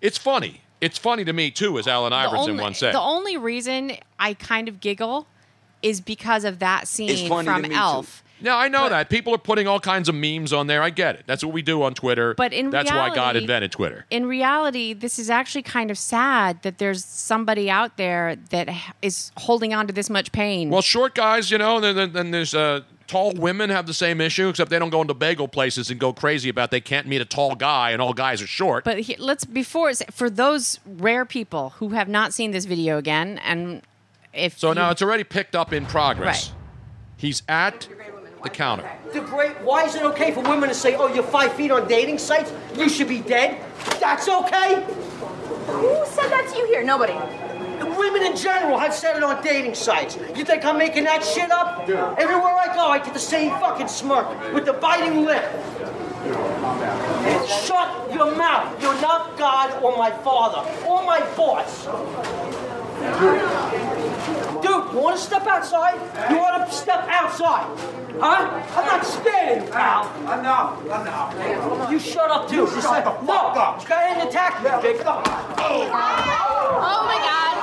it's funny. It's funny to me too, as Alan Iverson
only,
once said.
The only reason I kind of giggle is because of that scene
funny to
from
me, too.
Elf.
No, I know that. People are putting all kinds of memes on there. I get it. That's what we do on Twitter.
But in
That's why God
reality-
invented Twitter.
In reality, this is actually kind of sad that there's somebody out there that h- is holding on to this much pain.
Well, short guys, you know, then, then, then there's uh, tall women have the same issue, except they don't go into bagel places and go crazy about they can't meet a tall guy and all guys are short.
But he, let's before it's- for those rare people who have not seen this video again, and if
so
you-
now it's already picked up in progress. He's at the counter.
The great, why is it okay for women to say, oh, you're five feet on dating sites? You should be dead. That's okay? Who said that to you here? Nobody. Women in general have said it on dating sites. You think I'm making that shit up? Everywhere I go, I get the same fucking smirk with the biting lip. Shut your mouth. You're not God or my father or my boss. Dude, you want to step outside? You want to step outside? Huh? I'm not scared of you, pal. Enough, enough. You shut up, too. You shut the fuck up. Go ahead and attack me, Jacob.
Oh my god.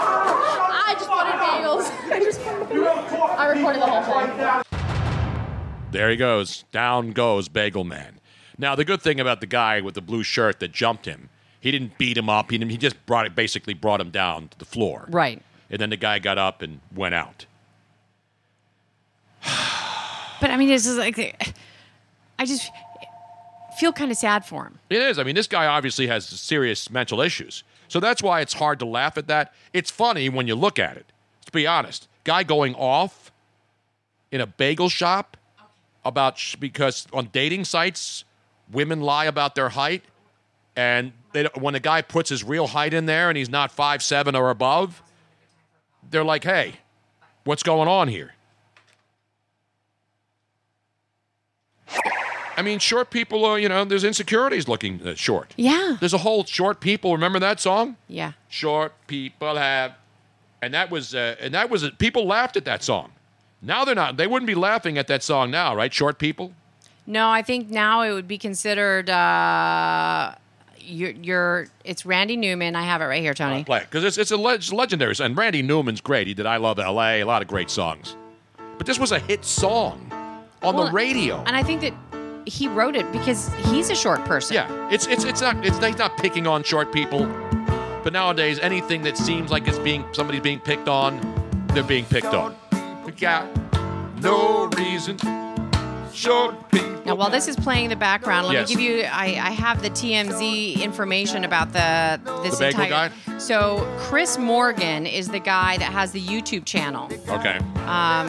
I just wanted bagels. I just I recorded the whole thing.
There he goes. Down goes Bagel Man. Now, the good thing about the guy with the blue shirt that jumped him, he didn't beat him up. He, didn't, he just brought it, basically brought him down to the floor.
Right.
And then the guy got up and went out.
but I mean, this is like I just feel kind of sad for him.
It is. I mean, this guy obviously has serious mental issues. So that's why it's hard to laugh at that. It's funny when you look at it. Let's be honest. Guy going off in a bagel shop about sh- because on dating sites, women lie about their height. And they don't, when a guy puts his real height in there and he's not five seven or above, they're like, hey, what's going on here? I mean, short people are, you know, there's insecurities looking uh, short.
Yeah.
There's a whole short people. Remember that song?
Yeah.
Short people have, and that was, uh, and that was, people laughed at that song. Now they're not. They wouldn't be laughing at that song now, right? Short people.
No, I think now it would be considered. Uh, you're, you're. It's Randy Newman. I have it right here, Tony.
Play because it's it's a leg- legendary. song. And Randy Newman's great. He did "I Love L.A." A lot of great songs, but this was a hit song on
Well,
the radio.
And I think that he wrote it because he's a short person.
Yeah, it's it's it's not it's he's not picking on short people, but nowadays anything that seems like it's being somebody's being picked on, they're being picked on. Yeah, no reason. Short
Now, while this is playing in the background, let
Yes.
me give you. I, I have the TMZ information about the this
The bagel
entire.
guy?
So Chris Morgan is the guy that has the YouTube channel.
Okay.
Um,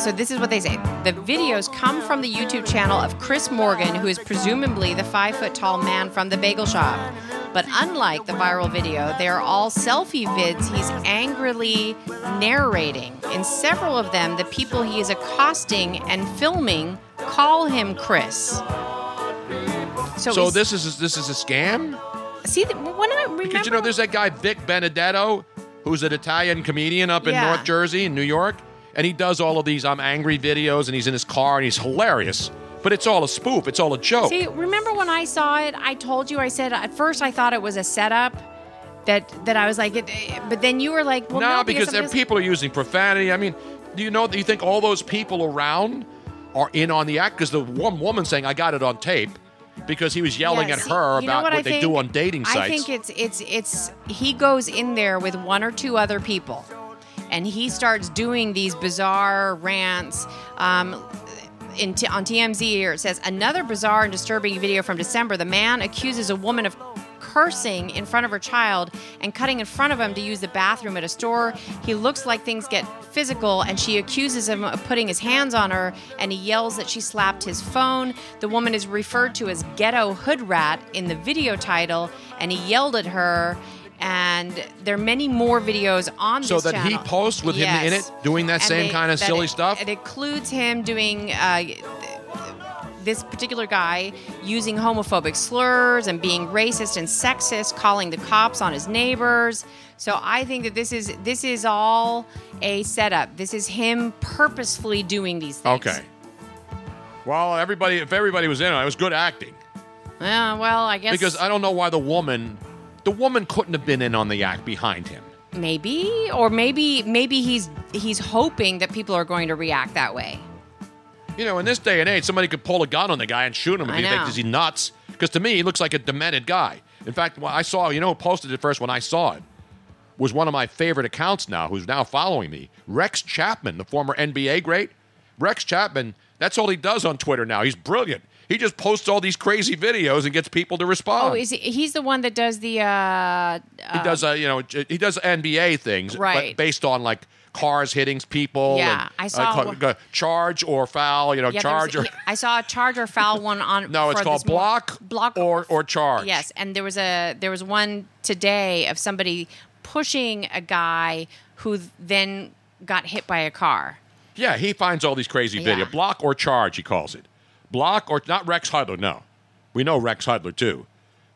so this is what they say. The videos come from the YouTube channel of Chris Morgan, who is presumably the five foot tall man from the bagel shop. But unlike the viral video, they are all selfie vids he's angrily narrating. In several of them, the people he is accosting and filming call him Chris. So,
So,
is-
this is this is a scam?
see the, when I remember
Because you know, there's that guy Vic Benedetto, who's an Italian comedian up in
Yeah.
North Jersey, in New York, and he does all of these "I'm angry" videos, and he's in his car, and he's hilarious. But it's all a spoof. It's all a joke.
See, remember when I saw it? I told you. I said at first I thought it was a setup. That that I was like, it, but then you were like, well, no,
no, because there-
somebody else-
people are using profanity. I mean, do you know? Do you think all those people around are in on the act? Because the one woman saying, "I got it on tape," because he was yelling
Yeah,
at
see,
her
you know
about what,
I
they
think?
do on dating sites.
I think it's it's it's he goes in there with one or two other people, and he starts doing these bizarre rants. Um, in T- on TMZ here it says another bizarre and disturbing video from December. The man accuses a woman of cursing in front of her child and cutting in front of him to use the bathroom at a store. He looks like things get physical and she accuses him of putting his hands on her and he yells that she slapped his phone. The woman is referred to as ghetto hood rat in the video title and he yelled at her and there are many more videos on
so
this
that he
channel.
posts with him in
Yes
it, doing that
and
same
they-
kind of
that
silly
it-
stuff.
It includes him doing uh, th- this particular guy using homophobic slurs and being racist and sexist, calling the cops on his neighbors. So I think that this is this is all a setup. This is him purposefully doing these things.
Okay. Well, everybody, if everybody was in on it, it was good acting.
Yeah, well, I guess
Because I don't know why the woman, the woman couldn't have been in on the act behind him.
maybe or maybe maybe he's he's hoping that people are going to react that way.
You know, in this day and age, somebody could pull a gun on the guy and shoot him if
I
you think
know.
is he nuts. Because to me, he looks like a demented guy. In fact, when I saw, you know, who posted it first when I saw it was one of my favorite accounts now, who's now following me, Rex Chapman, the former NBA great. Rex Chapman, that's all he does on Twitter now. He's brilliant. He just posts all these crazy videos and gets people to respond.
Oh, is he, he's the one that does the uh,
He does, uh, you know, j- he does NBA things,
Right.
But based on like cars hitting people.
Yeah,
and,
I saw
uh,
one-
ca- ca- charge or foul. You know,
Yeah, there was-
charge or
he- I saw a charger foul one on.
no, it's
for
called
this mor-
block,
block
or or charge.
Yes, and there was a there was one today of somebody pushing a guy who then got hit by a car.
Yeah, he finds all these crazy
Yeah.
video block or charge. He calls it block or not Rex Hudler. No, we know Rex Hudler too,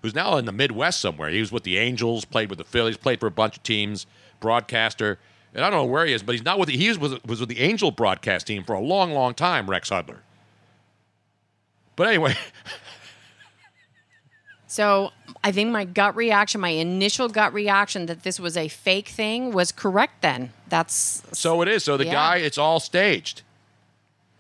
who's now in the Midwest somewhere. He was with the Angels, played with the Phillies, played for a bunch of teams, broadcaster. And I don't know where he is, but he's not with the, he was was with the Angel broadcast team for a long, long time. Rex Hudler. But anyway,
So I think my gut reaction, my initial gut reaction that this was a fake thing, was correct. Then that's
So it is. So the
Yeah.
guy, it's all staged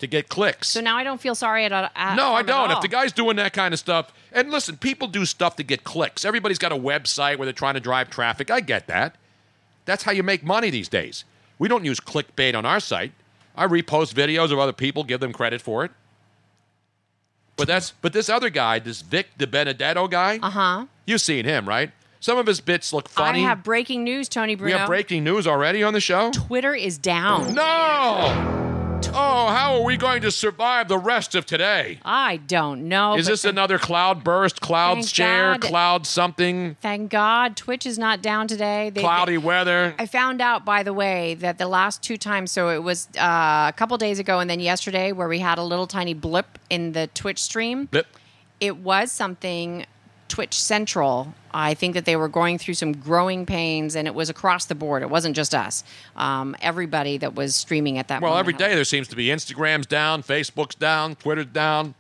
to get clicks.
so now I don't feel sorry at, all- at
no,
for
I
him at
don't. If
all.
the guy's doing that kind of stuff, and listen, people do stuff to get clicks. Everybody's got a website where they're trying to drive traffic. I get that. That's how you make money these days. We don't use clickbait on our site. I repost videos of other people, give them credit for it. But that's but this other guy, this Vic De Benedetto guy,
uh huh.
you've seen him, right? Some of his bits look
I
funny.
have breaking news, Tony
we
Bruno.
have breaking news already on the show.
Twitter is down.
No! Oh, how are we going to survive the rest of today?
I don't know.
Is
but
this another cloud burst, cloud
Thank
share,
God.
cloud something,
Thank God Twitch is not down today. They,
cloudy weather?
I found out, by the way, that the last two times, so it was uh, a couple days ago and then yesterday, where we had a little tiny blip in the Twitch stream.
Blip.
It was something Twitch Central. I think that they were going through some growing pains, and it was across the board. It wasn't just us. Um, everybody that was streaming at that
Well,
moment.
every day there seems to be Instagram's down, Facebook's down, Twitter's down.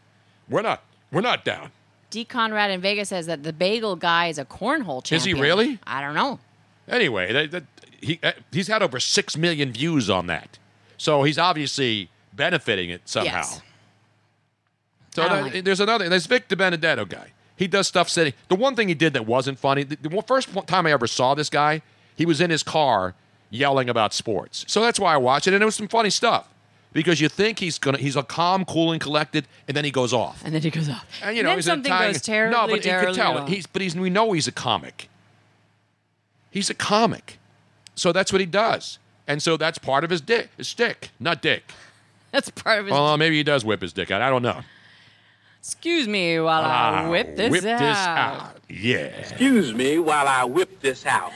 We're not. We're not down.
D. Conrad in Vegas says that the bagel guy is a cornhole champion.
Is he really?
I don't know.
Anyway, that, that, he uh, he's had over six million views on that, so he's obviously benefiting it somehow.
Yes.
So
I don't
that-
like
there's another. There's Vic De Benedetto guy. He does stuff sitting. The one thing he did that wasn't funny. The, the one- first one- time I ever saw this guy, he was in his car yelling about sports. So that's why I watched it, and it was some funny stuff because you think he's gonna he's a calm, cool, and collected, and then he goes off.
And then he goes off.
And Uh, you know,
then
he's
something
Italian.
goes terribly,
No, but
terribly
you can tell.
wrong.
He's but he's we know he's a comic. He's a comic, so that's what he does, and so that's part of his dick, his stick, not dick.
That's part of his.
Well, maybe he does whip his dick out. I don't know.
Excuse me while I
Ah,
whip this
whip
out.
this out. Yeah.
Excuse me while I whip this out.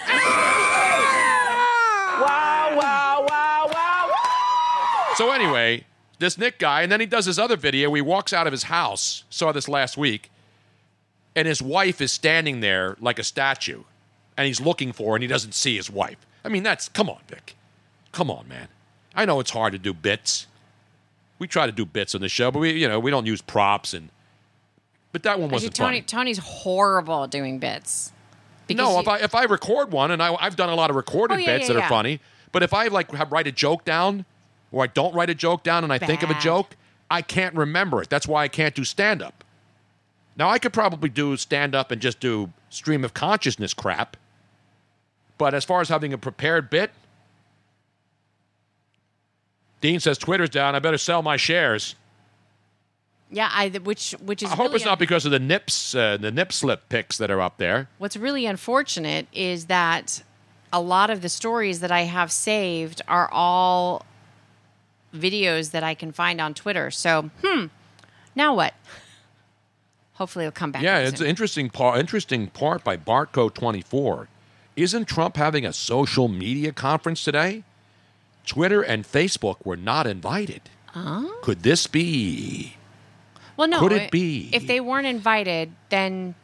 Wow, wow, wow, wow.
So anyway, this Nick guy, and then he does this other video. where He walks out of his house. Saw this last week, and his wife is standing there like a statue, and he's looking for, her, and he doesn't see his wife. I mean, that's come on, Vic. Come on, man. I know it's hard to do bits. We try to do bits on the show, but we, you know, we don't use props and. But that one
Actually,
wasn't
Tony,
funny.
Tony's horrible at doing bits.
No, if I if I record one, and I, I've done a lot of recorded
Oh, yeah,
bits
yeah,
that
yeah.
are funny, but if I like have, write a joke down, or I don't write a joke down, and I think of a
Bad.
joke, I can't remember it. That's why I can't do stand up. Now I could probably do stand up and just do stream of consciousness crap, but as far as having a prepared bit, Dean says Twitter's down. I better sell my shares.
Yeah, I which which is
I hope
really
it's not because of the nips, uh, the nip slip picks that are up there.
What's really unfortunate is that a lot of the stories that I have saved are all videos that I can find on Twitter. So, hmm, now what? Hopefully, it'll come back.
Yeah,
up
it's
soon.
an interesting part. Interesting part by Bartco twenty four. Isn't Trump having a social media conference today? Twitter and Facebook were not invited.
Huh?
Could this be?
Well, no.
Could it be?
If they weren't invited, then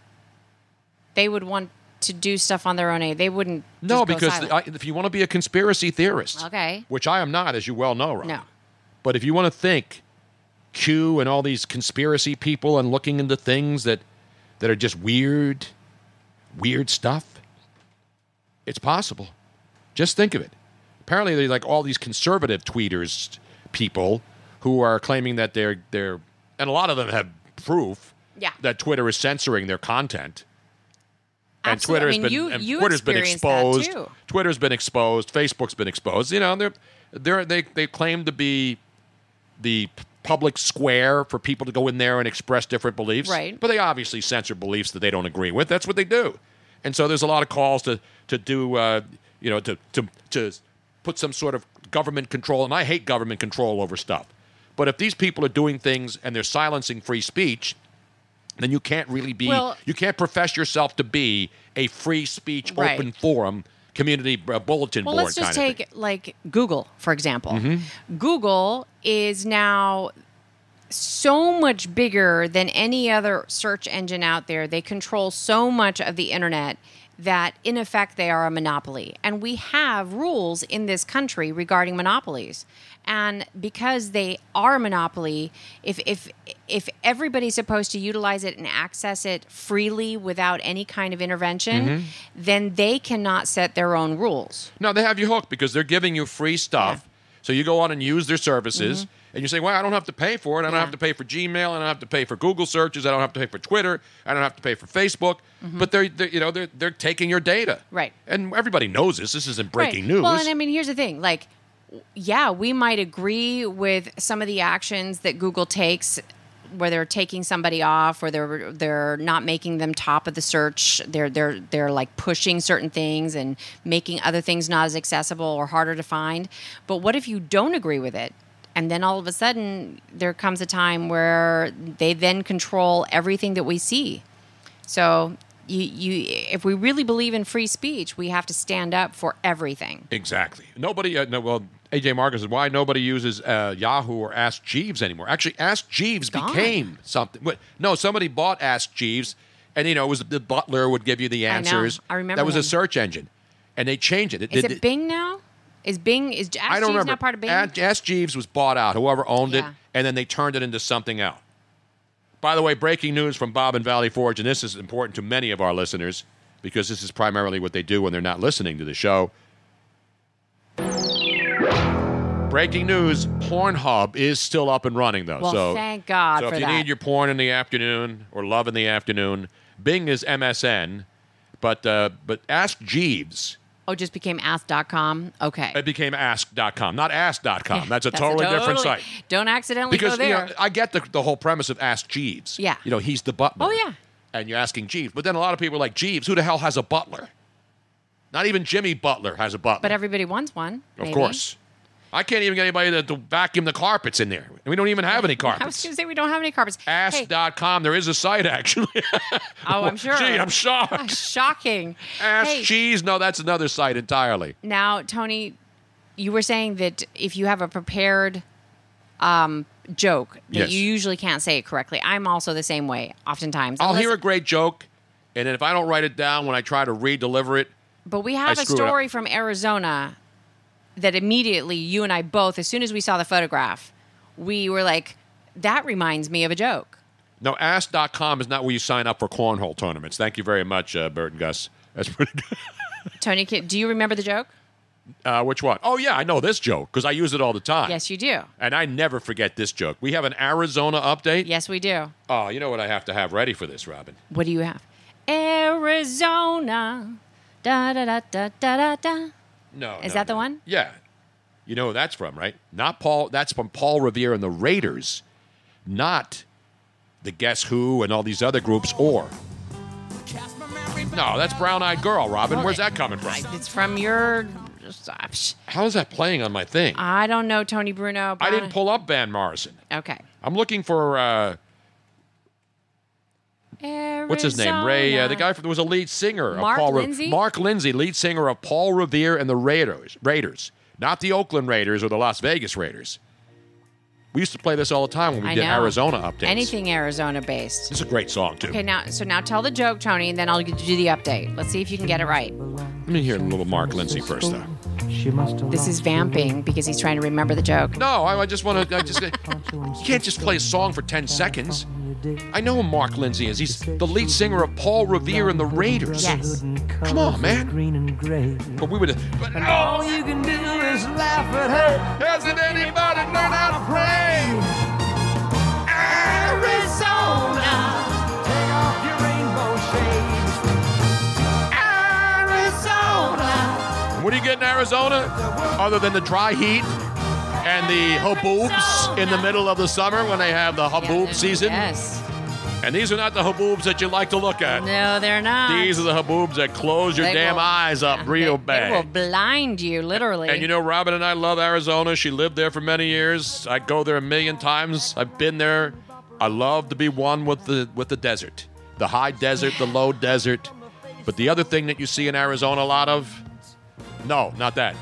they would want to do stuff on their own. A they wouldn't.
No,
just go
because
silent.
I, if you want to be a conspiracy theorist,
okay.
which I am not, as you well know, Rob.
No.
But if you want to think Q and all these conspiracy people and looking into things that that are just weird, weird stuff, it's possible. Just think of it. Apparently, they like all these conservative tweeters people who are claiming that they're they're and a lot of them have proof
Yeah.
that Twitter is censoring their content. And
Absolutely.
Twitter's
I mean,
been
you-
and
you
Twitter's been
experienced that,
exposed.
too.
Twitter's been exposed. Facebook's been exposed. You know, they're, they're they they claim to be the p- public square for people to go in there and express different beliefs.
Right.
But they obviously censor beliefs that they don't agree with. That's what they do. And so there's a lot of calls to to do uh, you know to to to put some sort of government control. And I hate government control over stuff. But if these people are doing things and they're silencing free speech, then you can't really be
Well-
you can't profess yourself to be a free speech
Right.
open forum community uh, bulletin
Well,
board
let's just
kind of Mm-hmm.
take like Google for example.
thing.
Google is now so much bigger than any other search engine out there. They control so much of the internet that, in effect, they are a monopoly. And we have rules in this country regarding monopolies. And because they are a monopoly, if, if, if everybody's supposed to utilize it and access it freely without any kind of intervention,
Mhm.
then they cannot set their own rules.
No, they have you hooked because they're giving you free stuff. So you go on and use their services,
Mhm.
and you say, "Well, I don't have to pay for it. I don't have to pay for Gmail. I don't have to pay for Google searches. I don't have to pay for Twitter. I don't have to pay for Facebook." But they're, they're, you know, they're they're taking your data,
Mm-hmm. Right.
and everybody knows this. This isn't breaking
Right.
news.
Well, and I mean, here's the thing: like, w- yeah, we might agree with some of the actions that Google takes, where they're taking somebody off, or they're they're not making them top of the search. They're they're they're like pushing certain things and making other things not as accessible or harder to find. But what if you don't agree with it? And then all of a sudden, there comes a time where they then control everything that we see. So you, you if we really believe in free speech, we have to stand up for everything.
Exactly. Nobody. Uh, no, well, AJ Marcus said why nobody uses uh, Yahoo or Ask Jeeves anymore. Actually, Ask Jeeves became something. What, no, somebody bought Ask Jeeves, and you know, it was the butler would give you the
I know.
answers.
I remember
that was
him.
a search engine, and they changed it.
Is
did-
it Bing now? Is Bing is Ask
I don't
Jeeves
remember.
not part of Bing?
Ask, Ask Jeeves was bought out. Whoever owned
Yeah.
it, and then they turned it into something else. By the way, breaking news from Bob and Valley Forge, and this is important to many of our listeners because this is primarily what they do when they're not listening to the show. Breaking news: Pornhub is still up and running, though.
well,
so,
thank God
so
for
if you
that.
need your porn in the afternoon or love in the afternoon, Bing is MSN, but uh, but Ask Jeeves
oh, just became ask.com. Okay.
it became ask.com, not ask.com. That's a
That's
totally, different site.
Don't accidentally
Because
go
you
there.
know, I get the, the whole premise of Ask Jeeves.
Yeah.
You know, he's the butler.
oh yeah.
And you're asking Jeeves. But then a lot of people are like, Jeeves, who the hell has a butler? Not even Jimmy Butler has a butler.
But everybody wants one.
of
maybe.
course. I can't even get anybody to, to vacuum the carpets in there. We don't even have any
I was
carpets.
going to say we don't have any carpets. Hey,
Ask.com. There is a site, actually.
oh, I'm sure.
Gee, I'm shocked.
Shocking.
Ask
Hey,
Cheese. No, that's another site entirely.
Now, Tony, you were saying that if you have a prepared um, joke, that
Yes.
you usually can't say it correctly. I'm also the same way, oftentimes.
I'll
Unless-
hear a great joke, and then if I don't write it down when I try to re-deliver it,
But we
I
have a
screw it up.
story from Arizona that immediately you and I both, as soon as we saw the photograph, we were like, that reminds me of a joke.
No, ask.com is not where you sign up for cornhole tournaments. Thank you very much, uh, Bert and Gus. That's pretty good.
Tony, can- do you remember the joke?
Uh, which one? Oh, yeah, I know this joke because I use it all the time.
Yes, you do.
And I never forget this joke. We have an Arizona update.
Yes, we do.
Oh, you know what I have to have ready for this, Robin?
What do you have? Arizona. Da da da da da da da.
No.
Is
no,
that the
no.
one?
Yeah. You know who that's from, right? Not Paul. That's from Paul Revere and the Raiders, not the Guess Who and all these other groups or. No, that's Brown Eyed Girl, Robin.
Well,
Where's that coming from?
I- It's from your.
How is that playing on my thing?
I don't know, Tony Bruno.
I
Brown-
didn't pull up Van Morrison.
Okay.
I'm looking for uh, what's his name? Ray, uh, the
Arizona.
guy who was a lead singer
Mark
of Paul Re-
Lindsay?
Mark Lindsay, lead singer of Paul Revere and the Raiders. Raiders, not the Oakland Raiders or the Las Vegas Raiders. We used to play this all the time when we
I
did
know.
Arizona updates.
Anything Arizona based.
It's a great song too.
Okay, now so now tell the joke, Tony, and then I'll do the update. Let's see if you can get it right.
Let me hear a little Mark Lindsay first, though.
This is vamping because he's trying to remember the joke.
No, I, I just want to. I just you can't just play a song for ten seconds. I know who Mark Lindsay is. He's the lead singer of Paul Revere and the Raiders.
Yes.
Come on, man. But we would. But
All you can do is laugh at her. Hasn't anybody learned how to pray? Arizona, take off your rainbow shades. Arizona,
What do you get in Arizona other than the dry heat and the haboobs in the middle of the summer when they have the haboob season?
Yes.
And these are not the haboobs that you like to look at.
No, they're not.
These are the haboobs that close your
They
damn
will-
eyes up real
It will
bad.
blind you, literally.
And you know, Robin and I love Arizona. She lived there for many years. I go there a million times. I've been there. I love to be one with the with the desert, the high desert, the low desert. But the other thing that you see in Arizona a lot of, no, not that,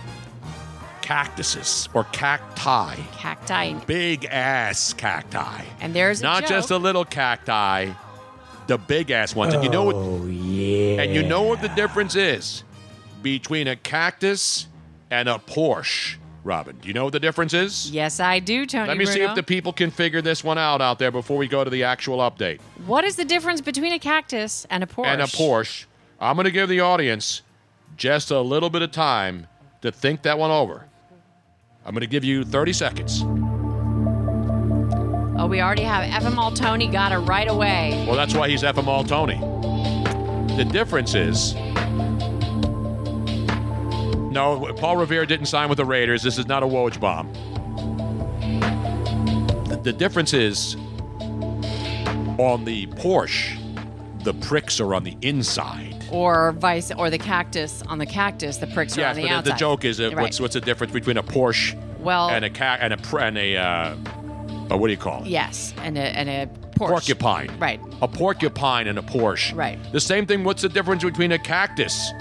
cactuses or cacti,
cacti.
big ass cacti,
And there's a
not just a
joke.
little cacti, the big ass ones. and you know what?
yeah.
And you know what the difference is between a cactus and a Porsche, Robin. Do you know what the difference is?
Yes, I do, Tony.
Let me see
Bruno.
if the people can figure this one out out there before we go to the actual update.
What is the difference between a cactus and a Porsche?
And a Porsche. I'm going to give the audience just a little bit of time to think that one over. I'm going to give you 30 seconds.
Oh, we already have FML Tony got it right away.
Well, that's why he's FML Tony. The difference is. No, Paul Revere didn't sign with the Raiders. This is not a Woj bomb. The, the difference is on the Porsche, the pricks are on the inside.
Or vice, or the cactus on the cactus, the pricks are
Yes,
on the
but the,
outside.
the joke is uh,
Right.
what's what's the difference between a Porsche
Well-
and a cat and a pr- and a uh, uh, what do you call it?
yes, and a and a Porsche.
Porcupine.
Right.
A porcupine and a Porsche.
Right.
The same thing. What's the difference between a cactus?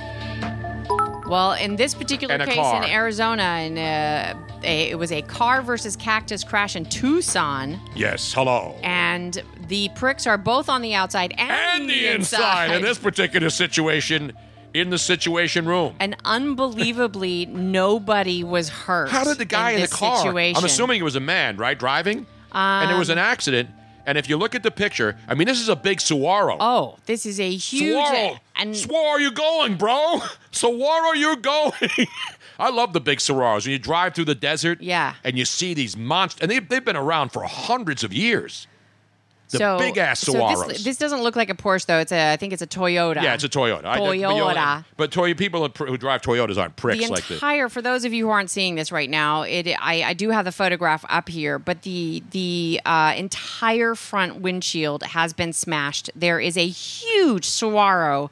Well, in this particular
And a
case
car.
in Arizona, in, uh, a, it was a car versus cactus crash in Tucson,
Yes. Hello.
and the pricks are both on the outside and,
And the inside in this particular situation, in the situation room.
And unbelievably, nobody was hurt.
How did the guy in,
this
the car?
Situation.
I'm assuming it was a man, right, driving, and there was an
Um,
accident. And if you look at the picture, I mean, this is a big saguaro.
Oh, this is a huge
Swirl.
and
Swirl, you going, bro? Saguaro, you're going. I love the big saguaros. When you drive through the desert,
Yeah.
and you see these monsters, and they've, they've been around for hundreds of years. The
so,
big ass
so
saguaros.
this, this doesn't look like a Porsche though. It's a I think it's a Toyota.
yeah, it's a Toyota. I- but you-
Toyota.
but Toyota people who drive Toyotas aren't pricks
the
like this.
entire for those of you who aren't seeing this right now it i, I do have the photograph up here but the the uh, entire front windshield has been smashed there is a huge saguaro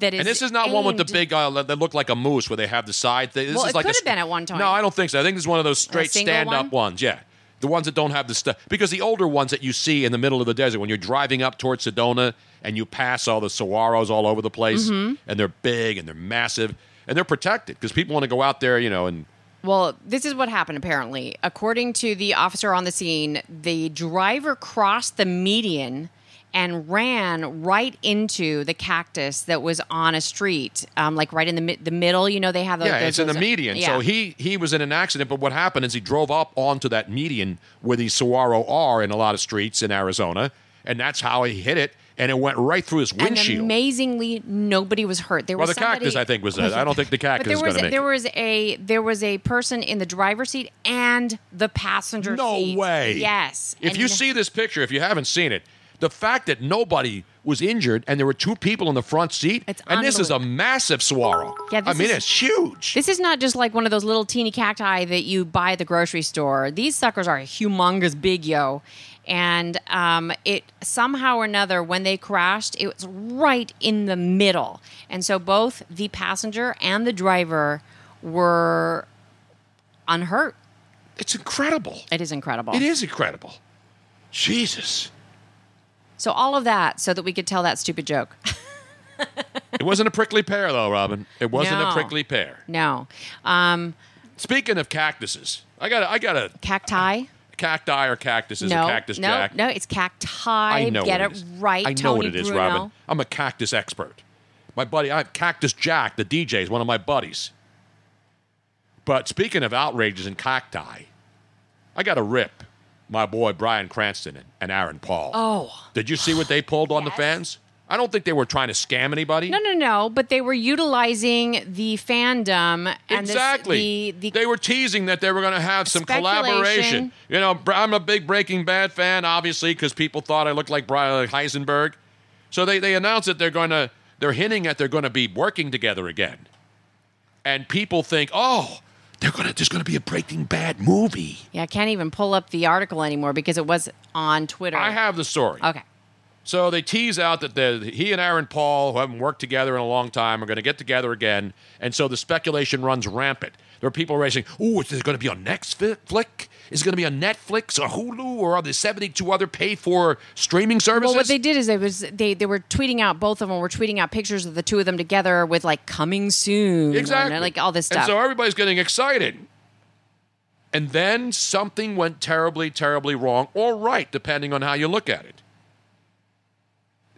that is.
And this is not one with the
aimed-
big uh, that that look like a moose where they have the side thing. This
Well,
is
it
like a
could have
st-
been at one time.
No, I don't think so. I think this is one of those straight
single
stand-up
one?
ones. Yeah, the ones that don't have the stuff because the older ones that you see in the middle of the desert when you're driving up towards Sedona and you pass all the saguaros all over the place,
Mhm.
and they're big and they're massive and they're protected because people want to go out there, you know, and
Well, this is what happened apparently. According to the officer on the scene, the driver crossed the median and ran right into the cactus that was on a street, um, like right in the mi- the middle. You know, they have those.
yeah, it's in the
those- uh,
median.
yeah.
So he he was in an accident, but what happened is he drove up onto that median where these saguaro are in a lot of streets in Arizona, and that's how he hit it, and it went right through his
And
windshield.
amazingly, nobody was hurt. There
well, the
was somebody,
cactus I think was that. I don't think the
But
cactus
there
is going
was
to make.
there
it.
was a there was a person in the driver's seat and the passenger
no
seat.
way.
Yes.
If
And
you see this picture, if you haven't seen it, the fact that nobody was injured and there were two people in the front seat, and this is a massive saguaro.
Yeah,
I
this
mean
is-
it's huge.
This is not just like one of those little teeny cacti that you buy at the grocery store. These suckers are humongous big yo. And um, it somehow or another, when they crashed, it was right in the middle. And so both the passenger and the driver were unhurt.
It's incredible.
It is incredible.
It is incredible. Jesus.
So, all of that so that we could tell that stupid joke.
It wasn't a prickly pear, though, Robin. It wasn't
No.
a prickly pear.
No. Um,
Speaking of cactuses, I got a, I got a
cacti?
cacti or cactuses,
no.
a cactus
no,
jack.
no, it's cacti.
I know
Get
what
it,
is.
right.
I know
Tony
what it is,
Bruno.
Robin. I'm a cactus expert. My buddy, I Cactus Jack, the DJ, is one of my buddies. But speaking of outrages and cacti, I got to rip my boy Brian Cranston and- and Aaron Paul.
Oh.
Did you see what they pulled on the fans? I don't think they were trying to scam anybody.
No, no, no. But they were utilizing the fandom and this-
exactly.
the
they were teasing that they were going to have some
Speculation.
collaboration. You know, Br- I'm a big Breaking Bad fan, obviously, because people thought I looked like Brian Heisenberg. So they, they announced that they're going to, they're hinting at they're going to be working together again. And people think, oh, they're gonna, there's going to be a Breaking Bad movie.
yeah. I can't even pull up the article anymore because it was on Twitter.
I have the story.
Okay.
So they tease out that the, he and Aaron Paul, who haven't worked together in a long time, are going to get together again. And so the speculation runs rampant. There are people racing, oh, is it going to be on Netflix? Is it going to be on Netflix or Hulu or are there 72 other pay for streaming services?
Well, what they did is they was they they were tweeting out both of them were tweeting out pictures of the two of them together with like coming soon, or,
Exactly.
like all this stuff.
And so everybody's getting excited. And then something went terribly, terribly wrong or right, depending on how you look at it.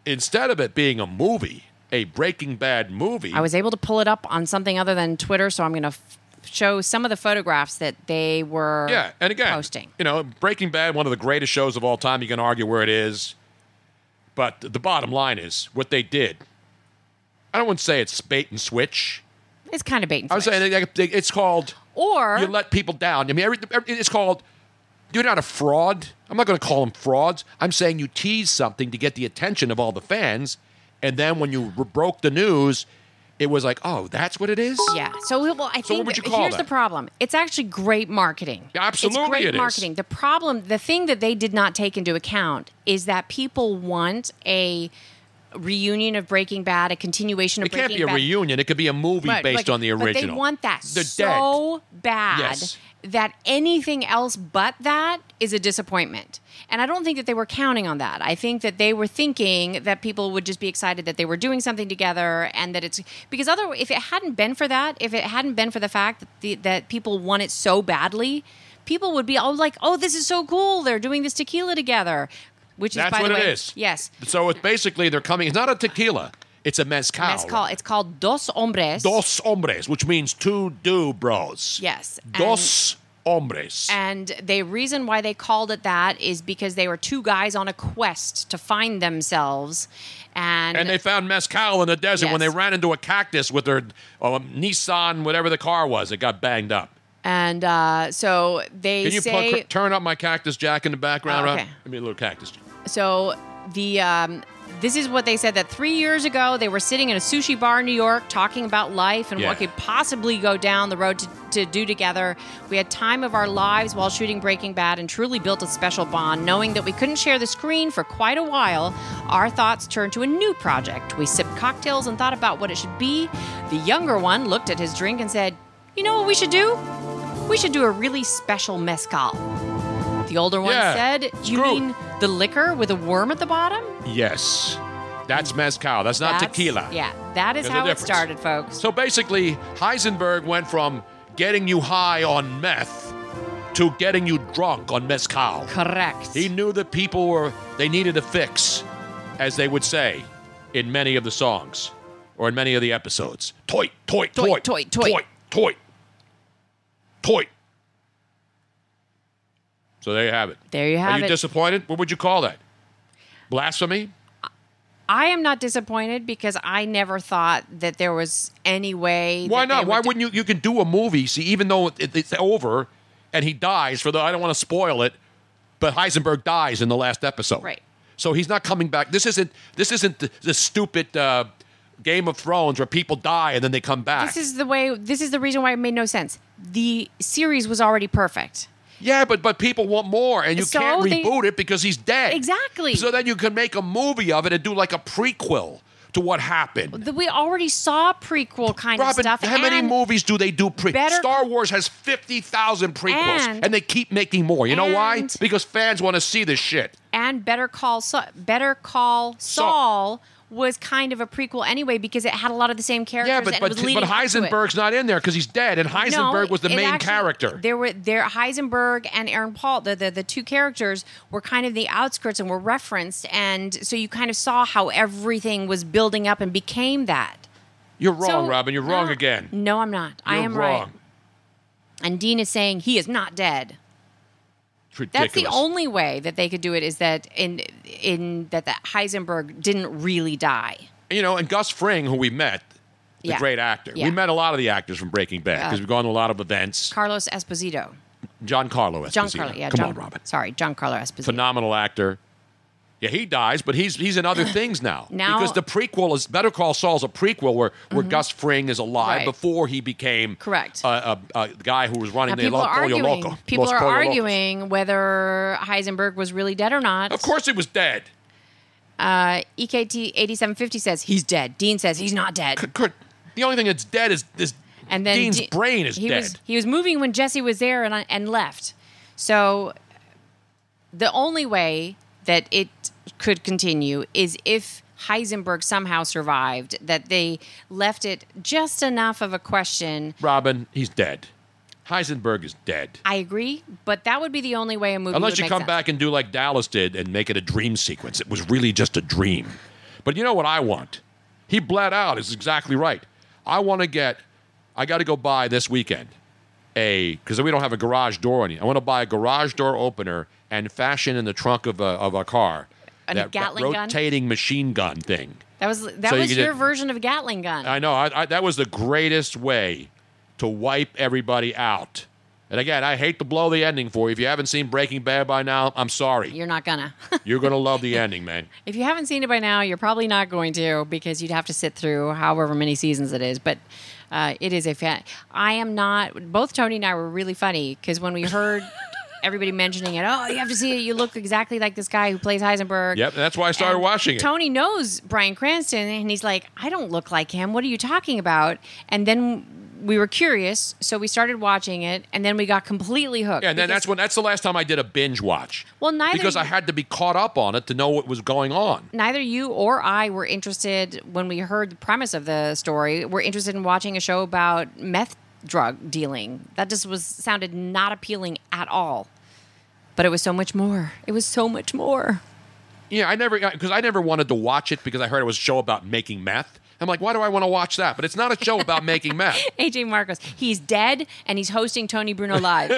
Instead of it being a movie, a Breaking Bad movie,
I was able to pull it up on something other than Twitter, so I'm going to f- show some of the photographs that they were.
Yeah, and again, you know, Breaking Bad, one of the greatest shows of all time. You can argue where it is, but the bottom line is what they did. I don't want to say it's bait and switch.
It's kind of bait and
I'm saying they- they- it's called
or
you let people down. I mean, every, every- it's called you're not a fraud. I'm not going to call them frauds. I'm saying you tease something to get the attention of all the fans, and then when you re- broke the news, it was like, oh, that's what it is.
Yeah. So well,
So
I
what
think
would you call
here's
that?
the problem. It's actually great marketing.
absolutely
it's great
it is.
marketing. The problem, the thing that they did not take into account is that people want a reunion of Breaking Bad, a continuation
It
of
can't
Breaking
be a
Bad.
reunion. It could be a movie
Right,
based
like-
on the
but
original.
they want that
They're dead.
so bad
Yes.
that anything else but that is a disappointment. And I don't think that they were counting on that. I think that they were thinking that people would just be excited that they were doing something together and that it's because other if it hadn't been for that, if it hadn't been for the fact that, the, that people want it so badly, people would be all like, "Oh, this is so cool. They're doing this tequila together." Which is
That's
by
what
the
it
way,
is.
yes,
So it's basically they're coming. It's not a tequila. It's a mezcal.
it's called it's called Dos Hombres.
Dos hombres, which means two do bros.
Yes, and-
Dos hombres.
And the reason why they called it that is because they were two guys on a quest to find themselves. And,
And they found mezcal in the desert when they
Yes.
ran into a cactus with their um, Nissan, whatever the car was. It got banged up.
and uh, so they
Can you
say
plug, turn up my cactus jack in the background?
Oh, okay.
Rob? Give me a little cactus. Jack.
so the um, This is what they said that three years ago they were sitting in a sushi bar in New York talking about life and
Yeah.
what could possibly go down the road to, to do together. We had time of our lives while shooting Breaking Bad and truly built a special bond. Knowing that we couldn't share the screen for quite a while, our thoughts turned to a new project. We sipped cocktails and thought about what it should be. The younger one looked at his drink and said, You know what we should do? We should do a really special mezcal. The older one
Yeah,
said, You mean the liquor with a worm at the bottom?
Yes. That's mezcal. That's not
That's-
tequila.
Yeah, that is
There's a
how it
difference.
started, folks.
So basically, Heisenberg went from getting you high on meth to getting you drunk on mezcal.
Correct.
He knew that people were they needed a fix, as they would say in many of the songs or in many of the episodes. Toy, toy, toy, toy, toy, toy, toy, toy. So there you have it.
There you have
Are you
it.
disappointed? What would you call that? Blasphemy?
I am not disappointed because I never thought that there was any way.
Why
that they
not? Why
would
wouldn't you? You can do a movie. See, even though it, it's over and he dies for the, I don't want to spoil it, but Heisenberg dies in the last episode.
Right.
So he's not coming back. This isn't. This isn't the, the stupid uh, Game of Thrones where people die and then they come back.
This is the way. This is the reason why it made no sense. The series was already perfect.
yeah, but but people want more, and you
So
can't
they-
reboot it because he's dead.
Exactly.
So then you can make a movie of it and do like a prequel to what happened.
The- we already saw prequel kind of
Robin,
stuff.
how many
and-
movies do they do pre?
Better-
Star Wars has fifty thousand prequels,
And-
and, they keep making more. You know why?
and-
Because fans want to see this shit.
and Better Call Sa- Better Call Saul was kind of a prequel anyway because it had a lot of the same characters.
Yeah, but
and
but,
it was
but
leading up to it.
Heisenberg's not in there because he's dead, and Heisenberg
No,
was the
it
main
actually-
character.
There were there Heisenberg and Aaron Paul, the, the the two characters were kind of the outskirts and were referenced, and so you kind of saw how everything was building up and became that.
You're wrong,
So-
Robin. You're wrong again.
No, I'm not. I
You're
am
wrong.
right. And Dean is saying he is not dead.
It's ridiculous.
That's the only way that they could do it is that in in that that Heisenberg didn't really die.
You know, and Gus Fring, who we met, the
Yeah.
great actor.
Yeah.
We met a lot of the actors from Breaking Bad
Yeah.
because we've gone to a lot of events.
Carlos Esposito.
John Carlo Esposito.
John Carlo, yeah,
Come
John,
on, Robin.
Sorry, John Carlo Esposito.
Phenomenal actor. Yeah, he dies, but he's he's in other things now.
Now- Mm-hmm.
because the prequel is Better Call Saul's a prequel where, where Gus Fring is alive
Right.
before he became
Correct.
a, a, a guy who was running
Now,
the
people
Los
are
Pollo
arguing.
Loco.
People
Los
are
Pollo Loco.
arguing whether Heisenberg was really dead or not.
Of course, he was dead.
Uh, EKT eighty seven fifty says he's dead. Dean says he's not dead.
The only thing that's dead is this.
And then
Dean's
Dean-
brain is
he
dead.
Was, he was moving when Jesse was there and and left. So the only way that it could continue is if Heisenberg somehow survived. That they left it just enough of a question.
Robin, he's dead. Heisenberg is dead.
I agree, but that would be the only way a movie
Unless
would
you
make
come
sense.
back and do like Dallas did and make it a dream sequence. It was really just a dream. But you know what I want? He bled out is exactly right. I want to get, I got to go buy this weekend a, because we don't have a garage door any. I want to buy a garage door opener and fashion in the trunk of a, of a car
And a
that ro-
Gatling gun?
rotating machine gun thing.
That was that
So you
was
could
your
ju-
version of Gatling gun.
I know. I, I, that was the greatest way to wipe everybody out. And again, I hate to blow the ending for you. If you haven't seen Breaking Bad by now, I'm sorry.
You're not gonna.
You're going to love the ending, man.
If you haven't seen it by now, you're probably not going to because you'd have to sit through however many seasons it is. But uh, it is a fan. I am not. Both Tony and I were really funny because when we heard everybody mentioning it, oh, you have to see it. You look exactly like this guy who plays Heisenberg.
Yep, and that's why I started
And
watching it.
Tony knows Brian Cranston, and he's like, I don't look like him. What are you talking about? And then we were curious, so we started watching it, and then we got completely hooked.
Yeah, and then
because-
that's when that's the last time I did a binge watch.
Well, neither
because I
you-
had to be caught up on it to know what was going on.
neither you or I were interested when we heard the premise of the story. We're interested in watching a show about meth drug dealing. That just was sounded not appealing at all. But it was so much more. It was so much more.
Yeah, I never because I never wanted to watch it because I heard it was a show about making meth. I'm like, why do I want to watch that? But it's not a show about making meth.
AJ Marcos, he's dead and he's hosting Tony Bruno live.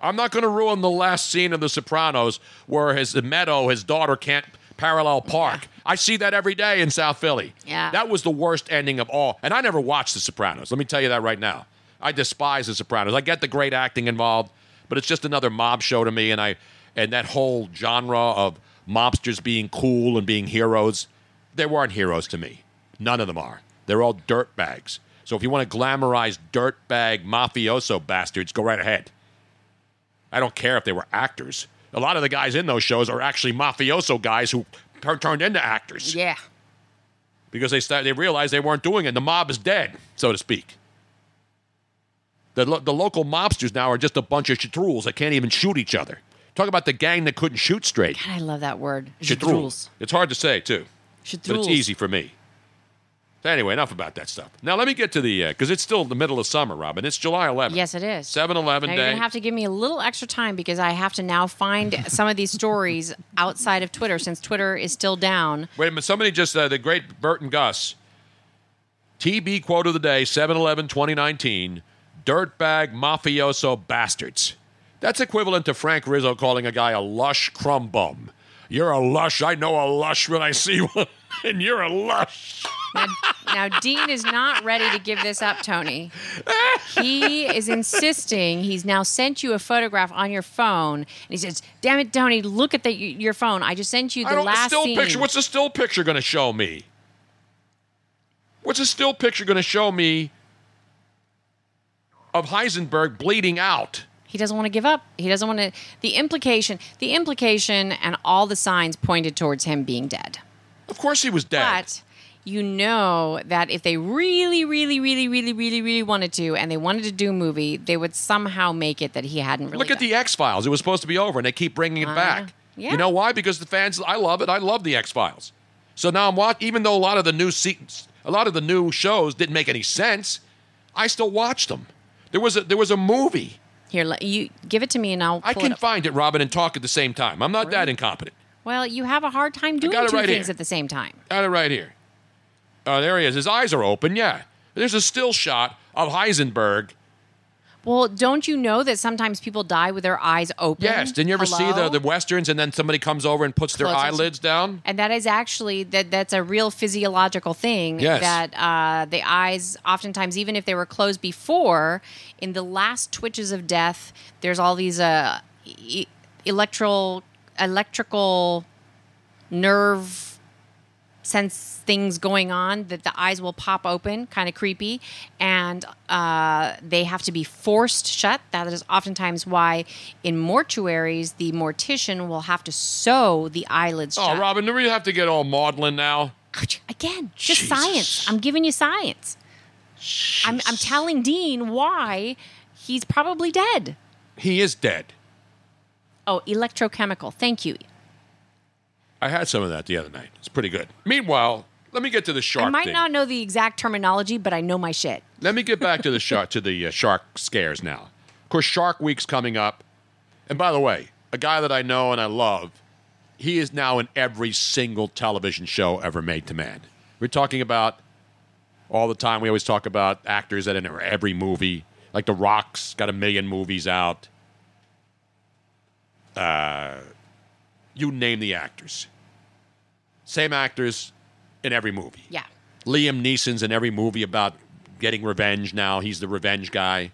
I'm not going to ruin the last scene of The Sopranos where his Meadow, his daughter, can't parallel park. I see that every day in South Philly.
Yeah.
That was the worst ending of all. And I never watched The Sopranos. Let me tell you that right now. I despise The Sopranos. I get the great acting involved, but it's just another mob show to me. And I and that whole genre of mobsters being cool and being heroes. They weren't heroes to me. None of them are. They're all dirtbags. So if you want to glamorize dirtbag mafioso bastards, go right ahead. I don't care if they were actors. A lot of the guys in those shows are actually mafioso guys who tur- turned into actors
Yeah.
because they start, they realized they weren't doing it. The mob is dead, so to speak. The, lo- the local mobsters now are just a bunch of shatrools that can't even shoot each other. Talk about the gang that couldn't shoot straight.
God, I love that word.
Shatrools. It's hard to say, too. But
Shatrools.
it's easy for me. So Anyway, enough about that stuff. Now let me get to the, because it's still the middle of summer, Robin. It's July 11th.
Yes, it is.
7-Eleven
Now
day.
you're gonna have to give me a little extra time because I have to now find some of these stories outside of Twitter since Twitter is still down.
Wait a minute. Somebody just, uh, the great Burton Gus. TB quote of the day 7 11 2019 Dirtbag mafioso bastards. That's equivalent to Frank Rizzo calling a guy a lush crumb bum. You're a lush. I know a lush when I see one. and you're a lush.
Now, now Dean is not ready to give this up, Tony. He is insisting. He's now sent you a photograph on your phone, and he says, "Damn it, Tony, look at the, your phone. I just sent you the
I don't,
last
still
scene."
picture. What's the still picture going to show me? What's a still picture going to show me of Heisenberg bleeding out?
He doesn't want to give up. He doesn't want to. The implication, the implication, and all the signs pointed towards him being dead.
Of course, he was dead.
But you know that if they really, really, really, really, really, really wanted to, and they wanted to do a movie, they would somehow make it that he hadn't really.
Look at the X Files. It was supposed to be over, and they keep bringing it
I
back.
know. Yeah.
You know why? Because the fans. I love it. I love the X Files. So now I'm watching. Even though a lot of the new se- a lot of the new shows didn't make any sense, I still watched them. There was a there was a movie.
Here, let- you give it to me, and I'll.
I
pull
can
it up.
find it, Robin, and talk at the same time. I'm not that incompetent.
Well, you have a hard time doing
got it
two
right
things
here.
at the same time.
Got it right here. Uh, there he is. His eyes are open. Yeah. There's a still shot of Heisenberg.
Well, don't you know that sometimes people die with their eyes open?
Yes. Didn't you ever see the,
Hello?
the westerns and then somebody comes over and puts their
Closes.
eyelids down?
And that is actually that that's a real physiological thing
Yes.
that uh, the eyes oftentimes, even if they were closed before, in the last twitches of death, there's all these uh, e- electrical electrical nerve sense things going on that the eyes will pop open, kind of creepy, and uh, they have to be forced shut. That is oftentimes why in mortuaries the mortician will have to sew the eyelids
Oh,
shut.
Robin, do we have to get all maudlin now?
Again, just science. I'm giving you science. I'm, I'm telling Dean why he's probably dead.
He is dead.
Oh, electrochemical. Thank you.
I had some of that the other night. It's pretty good. Meanwhile, let me get to the shark
I might
thing.
not know the exact terminology, but I know my shit.
Let me get back to the shark to the uh, shark scares now. Of course, Shark Week's coming up. And by the way, a guy that I know and I love, he is now in every single television show ever made to man. We're talking about all the time. We always talk about actors that are in every movie. Like The Rock's got a million movies out. Uh, you name the actors. Same actors in every movie.
Yeah.
Liam Neeson's in every movie about getting revenge now. He's the revenge guy.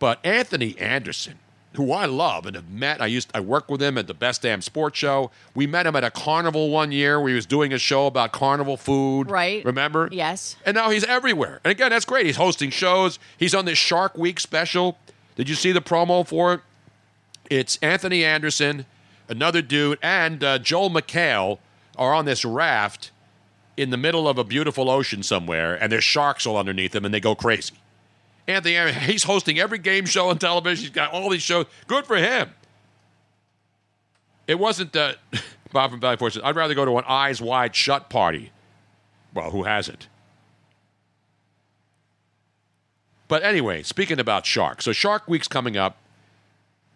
But Anthony Anderson, who I love and have met, I used I worked with him at the Best Damn Sports Show. We met him at a carnival one year. We was doing a show about carnival food.
Right.
Remember?
Yes.
And now he's everywhere. And again, that's great. He's hosting shows. He's on this Shark Week special. Did you see the promo for it? It's Anthony Anderson, another dude, and uh, Joel McHale are on this raft in the middle of a beautiful ocean somewhere, and there's sharks all underneath them, and they go crazy. Anthony, Anderson, he's hosting every game show on television. He's got all these shows. Good for him. It wasn't uh, Bob from Valley Force. says, I'd rather go to an eyes wide shut party. Well, who hasn't? But anyway, speaking about sharks, so Shark Week's coming up.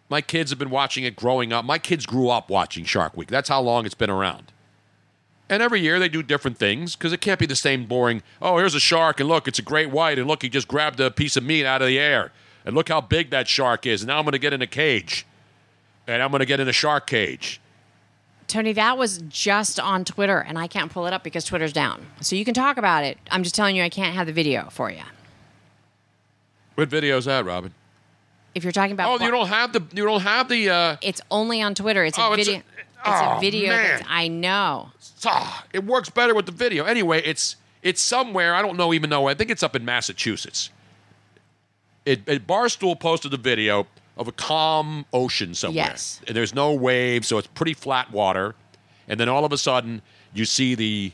My kids have been watching it growing up. My kids grew up watching Shark Week. That's how long it's been around. And every year they do different things because it can't be the same boring, oh, here's a shark, and look, it's a great white, and look, he just grabbed a piece of meat out of the air, and look how big that shark is, and now I'm going to get in a cage, and I'm going to get in a shark cage.
Tony, that was just on Twitter, and I can't pull it up because Twitter's down. So you can talk about it. I'm just telling you, I can't have the video for you.
What video is that, Robin?
If you're talking about,
Oh, you don't have the you don't have the. Uh,
it's only on Twitter. It's
oh,
a
it's
video.
a-
a
Oh,
video.
man.
that's- I know.
Ah, it works better with the video. Anyway, it's it's somewhere I don't know even know. I think it's up in Massachusetts. It, it Barstool posted a video of a calm ocean somewhere.
Yes.
And there's no waves, so it's pretty flat water. And then all of a sudden, you see the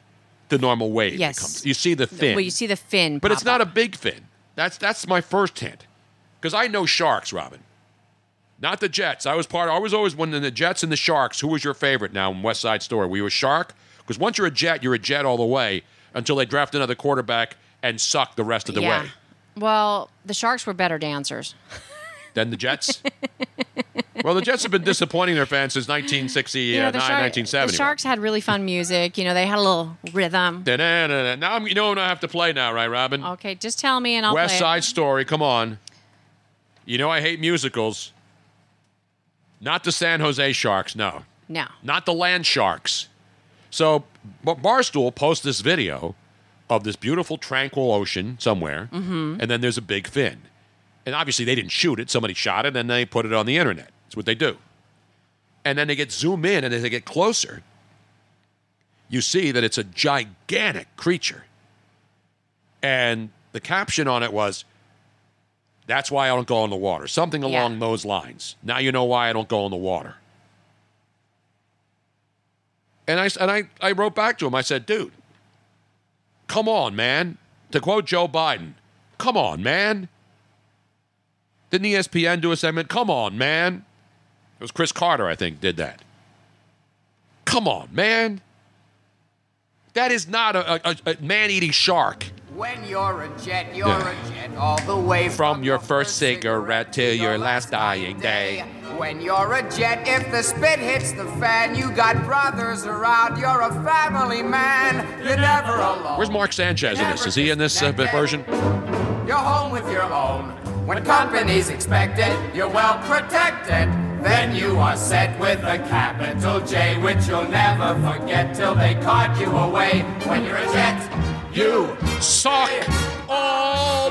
the normal wave. that
Yes.
comes. You see the fin.
Well, you see the fin.
But it's
pop
not
up.
a big fin. That's that's my first hint, because I know sharks, Robin. Not the Jets. I was part. I was always one of the Jets and the Sharks. Who was your favorite? Now in West Side Story, were you a Shark? Because once you're a Jet, you're a Jet all the way until they draft another quarterback and suck the rest of the
yeah.
way.
Well, the sharks were better dancers.
Then the Jets. well, the Jets have been disappointing their fans since uh, 1969,
You know, the, shark-
1970.
the sharks had really fun music. You know, they had a little rhythm.
Da-da-da-da. Now I'm, you know what I have to play now, right, Robin?
Okay, just tell me and I'll
West
play. it.
Side Story. Come on. You know I hate musicals. Not the San Jose Sharks. No.
No.
Not the Land Sharks. So Bar- Barstool posts this video of this beautiful, tranquil ocean somewhere,
Mm-hmm.
Mhm.
and then there's a big fin. And obviously they didn't shoot it; somebody shot it, and they put it on the internet. That's what they do. And then they get zoom in, and as they get closer, you see that it's a gigantic creature. And the caption on it was, "That's why I don't go in the water." Something along those lines. Now you know why I don't go in the water. And I s- and I, I wrote back to him. I said, dude, come on, man. To quote Joe Biden, come on, man. Didn't E ESPN do a segment? Come on, man. It was Chris Carter, I think, did that. Come on, man. That is not a, a, a man eating shark
When you're a jet, you're
Yeah.
a jet all the way.
from your first cigarette till your last dying day.
When you're a jet, if the spit hits the fan, you got brothers around. You're a family man. You're never alone.
Where's Mark Sanchez in this? Is he in this uh, version?
You're home with your own. When company's expected, you're well protected. Then you are set with a capital J, which you'll never forget till they cart you away. When you're a jet,
you suck all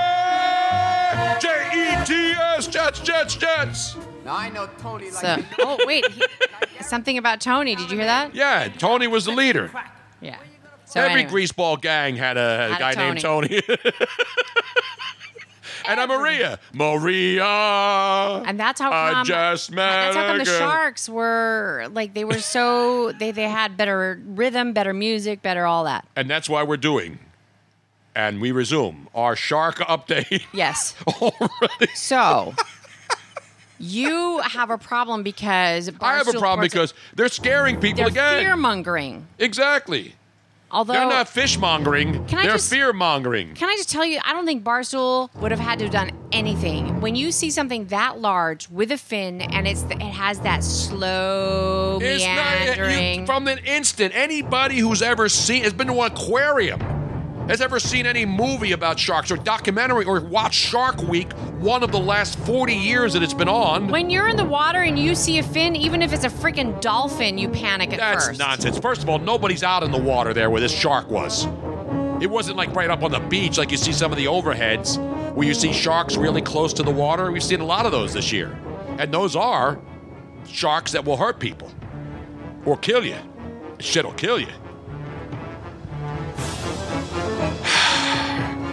day. J E T S, Jets, Jets, Jets.
Now I know Tony
So, oh wait, he, something about Tony. Did you hear that?
Yeah, Tony was the leader.
Yeah. So
Every
anyway.
greaseball gang had a, had a guy
Had a
named Tony. and I'm Maria. Maria.
And that's how
I
come-
just met
That's how come
a
the
girl.
sharks were like they were so they they had better rhythm, better music, better all that.
And that's why we're doing. And we resume our shark update.
Yes.
Oh,
So you have a problem because
I have a
Barstool
problem
Sports-
because they're scaring people
they're
again.
fear mongering.
Exactly.
Although
they're not fishmongering.
Can I
They're
just-
fear mongering.
Can I just tell you, I don't think Barstool would have had to have done anything. When you see something that large with a fin and it's it has that slow
It's not
meandering.
you, from an instant. Anybody who's ever seen has been to an aquarium, has ever seen any movie about sharks or documentary or watched Shark Week, one of the last forty years that it's been on.
when you're in the water and you see a fin, even if it's a freaking dolphin, you panic at
That's
first.
nonsense. First of all, nobody's out in the water there where this shark was. It wasn't like right up on the beach like you see some of the overheads where you see sharks really close to the water. We've seen a lot of those this year. And those are sharks that will hurt people or kill you. Shit will kill you.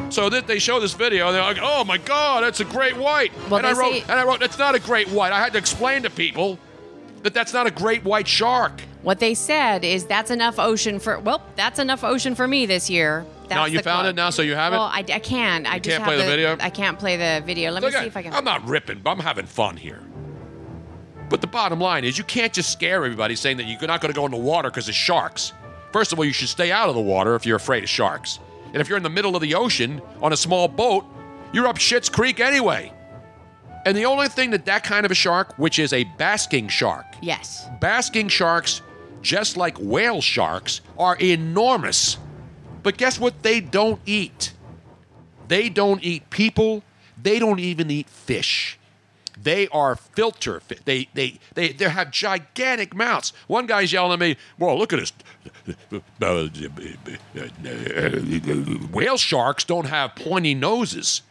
So that they show this video, and they're like, "Oh my God, that's a great white!"
Well,
and I
they
wrote,
say-
and I wrote, "That's not a great white." I had to explain to people that that's not a great white shark.
What they said is that's enough ocean for well, that's enough ocean for me this year. That's
now you
the
found
quote.
it now, so you have
Well,
it.
I, I can. I
You
just
can't
have
play the video?
I can't play the video. Let
Look,
me see if I can.
I'm not ripping, but I'm having fun here. But the bottom line is, you can't just scare everybody saying that you're not going to go in the water because of sharks. First of all, you should stay out of the water if you're afraid of sharks. And if you're in the middle of the ocean on a small boat, you're up Shit's Creek anyway. And the only thing that that kind of a shark, which is a basking shark,
yes.
basking sharks, just like whale sharks, are enormous. But guess what? They don't eat. They don't eat people. They don't even eat fish. They are filter fish. They, they, they, they have gigantic mouths. One guy's yelling at me, Whoa, look at this. Whale sharks don't have pointy noses.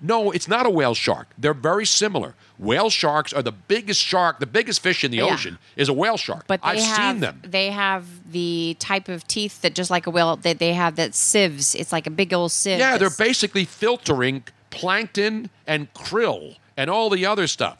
No, it's not a whale shark. They're very similar. Whale sharks are the biggest shark, the biggest fish in the
Yeah.
ocean is a whale shark.
But they
I've
have,
seen them.
They have the type of teeth that just like a whale that they have that sieves. It's like a big old sieve.
Yeah, they're
that's-
basically filtering plankton and krill and all the other stuff,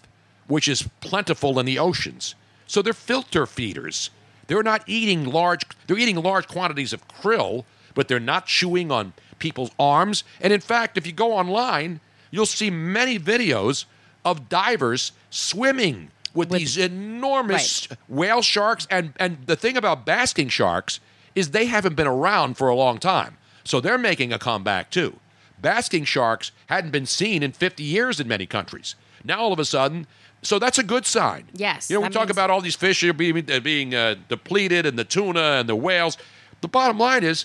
which is plentiful in the oceans. So they're filter feeders. They're not eating large. They're eating large quantities of krill, but they're not chewing on people's arms. And in fact, if you go online, you'll see many videos of divers swimming with, these enormous whale sharks. And and the thing about basking sharks is they haven't been around for a long time. So they're making a comeback too. Basking sharks hadn't been seen in 50 years in many countries. Now all of a sudden, so that's a good sign.
Yes,
You know, we
that
talk
means-
about all these fish are being, uh, being uh, depleted and the tuna and the whales. The bottom line is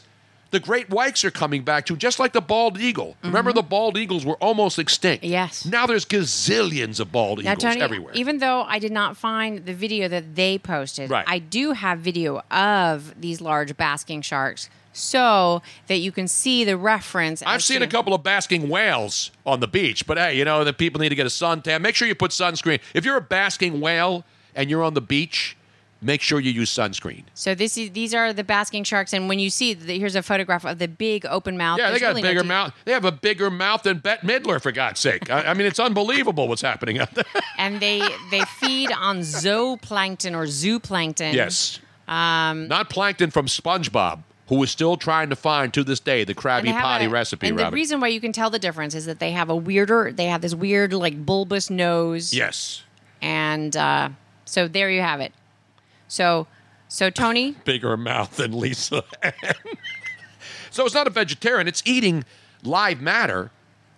the great whites are coming back to just like the bald eagle. Remember
Mm-hmm.
the bald eagles were almost extinct. Yes. Now there's gazillions of bald
Now,
eagles
Tony,
everywhere.
even though I did not find the video that they posted,
Right.
I do have video of these large basking sharks so that you can see the reference.
I've
as
seen
to-
a couple of basking whales on the beach, but hey, you know, the people need to get a suntan. Make sure you put sunscreen. If you're a basking whale and you're on the beach, make sure you use sunscreen.
So this is these are the basking sharks, and when you see, the, here's a photograph of the big open mouth.
yeah, they
There's
got
really
a
no
bigger
teeth.
mouth. They have a bigger mouth than Bette Midler, for God's sake. I, I mean, it's unbelievable what's happening out there.
and they they feed on zooplankton or zooplankton.
Yes.
Um,
Not plankton from SpongeBob, who is still trying to find to this day the
and they
Krabby
have
Potty
a-
recipe,
And
Robin.
the reason why you can tell the difference is that they have a weirder, they have this weird like bulbous nose.
yes.
And uh, so there you have it. So so Tony,
bigger mouth than Lisa. so it's not a vegetarian. It's eating live matter,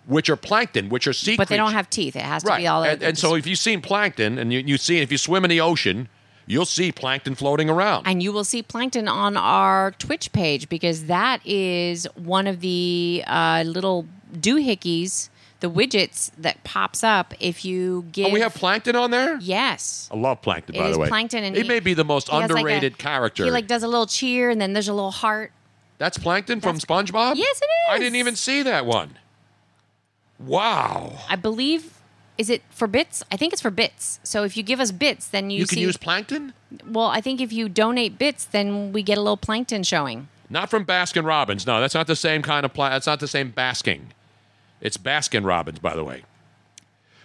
which are plankton, which are sea
but they don't
creatures.
have teeth. It has to
right.
be all.
and, and so if you've seen plankton, and you, you see if you swim in the ocean, you'll see plankton floating around.
And you will see plankton on our Twitch page because that is one of the uh, little doohickeys, the widgets that pops up if you give.
Oh, we have plankton on there.
Yes.
I love plankton,
It
by
is
the way.
plankton, and
he,
he-
may be the most
he has like a-
underrated character.
He like does a little cheer, and then there's a little heart.
That's plankton from SpongeBob.
Yes, it
I
is.
didn't even see that one. Wow.
I believe. Is it for bits? I think it's for bits. So if you give us bits, then you,
You, can
see-
use plankton,
Well, I think if you donate bits, then we get a little plankton showing.
not from Baskin Robbins. No, that's not the same kind of. Pla- that's not the same basking. It's Baskin Robbins, by the way.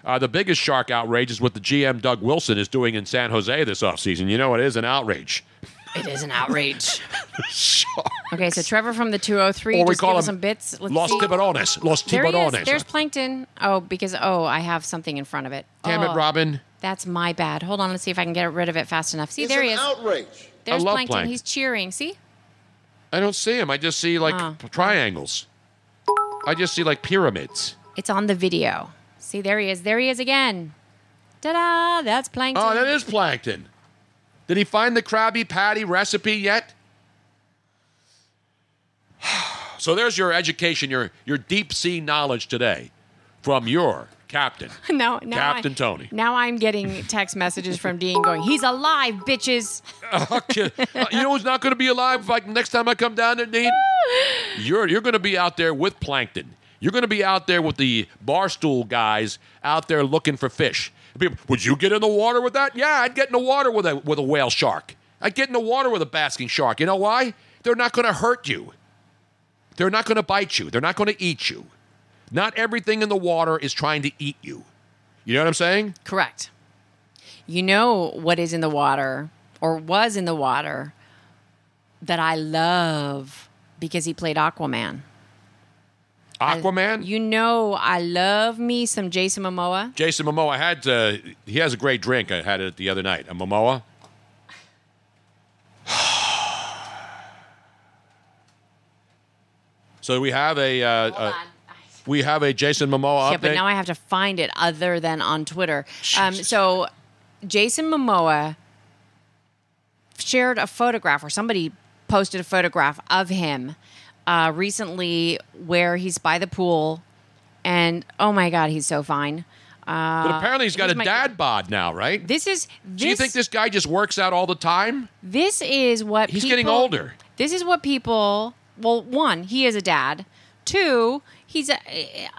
Uh, the biggest shark outrage is what the GM Doug Wilson is doing in San Jose this offseason. You know, it is an outrage.
It is an outrage. Okay, so Trevor from the 203
Or we
just
call
gave us
him
some bits. Let's
Los
see.
Tiburones. Los
There he is.
Tiburones.
There's plankton. Oh, because oh, I have something in front of it.
Damn it,
Oh,
Robin.
That's my bad. Hold on, let's see if I can get rid of it fast enough. See,
It's
there he
an
is.
outrage.
There's
I love
plankton.
plankton.
He's cheering. See?
I don't see him. I just see like
Oh.
triangles. I just see like pyramids.
It's on the video. See, there he is. There he is again. Ta-da! That's plankton.
Oh, that is plankton. Did he find the Krabby Patty recipe yet? So there's your education, your your deep sea knowledge today from your captain,
no, now
Captain
I,
Tony.
Now I'm getting text messages from Dean going, "He's alive, bitches."
Okay. Uh, you know who's not going to be alive if I, next time I come down there, Dean? You're you're going to be out there with plankton. You're going to be out there with the barstool guys out there looking for fish. People, Would you get in the water with that? Yeah, I'd get in the water with a with a whale shark. I'd get in the water with a basking shark. You know why? They're not going to hurt you. They're not going to bite you. They're not going to eat you. Not everything in the water is trying to eat you. You know what I'm saying?
Correct. You know what is in the water or was in the water that I love because he played Aquaman.
Aquaman.
You know I love me some Jason Momoa.
Jason Momoa had uh, he has a great drink. I had it the other night. A Momoa. so we have a, uh, uh, we have a Jason Momoa
Yeah,
update.
but now I have to find it other than on Twitter. Um, so Jason Momoa shared a photograph, or somebody posted a photograph of him uh, recently where he's by the pool, and oh my god, he's so fine. Uh,
but apparently he's got a
my-
dad bod now, right?
This is. This,
Do you think this guy just works out all the time?
This is what
He's
people-
getting older.
This is what people. Well, one, he is a dad. Two, he's uh,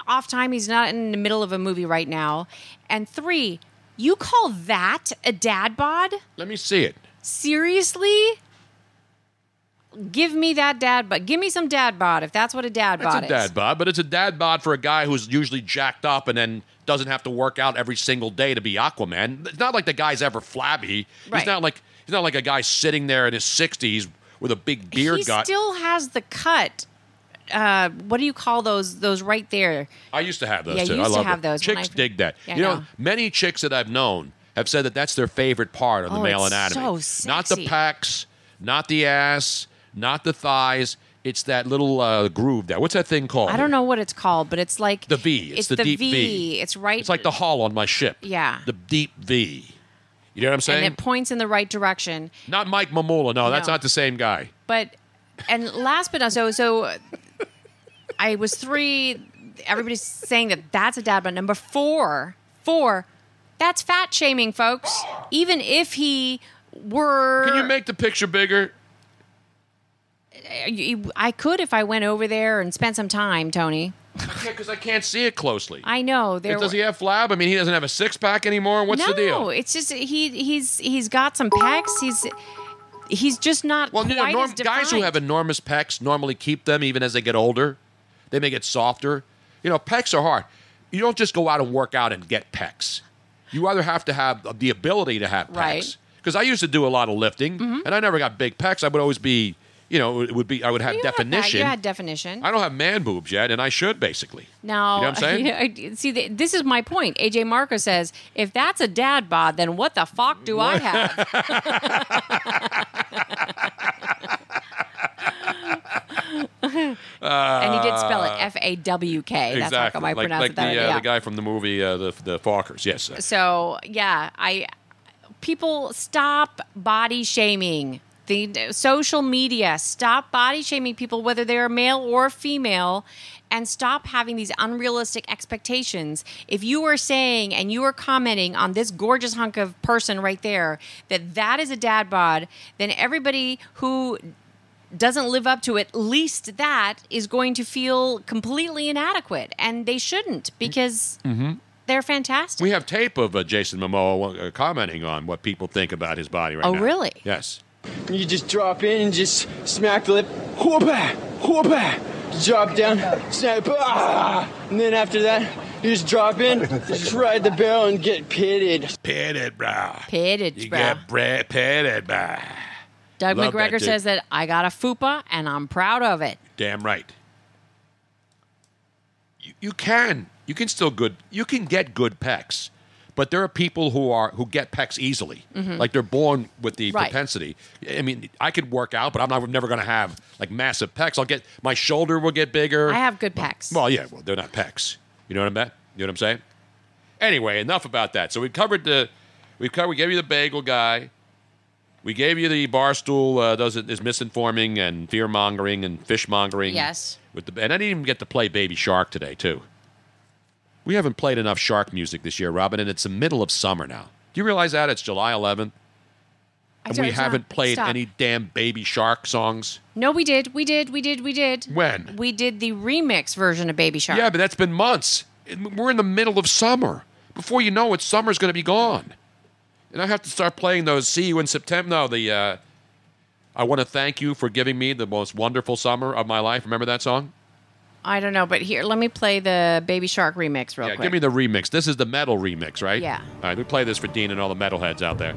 off time. He's not in the middle of a movie right now. And three, you call that a dad bod?
Let me see it.
Seriously? Give me that dad bod. Give me some dad bod if that's what a dad bod
It's a dad bod, but it's a dad bod for a guy who's usually jacked up and then doesn't have to work out every single day to be Aquaman. It's not like the guy's ever flabby.
Right.
He's not like he's not like a guy sitting there in his sixties with a big
is.
beard.
he
guy.
still has the cut. Uh, what do you call those? Those right there.
I used to have those
Yeah, you
too. I
used to
love
have
it.
those when
Chicks
I-
dig that.
Yeah, I
you know,
know.
many chicks that I've known have said that that's their favorite part of the
Oh,
male
it's
anatomy.
so
Not the
sexy.
pecs, not the ass, not the thighs. It's that little uh, groove there. What's that thing called?
I don't know what it's called, but it's like
The V. It's, the, deep
V.
V.
It's right.
It's like the hull on my ship.
Yeah.
The deep V. You know what I'm
and
saying?
it points in the right direction.
not Mike Mamula. No, that's
No.
not the same guy.
But and last but not so so, uh, I was three. Everybody's saying that that's a dad bod. Number four, four, that's fat shaming, folks. Even if he were,
Can you make the picture bigger?
You- I could if I went over there and spent some time, Tony.
I can't because I can't see it closely.
I know there.
Does
were-
he have flab? I mean, he doesn't have a six pack anymore. What's
no,
the deal?
it's just he he's he's got some pecs. He's he's just not well,
You know,
quite
norm-
as defined.
guys who have enormous pecs normally keep them even as they get older. They may get softer. You know, pecs are hard. You don't just go out and work out and get pecs. You either have to have the ability to have pecs.
Right. Mm-hmm.
Because I used to do a lot of lifting, and I never got big pecs. I would always be, you know, it would be. I would have
You had that-
definition.
you had definition.
I don't have man boobs yet, and I should basically.
Now,
you know what I'm saying?
I do- see, th- this is my point. AJ Marco says, if that's a dad bod, then what the fuck do I have? and he did spell it F A W K. That's how
Uh, Exactly.
come I
like,
pronounced
like
it that
the,
way.
uh,
yeah.
the guy from the movie, uh, the the Falkers. Yes. uh,
So yeah, I people stop body shaming. The d- social media stop body shaming people, whether they are male or female, and stop having these unrealistic expectations. If you are saying and you are commenting on this gorgeous hunk of person right there that that is a dad bod, then everybody who doesn't live up to at least that is going to feel completely inadequate, and they shouldn't because
Mm-hmm.
they're fantastic.
We have tape of uh, Jason Momoa uh, commenting on what people think about his body right
Oh,
now.
really?
Yes.
You just drop in and just smack the lip. Whoopah! Whoopah! Drop down, snap. Ah! And then after that, you just drop in, just ride the barrel and get pitted.
Pitted, brah.
Pitted,
You
bruh.
get bre- pitted, brah.
Doug
Love that
McGregor
dude.
says that I got a fupa and I'm proud of it.
Damn right. You, you can. You can still good. You can get good pecs, but there are people who are who get pecs easily.
Mm-hmm.
Mhm.
Like they're born with the
Right.
propensity. I mean, I could work out, but I'm not I'm never going to have like massive pecs. I'll get my shoulder will get bigger.
I have good pecs.
Well, yeah, well, they're not pecs. You know what I mean? You know what I'm saying? Anyway, enough about that. So we covered the, we covered. We gave you the bagel guy. We gave you the barstool. Uh, does it is misinforming and fear mongering and fish mongering.
Yes.
With the and I didn't even get to play Baby Shark today too. We haven't played enough shark music this year, Robin, and it's the middle of summer now. Do you realize that it's July 11th,
I
and
don't-
we
it's not-
haven't played
stop.
any damn Baby Shark songs?
No, we did. We did. We did. We did.
When?
We did the remix version of Baby Shark.
Yeah, but that's been months. And We're in the middle of summer. Before you know it, summer's going to be gone. And I have to start playing those See You in September. No, the uh, I want to thank you for giving me the most wonderful summer of my life. Remember that song?
I don't know, but here, let me play the Baby Shark remix real
Yeah,
quick.
give me the remix. This is the metal remix, right?
Yeah.
All right, we play this for Dean and all the metalheads out there.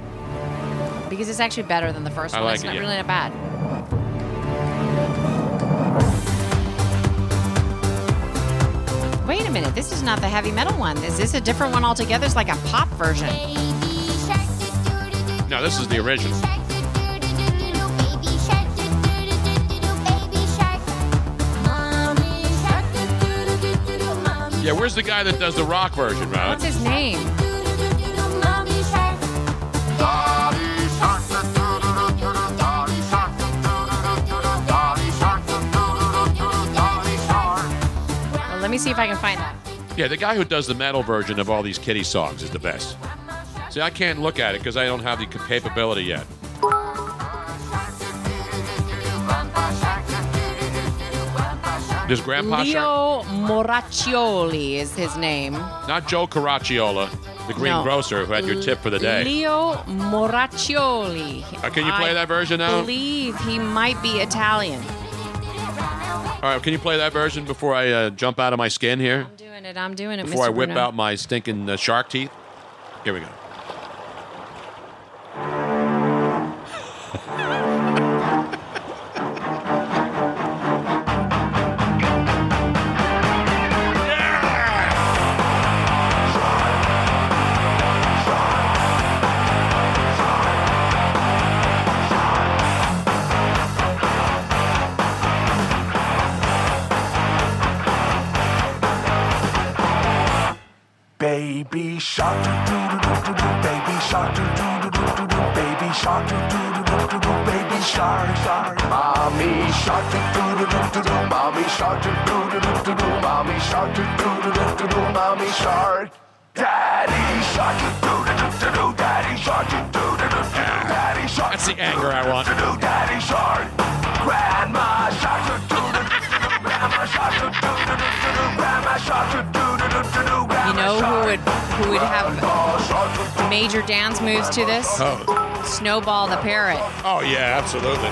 because it's actually better than the first
I
one.
like
it's
it,
not
yeah.
really not bad. Wait a minute. This is not the heavy metal one. Is this a different one altogether? It's like a pop version.
No, this is the original. Yeah, where's the guy that does the rock version, Ron?
What's his name? Well, let me see if I can find that.
Yeah, the guy who does the metal version of all these kitty songs is the best. See, I can't look at it because I don't have the capability yet. Does Grandpa Shark?
Leo Moraccioli is his name.
Not Joe Caracciola, the green
No.
grocer who had your tip for the day.
Leo Moraccioli.
Uh, can you play
I
that version now?
believe he might be Italian.
All right, can you play that version before I uh, jump out of my skin here?
Doing it. I'm doing it.
Before
Mr.
I whip
Bruno.
out my stinking uh, shark teeth. Here we go.
Baby shark, doo-doo-doo-doo-doo, baby shark, doo-doo-doo-doo-doo, baby shark, doo-doo-doo-doo-doo, baby shark, shark. Mommy shark, doo-doo-doo-doo-doo, mommy shark, doo-doo-doo-doo-doo, mommy shark, doo-doo-doo-doo-doo, mommy shark. Daddy shark, doo-doo-doo-doo-doo, daddy shark, doo-doo-doo-doo, daddy shark.
That's the anger I want.
doo-doo-doo, Daddy shark, grandma shark, doo-doo-doo-doo-doo, grandma shark, doo-doo-doo-doo-doo, grandma shark, doo-doo-doo-doo-doo,
You
grandma
know who
shark.
would who would have major dance moves to this?
Oh.
Snowball the parrot.
Oh yeah, absolutely.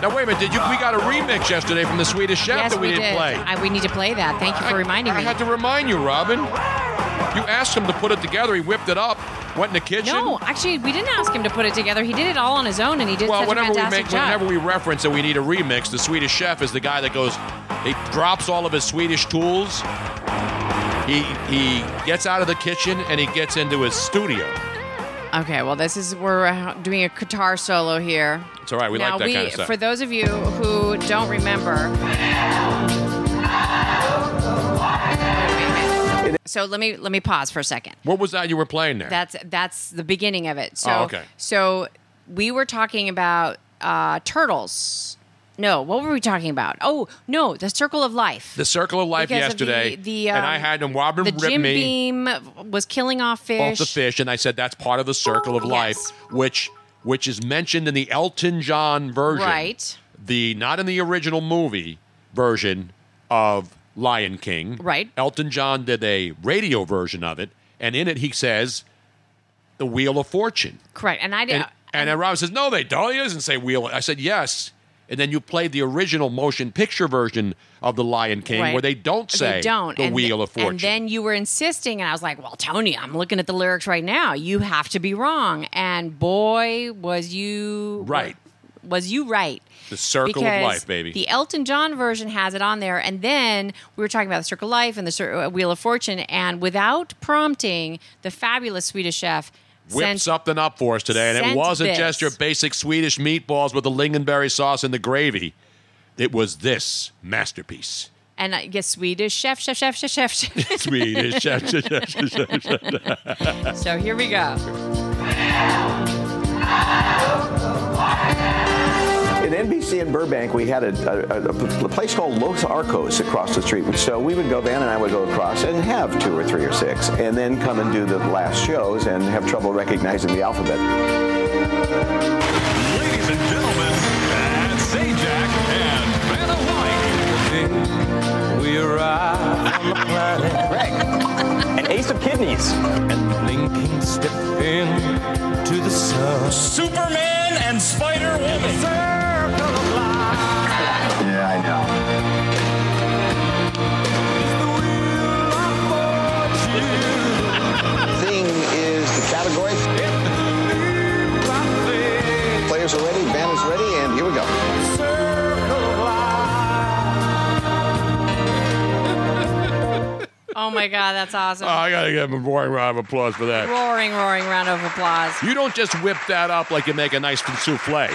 Now wait a minute, did you? We got a remix yesterday from the Swedish Chef
yes,
that we,
we,
didn't
did.
play.
I, we need to play that. Thank you for reminding
I
me.
had to remind you, Robin. You asked him to put it together. He whipped it up. Went in the kitchen.
no, actually, we didn't ask him to put it together. He did it all on his own, and he did
Well,
such a
whenever we
fantastic
make,
job.
whenever we reference that we need a remix, the Swedish chef is the guy that goes, he drops all of his Swedish tools. He he gets out of the kitchen and he gets into his studio.
Okay, well, this is we're uh, doing a guitar solo here.
It's all right. We
now
like that
we,
kind of stuff.
for those of you who don't remember. So let me let me pause for a second.
what was that you were playing there?
That's that's the beginning of it. So
Oh, okay.
so we were talking about uh, turtles. No, what were we talking about? Oh no, the circle of life.
the Circle of Life
Because of the-
yesterday,
the,
and I
um,
had him Robin
the
rip
Jim
me.
Beam was killing off
off
fish. Oh,
the fish, and I said that's part of the circle of life, which which is mentioned in the Elton John version,
Right.
The not in the original movie version of Lion King, right? Elton John did a radio version of it, and in it he says the Wheel of Fortune,
Correct, and I did.
and and then Robin says no, they don't. He doesn't say wheel. I said yes. And then you played the original motion picture version of the Lion King,
Right.
where they don't
They
say
don't.
the
And
Wheel of Fortune.
And then you were insisting, and I was like, "Well, Tony, I'm looking at the lyrics right now. You have to be wrong." And boy, was you
Right.
Was you right?
The circle of
Because
life, baby.
The Elton John version has it on there, and then we were talking about the Circle of Life and the Cir- uh, Wheel of Fortune, and without prompting, the fabulous Swedish chef
whipped
sent
something up for us today, and it
sent
wasn't
this.
just your basic Swedish meatballs with the lingonberry sauce and the gravy. It was this masterpiece.
and I guess Swedish chef, chef, chef, chef, chef. chef.
Swedish chef. chef, chef, chef, chef, chef.
So here we go.
In NBC in Burbank, we had a, a, a- a place called Los Arcos across the street. So we would go, Van and I would go across and have two or three or six, and then come and do the last shows and have trouble recognizing the alphabet.
Ladies and gentlemen, and Sajak and Vanna White. We arrive on the planet. An ace of kidneys. And blinking step in to the sun. Superman and Spider Woman. Circle of life. Yeah, I know.
Thing is the category. Players are ready, band is ready, and here we go.
Oh my God, that's awesome!
Oh, I gotta give him a roaring round of applause for that.
roaring, roaring round of applause.
You don't just whip that up like you make a nice souffle.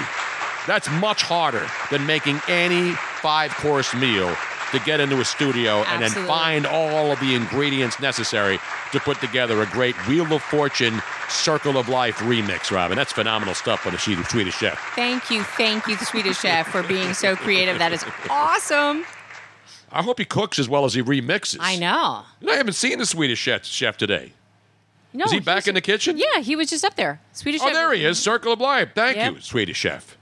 That's much harder than making any five course meal to get into a studio and then
Absolutely.
find all of the ingredients necessary to put together a great Wheel of Fortune Circle of Life remix, Robin. That's phenomenal stuff by the Swedish chef.
Thank you, thank you, Swedish chef, for being so creative. That is awesome.
I hope he cooks as well as he remixes.
I know.
I haven't seen the Swedish chef, chef today.
No,
is he back in the kitchen?
Yeah, he was just up there. Swedish
Oh,
chef.
there he is. Circle of Life. Thank
Yep.
you, Swedish chef.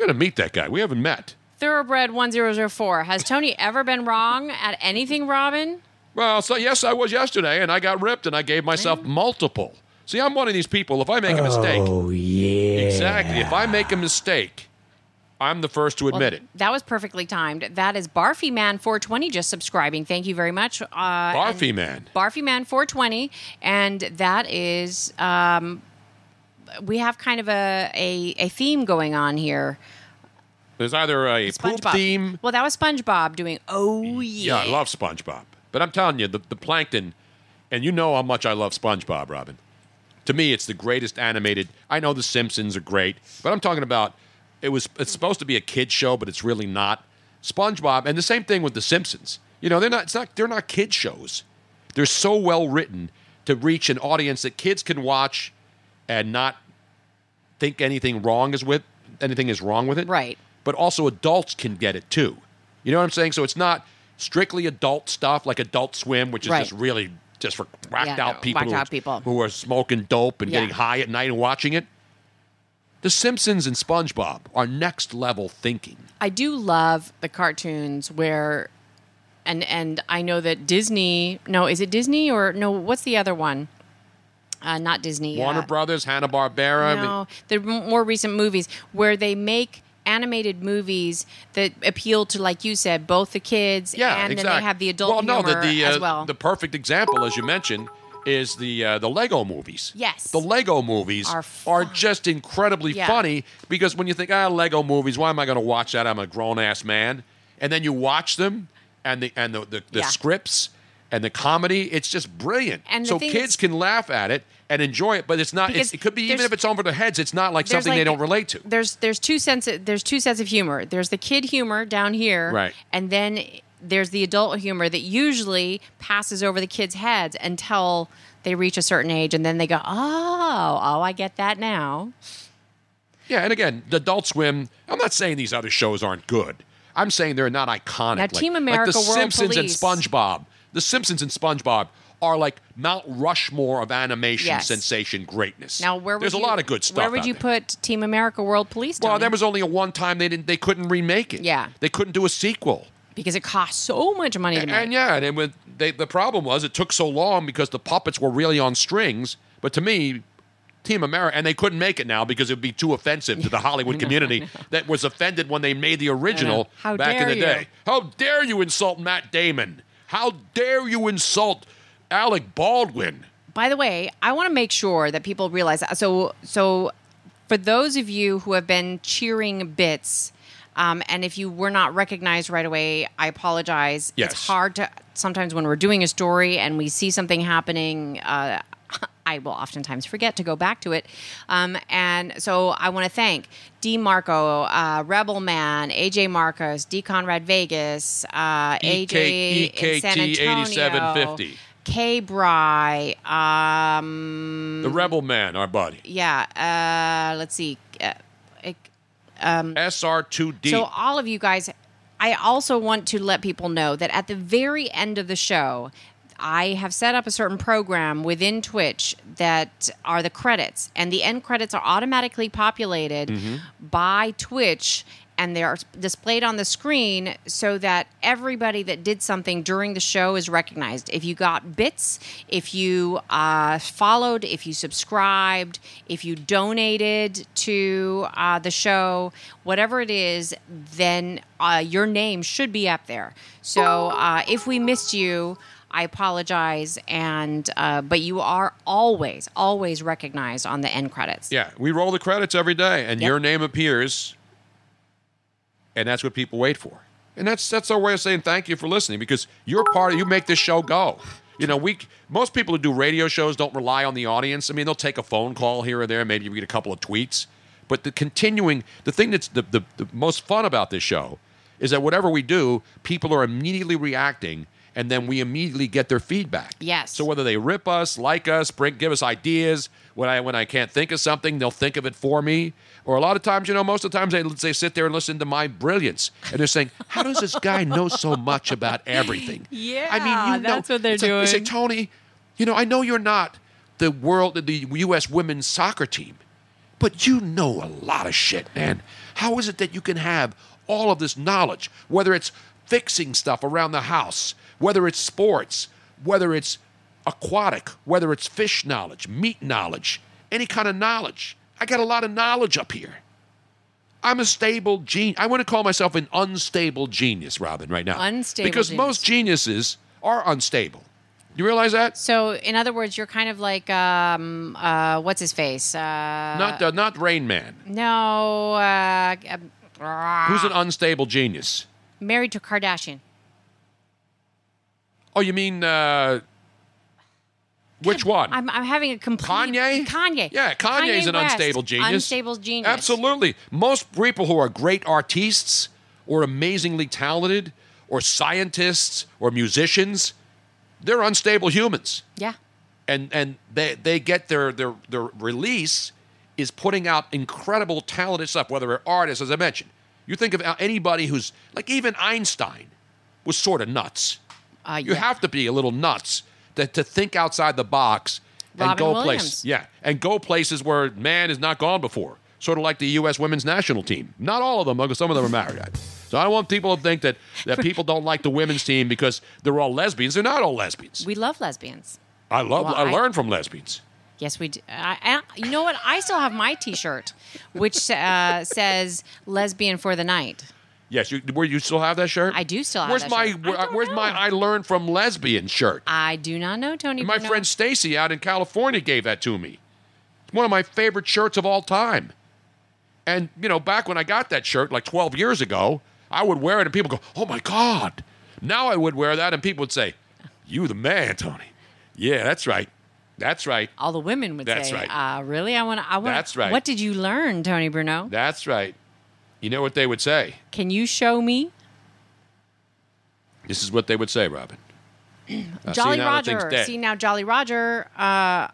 We're going to meet that guy. We haven't met.
Thoroughbred 1004. Has Tony ever been wrong at anything, Robin?
Well, so yes, I was yesterday, and I got ripped, and I gave myself multiple. See, I'm one of these people. If I make a mistake, oh yeah, exactly. If I make a mistake, I'm the first to admit it.
That was perfectly timed. That is Barfy Man 420 just subscribing. Thank you very much. Uh, and-
Barfy man.
Barfy Man 420, and that is um, we have kind of a, a a theme going on here.
There's either a poop
SpongeBob.
theme.
Well, that was SpongeBob doing oh
Yeah,
yeah.
I love SpongeBob. But I'm telling you, the, the plankton, and you know how much I love SpongeBob, Robin. To me, it's the greatest animated. I know The Simpsons are great, but I'm talking about it was. It's supposed to be a kid show, but it's really not. SpongeBob, and the same thing with The Simpsons. You know, they're not. It's not. They're not kid shows. They're so well written to reach an audience that kids can watch and not think anything wrong is with anything is wrong with it.
Right.
But also adults can get it too. You know what I'm saying? So it's not strictly adult stuff like Adult Swim, which is
Right.
just really just for whacked
Yeah,
out
no,
people,
whacked
who,
out people.
who are smoking dope and
Yeah.
getting high at night and watching it. The Simpsons and SpongeBob are next level thinking.
I do love the cartoons where, and and I know that Disney. No, is it Disney or no? What's the other one? Uh, not Disney. uh,
Warner Brothers, Hanna Barbera.
No, the m- more recent movies where they make animated movies that appeal to, like you said, both the kids and then they have the adult
well, no,
humor
the, the, uh,
as well.
The perfect example, as you mentioned, is the uh, the Lego movies.
Yes.
the Lego movies
Are
are, just incredibly
Yeah.
funny because when you think, ah, Lego movies, why am I going to watch that? I'm a grown ass man, and then you watch them and the and the the, the
Yeah.
scripts and the comedy, it's just brilliant.
And the
so
thing
kids
is-
can laugh at it and enjoy it, but it's not. It's,
Because
it could be even
there's-
if it's over their heads, it's not like
There's
something they
like-
don't relate to.
There's there's two sets of, there's two sets of humor. There's the kid humor down here,
Right.
and then there's the adult humor that usually passes over the kids' heads until they reach a certain age, and then they go, oh, oh, I get that now.
Yeah, and again, the Adult Swim. I'm not saying these other shows aren't good. I'm saying they're not iconic.
Now,
like,
Team
like
America,
the
World
Simpsons
Police.
and SpongeBob. The Simpsons and SpongeBob are like Mount Rushmore of animation
Yes.
sensation greatness.
Now, where would
there's
you-
a lot of good stuff.
Where would
out
you
there.
put Team America: World Police?
Well,
Tony?
there was only a one time they didn't. They couldn't remake it.
Yeah.
they couldn't do a sequel.
because it costs so much money to
And,
make.
and yeah, and it went- they, the problem was it took so long because the puppets were really on strings. But to me, Team America, and they couldn't make it now because it would be too offensive to the Hollywood community that was offended when they made the original
How
back in
dare
the
you.
day. How dare you insult Matt Damon? How dare you insult Alec Baldwin?
By the way, I want to make sure that people realize that. So, so for those of you who have been cheering bits, um, and if you were not recognized right away, I apologize.
Yes.
It's hard to sometimes when we're doing a story and we see something happening. Uh, I will oftentimes forget to go back to it. Um, and so I want to thank D. Marco, uh, Rebel Man, AJ Marcos, D. Conrad Vegas, uh, AJ in San Antonio,
8750.
K. Bry, um,
Mm.
The Rebel Man, our buddy.
yeah, uh, let's see. Uh, it-
Mm.
um,
SR2D.
so all of you guys, I also want to let people know that at the very end of the show, I have set up a certain program within Twitch that are the credits, and the end credits are automatically populated by Twitch and they are displayed on the screen so that everybody that did something during the show is recognized. If you got bits, if you uh, followed, if you subscribed, if you donated to uh, the show, whatever it is, then uh, your name should be up there. So uh, if we missed you, I apologize, and uh, but you are always, always recognized on the end credits.
Yeah, we roll the credits every day, and
Yep.
your name appears, and that's what people wait for. And that's that's our way of saying thank you for listening because you're part of you make this show go. You know, we most people who do radio shows don't rely on the audience. I mean, they'll take a phone call here or there, maybe we get a couple of tweets. But the continuing, the thing that's the, the, the most fun about this show is that whatever we do, people are immediately reacting, and then we immediately get their feedback.
Yes.
So whether they rip us, like us, bring, give us ideas, when I when I can't think of something, they'll think of it for me. Or a lot of times, you know, most of the times they they sit there and listen to my brilliance, and they're saying, "How does this guy know so much about everything?"
Yeah,
I mean, you know,
that's what they're
it's like- they say,
doing.
Tony, you know, I know you're not the world, the U.S. women's soccer team, but you know a lot of shit, man. How is it that you can have all of this knowledge, whether it's fixing stuff around the house, whether it's sports, whether it's aquatic, whether it's fish knowledge, meat knowledge, any kind of knowledge. I got a lot of knowledge up here. I'm a stable genius. I want to call myself an unstable genius, Robin, right now.
Unstable
Because
genius.
most geniuses are unstable. You realize that?
So, in other words, you're kind of like um, uh, what's his face? Uh,
not the, not Rain Man.
no, uh, um, ah,
Who's an unstable genius?
married to Kardashian.
Oh, you mean uh, which one?
I'm, I'm having a complete Kanye. Kanye.
Yeah, Kanye's an
West,
unstable genius.
Unstable genius.
Absolutely. Most people who are great artists or amazingly talented or scientists or musicians, they're unstable humans.
Yeah.
And and they, they get their, their their release is putting out incredible talented stuff, whether they're artists, as I mentioned. You think of anybody who's like even Einstein was sort of nuts. you
Uh, yeah.
have to be a little nuts to, to think outside the box and
Robin
go
Williams.
places. Yeah, and go places where man has not gone before. Sort of like the U.S. women's national team. Not all of them, because some of them are married. So I don't want people to think that, that people don't like the women's team because they're all lesbians. They're not all lesbians.
We love lesbians.
I love.
Well,
I,
I-
learned from lesbians.
Yes, we do. I, I, you know what? I still have my T-shirt, which uh, says "lesbian for the night."
Yes, you. Where you still have that shirt? I
do still have
Where's
that
my
shirt. I
where- Where's my I learned from lesbians shirt?
I do not know Tony.
And my
Bruno.
friend Stacy out in California gave that to me. It's one of my favorite shirts of all time. And you know, back when I got that shirt, like 12 years ago, I would wear it and people go, "Oh my god!" Now I would wear that and people would say, "You the man, Tony." Yeah, that's right. That's right.
All the women would
That's
say,
right.
uh, "Really? I want to." I want.
That's right.
What did you learn, Tony Bruno?
That's right. You know what they would say?
Can you show me?
This is what they would say, Robin. Uh, see,
Jolly
now that thing's
Roger.
dead.
See now, Jolly Roger. Uh,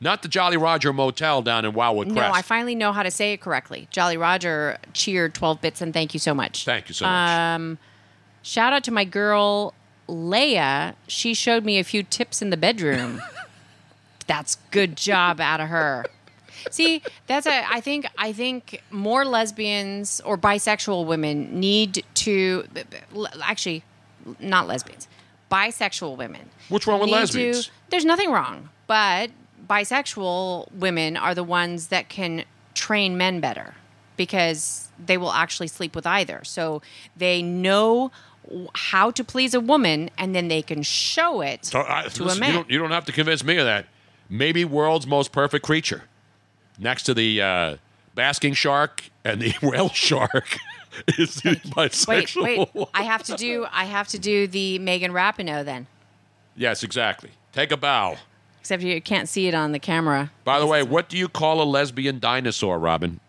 Not the Jolly Roger Motel down in Wildwood
no,
Crest.
I finally know how to say it correctly. Jolly Roger cheered twelve bits and thank you so much.
Thank you so much.
Um, shout out to my girl Leia. She showed me a few tips in the bedroom. that's good job out of her. See, that's a. I think I think more lesbians or bisexual women need to. b- b- l- Actually, not lesbians, bisexual women.
What's wrong with
need to-
lesbians?
there's nothing wrong, but bisexual women are the ones that can train men better because they will actually sleep with either. So they know w- how to please a woman, and then they can show it
So, I-
to
listen,
a man.
You don't, you don't have to convince me of that. Maybe world's most perfect creature, next to the uh, basking shark and the whale shark, is the
Wait,
bisexual.
wait.
one.
I have to do. I have to do the Megan Rapinoe then.
Yes, exactly. Take a bow.
Except you can't see it on the camera.
By the way, what do you call a lesbian dinosaur, Robin?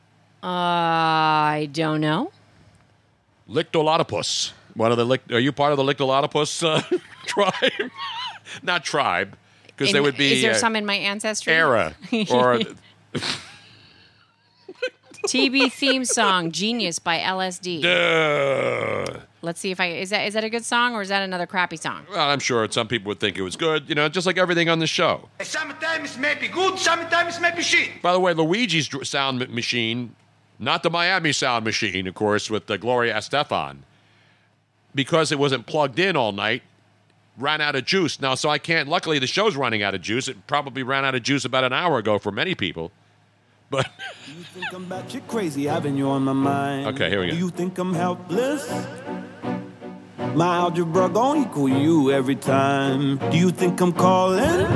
Uh, I don't know.
Lictolotopus. One of the lic- are you part of the Lictolotopus uh, tribe? Not tribe, because
In-
there would be
Is there
uh,
some in my ancestry?
era or
TB theme song "Genius" by LSD.
Duh.
Let's see if I is that is that a good song or is that another crappy song?
Well, I'm sure some people would think it was good, you know, just like everything on the show.
Sometimes it may be good, sometimes it may be shit.
By the way, Luigi's dr- sound m- machine, not the Miami sound machine, of course, with uh, Gloria Estefan, because it wasn't plugged in all night, ran out of juice. Now, so I can't, luckily, the show's running out of juice. It probably ran out of juice about an hour ago for many people. But,
You think I'm batshit crazy having you on my mind.
Hmm. okay, here we
Do
go.
you think I'm helpless? My algebra gon' equal you every time. Do you think I'm calling?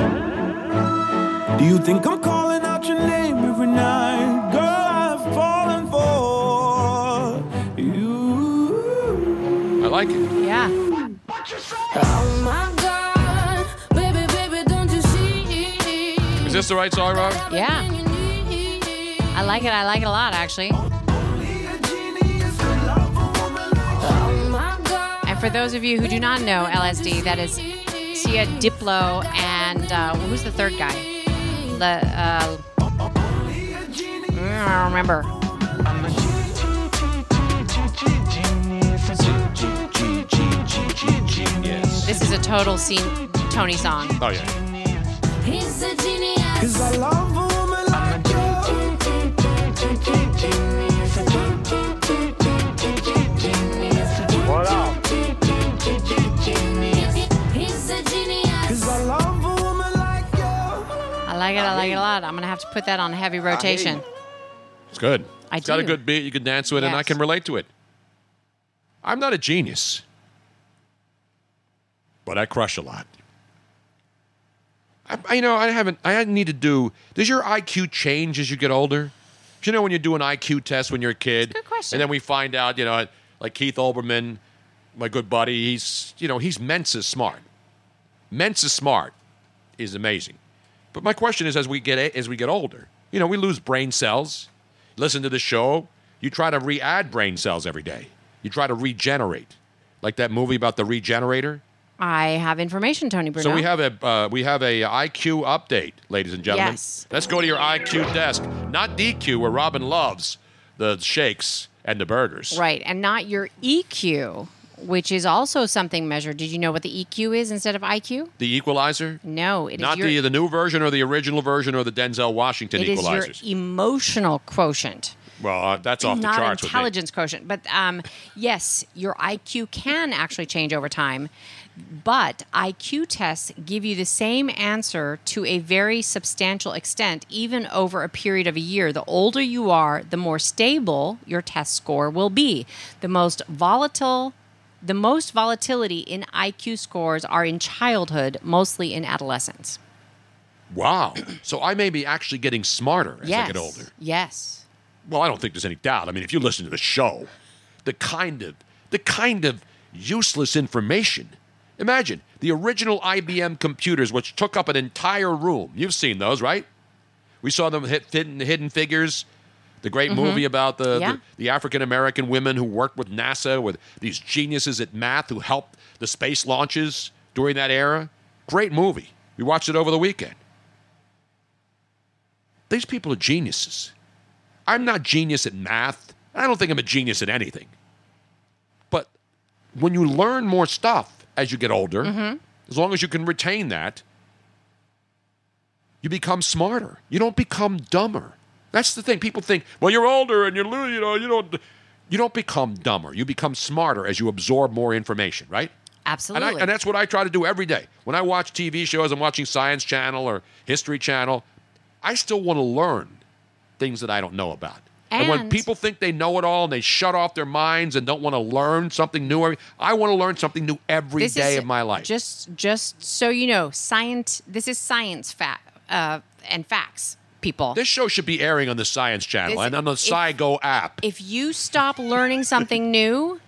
Do you think I'm calling out your name every night? Girl, I've fallen for you.
I like it.
Yeah.
Oh my God, baby, baby, don't you see?
Is this the right song, Rob?
Yeah. I like it. I like it a lot, actually. And for those of you who do not know LSD, that is Sia Diplo and uh, who's the third guy? The, uh, I don't remember. This is a total scene Tony song.
Oh, yeah.
He's a genius.
Cause I love a woman like you.
my god, I'm going to have to put that on heavy rotation.
It's good.
I
it's got a
do.
good beat. You can dance to it, and I
Yes.
can relate to it. I'm not a genius, but I crush a lot. I, I- you know, I haven't. I need to do. Does your IQ change as you get older? 'Cause You know, when you do an IQ test when you're a kid,
good question.
and then we find out, you know, like Keith Olbermann, my good buddy, he's you know he's Mensa smart. Mensa smart is amazing. But my question is, as we get as we get older, you know, we lose brain cells. Listen to the show. You try to re-add brain cells every day. You try to regenerate, like that movie about the regenerator.
I have information, Tony Bruno.
So we have a uh, we have a IQ update, ladies and gentlemen.
Yes.
Let's go to your IQ desk, not DQ, where Robin loves the shakes and the burgers.
Right, and not your EQ, which is also something measured. Did you know what the EQ is instead of IQ?
The equalizer.
No, it is
Not
your,
the the new version or the original version or the Denzel Washington
it is your
equalizers.
emotional quotient.
well, uh, that's off the
not
charts with me.
intelligence quotient. But um, yes, your IQ can actually change over time. But IQ tests give you the same answer to a very substantial extent, even over a period of a year. The older you are, the more stable your test score will be. The most volatile, the most volatility in IQ scores are in childhood, mostly in adolescence.
Wow. So I may be actually getting smarter as
yes.
I get older.
Yes.
Well, I don't think there's any doubt. I mean, if you listen to the show, the kind of the kind of useless information. Imagine the original IBM computers, which took up an entire room. You've seen those, right? We saw them hit hidden, hidden figures. The great
Mhm.
movie about the,
Yeah.
the, the African American women who worked with NASA, with these geniuses at math who helped the space launches during that era. Great movie. We watched it over the weekend. These people are geniuses. I'm not genius at math. I don't think I'm a genius at anything. But when you learn more stuff as you get older, as long as you can retain that, you become smarter. You don't become dumber. That's the thing. People think, well, you're older and you're lo- you know you don't you don't become dumber. You become smarter as you absorb more information, right?
Absolutely.
And, I, and that's what I try to do every day. When I watch TV shows, I'm watching Science Channel or History Channel. I still want to learn things that I don't know about. And, when
And-
people think they know it all and they shut off their minds and don't want to learn something new, every- I want to learn something new every day
This is
of my life.
Just, just so you know, science. This is science fact uh, and facts, people.
This show should be airing on the Science Channel
This-
and on the
if-
SciGo app.
If you stop learning something new,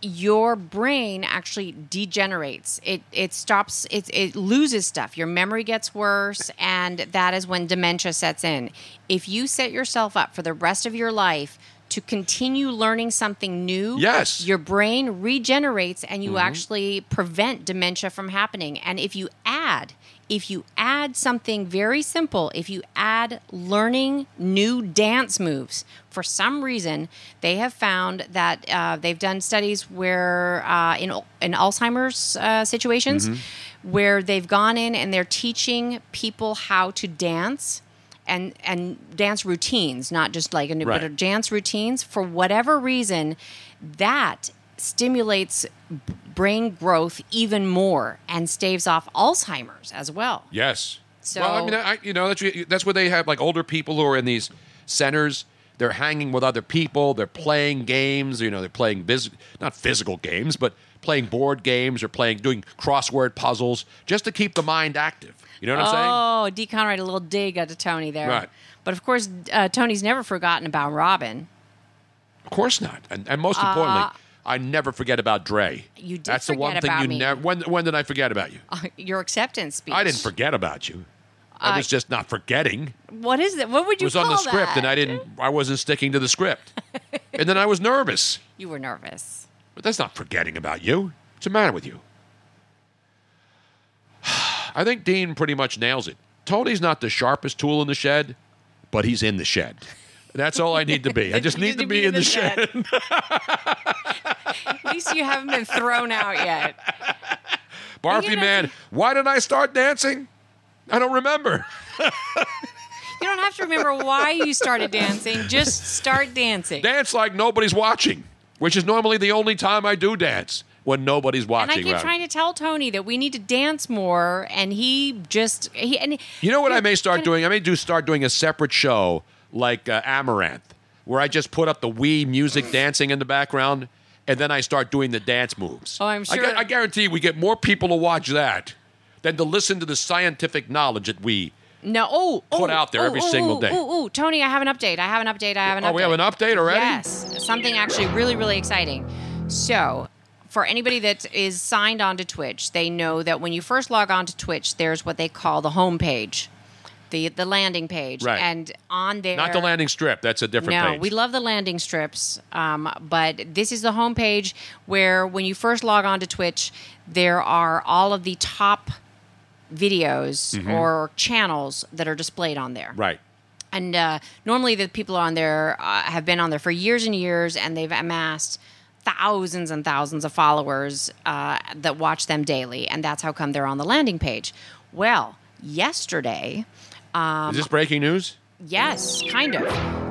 your brain actually degenerates. It it stops. It it loses stuff. Your memory gets worse, and that is when dementia sets in. If you set yourself up for the rest of your life. To continue learning something new,
Yes.
your brain regenerates and you
Mhm.
actually prevent dementia from happening. And if you add, if you add something very simple, if you add learning new dance moves, for some reason, they have found that uh, they've done studies where uh, in, in Alzheimer's uh, situations,
Mhm.
where they've gone in and they're teaching people how to dance and and dance routines, not just like a new
Right.
bit of dance routines. For whatever reason, that stimulates b- brain growth even more and staves off Alzheimer's as well.
Yes.
So-
well, I mean, I, you know, that's that's where they have like older people who are in these centers. They're hanging with other people. They're playing games. You know, they're playing vis- not physical games, but playing board games or playing doing crossword puzzles just to keep the mind active. You know what I'm
Oh, D. Conrad, a little dig to Tony there.
Right.
But of course, uh, Tony's never forgotten about Robin.
saying? Of course not. And, and most importantly,
Uh,
I never forget about Dre.
You did
That's the one
forget
thing
about
you
me.
never. When when did I forget about you?
Uh, Your acceptance speech.
I didn't forget about you. I
Uh,
was just not forgetting.
What is that? What would
It
you
was on the
call
script,
that?
and I didn't. I wasn't sticking to the script, and then I was nervous.
You were nervous.
But that's not forgetting about you. What's the matter with you? I think Dean pretty much nails it. Tony's not the sharpest tool in the shed, but he's in the shed. That's all I need to be. I just need to be, in the, shed.
At least you haven't been thrown out yet.
Barfy man, why did I start dancing? I don't remember.
You don't have to remember why you started dancing. Just start dancing.
Dance like nobody's watching, which is normally the only time I do dance. when nobody's
And I
watching.
keep
right?
trying to tell Tony that we need to dance more, and he just he and
You know what I may start doing? I may do start doing a separate show like uh, Amaranth, where I just put up the Wii music dancing in the background, and then I start doing the dance moves.
Oh, I'm
I,
sure.
gu- I guarantee we get more people to watch that than to listen to the scientific knowledge that we.
no, oh,
Put
oh,
out there
oh,
every
oh,
single
oh,
day.
Oh, oh, Tony, I have an update. I have an update. I have an update.
Oh, we have an update already?
Yes, something actually really, really exciting. So, for anybody that is signed on to Twitch, they know that when you first log on to Twitch, there's what they call the home page, the the landing page,
Right.
and on there,
Not the landing strip. That's a different
no,
page.
we love the landing strips, um, but this is the homepage where when you first log on to Twitch, there are all of the top videos
Mhm.
or channels that are displayed on there.
right.
And uh, normally the people on there uh, have been on there for years and years, and they've amassed thousands and thousands of followers uh, that watch them daily, and that's how come they're on the landing page. Well, yesterday. Um,
Is this breaking news?
Yes, kind of.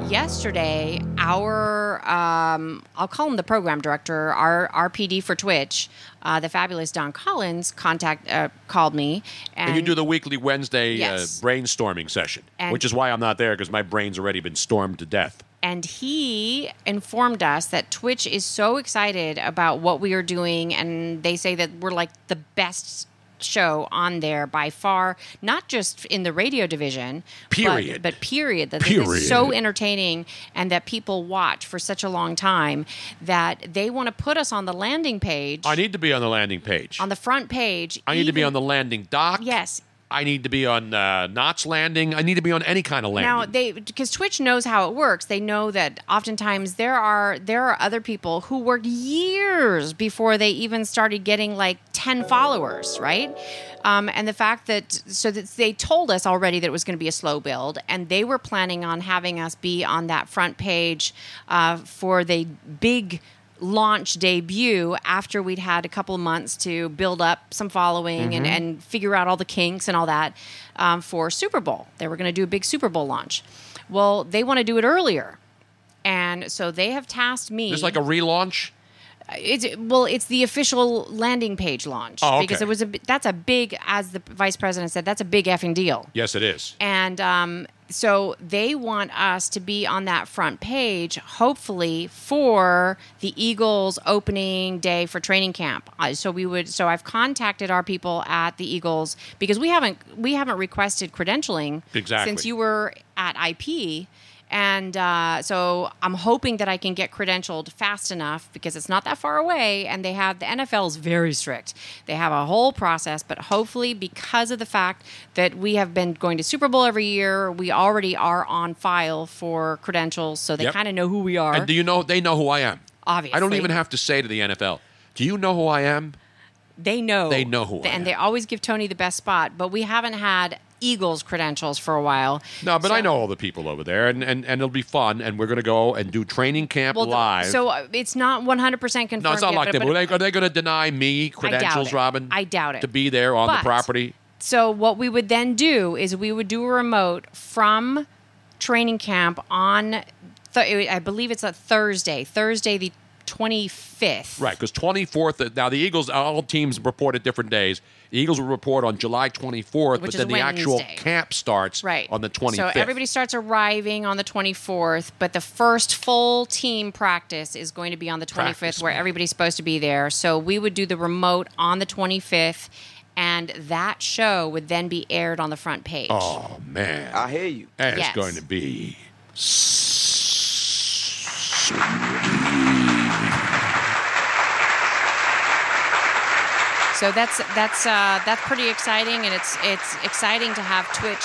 Yesterday, our um, I'll call him the program director, our RPD for Twitch, uh, the fabulous Don Collins, contact uh, called me, and,
And, you do the weekly Wednesday
Yes.
uh, brainstorming session,
And-
which is why I'm not there because my brain's already been stormed to death.
and he informed us that Twitch is so excited about what we are doing, and they say that we're like the best show on there by far, not just in the radio division, but-
Period.
but, period. That it is so
Period.
entertaining, and that people watch for such a long time that they want to put us on the landing page,
I need to be on the landing page.
on the front page.
I need to be
even-
on the landing dock.
Yes,
I need to be on uh, Knots Landing. I need to be on any kind of landing.
Now they because Twitch knows how it works. They know that oftentimes there are there are other people who worked years before they even started getting like ten followers, right? Um, and the fact that so that they told us already that it was going to be a slow build, and they were planning on having us be on that front page uh, for the big launch debut after we'd had a couple of months to build up some following
Mm-hmm.
and,
Mhm.
and figure out all the kinks and all that um, for Super Bowl. They were going to do a big Super Bowl launch. Well, they want to do it earlier. And so they have tasked me.
Just like a relaunch.
It's well, it's the official landing page launch
Oh, okay.
because it was a bi- that's a big as the vice president said that's a big effing deal.
Yes, it is.
And um, so they want us to be on that front page, hopefully for the Eagles opening day for training camp. Uh, so we would. So I've contacted our people at the Eagles because we haven't we haven't requested credentialing
Exactly.
since you were at IP. And uh, so I'm hoping that I can get credentialed fast enough because it's not that far away. And they have the NFL is very strict. They have a whole process, but hopefully, because of the fact that we have been going to Super Bowl every year, we already are on file for credentials. So they
Yep.
kind of know who we are.
And do you know? They know who I am.
Obviously.
I don't even have to say to the NFL, "Do you know who I am?"
They know.
They know who I
And they always give Tony the best spot, but we haven't had Eagles credentials for a while.
No, but I
So-
know all the people over there, and, and, and it'll be fun. And we're gonna go and do training camp
Well, the-
live.
so uh, it's not 100% confirmed.
no, it's not
yet,
like
but-
that.
but-
Are they, are they gonna deny me credentials,
it.
Robin?
I doubt it.
To be there on
But-
the property.
So what we would then do is we would do a remote from training camp on, th- I believe it's a Thursday, Thursday the 25th.
Right, because 24th. Now the Eagles, all teams report at different days. The Eagles will report on July 24th,
Which
but
is
then the actual
Wednesday.
camp starts
Right.
on the 25th.
So everybody starts arriving on the 24th, but the first full team practice is going to be on the 25th
Practice,
where everybody's supposed to be there. So we would do the remote on the 25th and that show would then be aired on the front page.
Oh man, I hear you. That's
Yes.
going to be.
So that's that's uh, that's pretty exciting, and it's it's exciting to have Twitch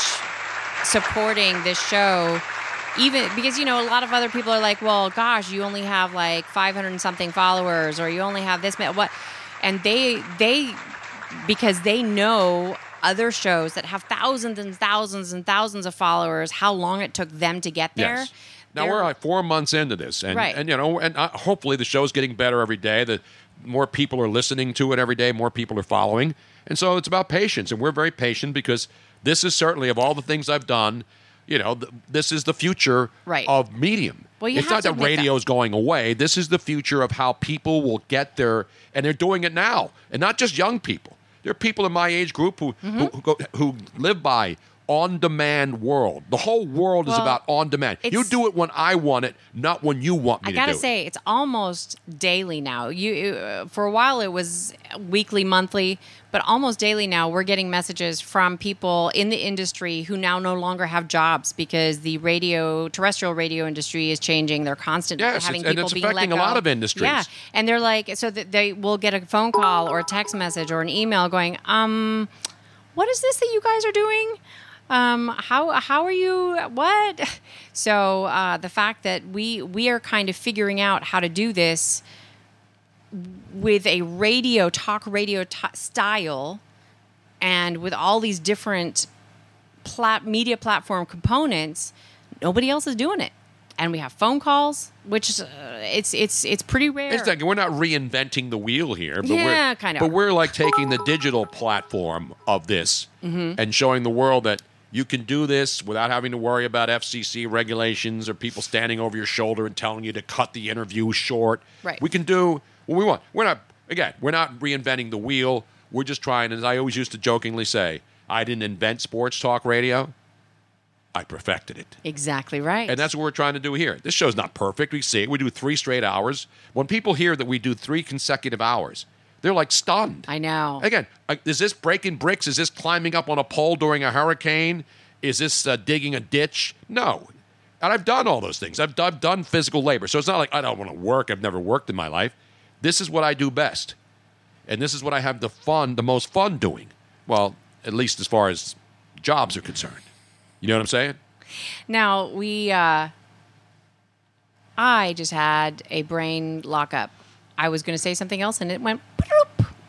supporting this show, even because you know a lot of other people are like, well, gosh, you only have like 500 and something followers, or you only have this many, what, and they they because they know other shows that have thousands and thousands and thousands of followers how long it took them to get there.
Yes. Now
They're-
we're like four months into this, and
Right.
and you know, and uh, hopefully the show's getting better every day. The more people are listening to it every day, more people are following, and so it's about patience. And we're very patient because this is certainly of all the things I've done, you know, th- this is the future
Right.
of Medium.
Well, you
it's
have
not
to
that
admit that.
radio's going away. This is the future of how people will get their, and they're doing it now, and not just young people. There are people in my age group who
Mm-hmm.
who, who, go, who live by on-demand world. The whole world is
Well,
about on-demand. You
it's-
do it when I want it, not when you want me
I
to
gotta
do it.
say, it's almost daily now. You uh, for a while it was weekly, monthly, but almost daily now. We're getting messages from people in the industry who now no longer have jobs because the radio, terrestrial radio industry is changing. They're constantly
Yes,
having
it's- and
people
it's
being let
affecting a lot
go.
of industries.
Yeah, and they're like, so that they will get a phone call or a text message or an email going, um, what is this that you guys are doing? Um, how how are you? What? So uh, the fact that we we are kind of figuring out how to do this with a radio talk radio t- style, and with all these different plat- media platform components, nobody else is doing it, and we have phone calls, which is, uh, it's it's it's pretty rare.
It's like we're not reinventing the wheel here, but
Yeah,
we're
kinda.
But we're like taking the digital platform of this
Mhm.
and showing the world that you can do this without having to worry about FCC regulations or people standing over your shoulder and telling you to cut the interview short.
Right.
We can do what we want. We're not again. We're not reinventing the wheel. We're just trying. As I always used to jokingly say, I didn't invent sports talk radio. I perfected it.
exactly right.
And that's what we're trying to do here. This show's not perfect. We see it. We do three straight hours. When people hear that we do three consecutive hours, they're like stunned.
I know.
Again, uh, is this breaking bricks? Is this climbing up on a pole during a hurricane? Is this uh, digging a ditch? No. And I've done all those things. I've, I've done physical labor. So it's not like I don't want to work. I've never worked in my life. This is what I do best. And this is what I have the fun, the most fun doing. Well, at least as far as jobs are concerned. You know what I'm saying?
Now we, uh, I just had a brain lockup. I was going to say something else, and it went.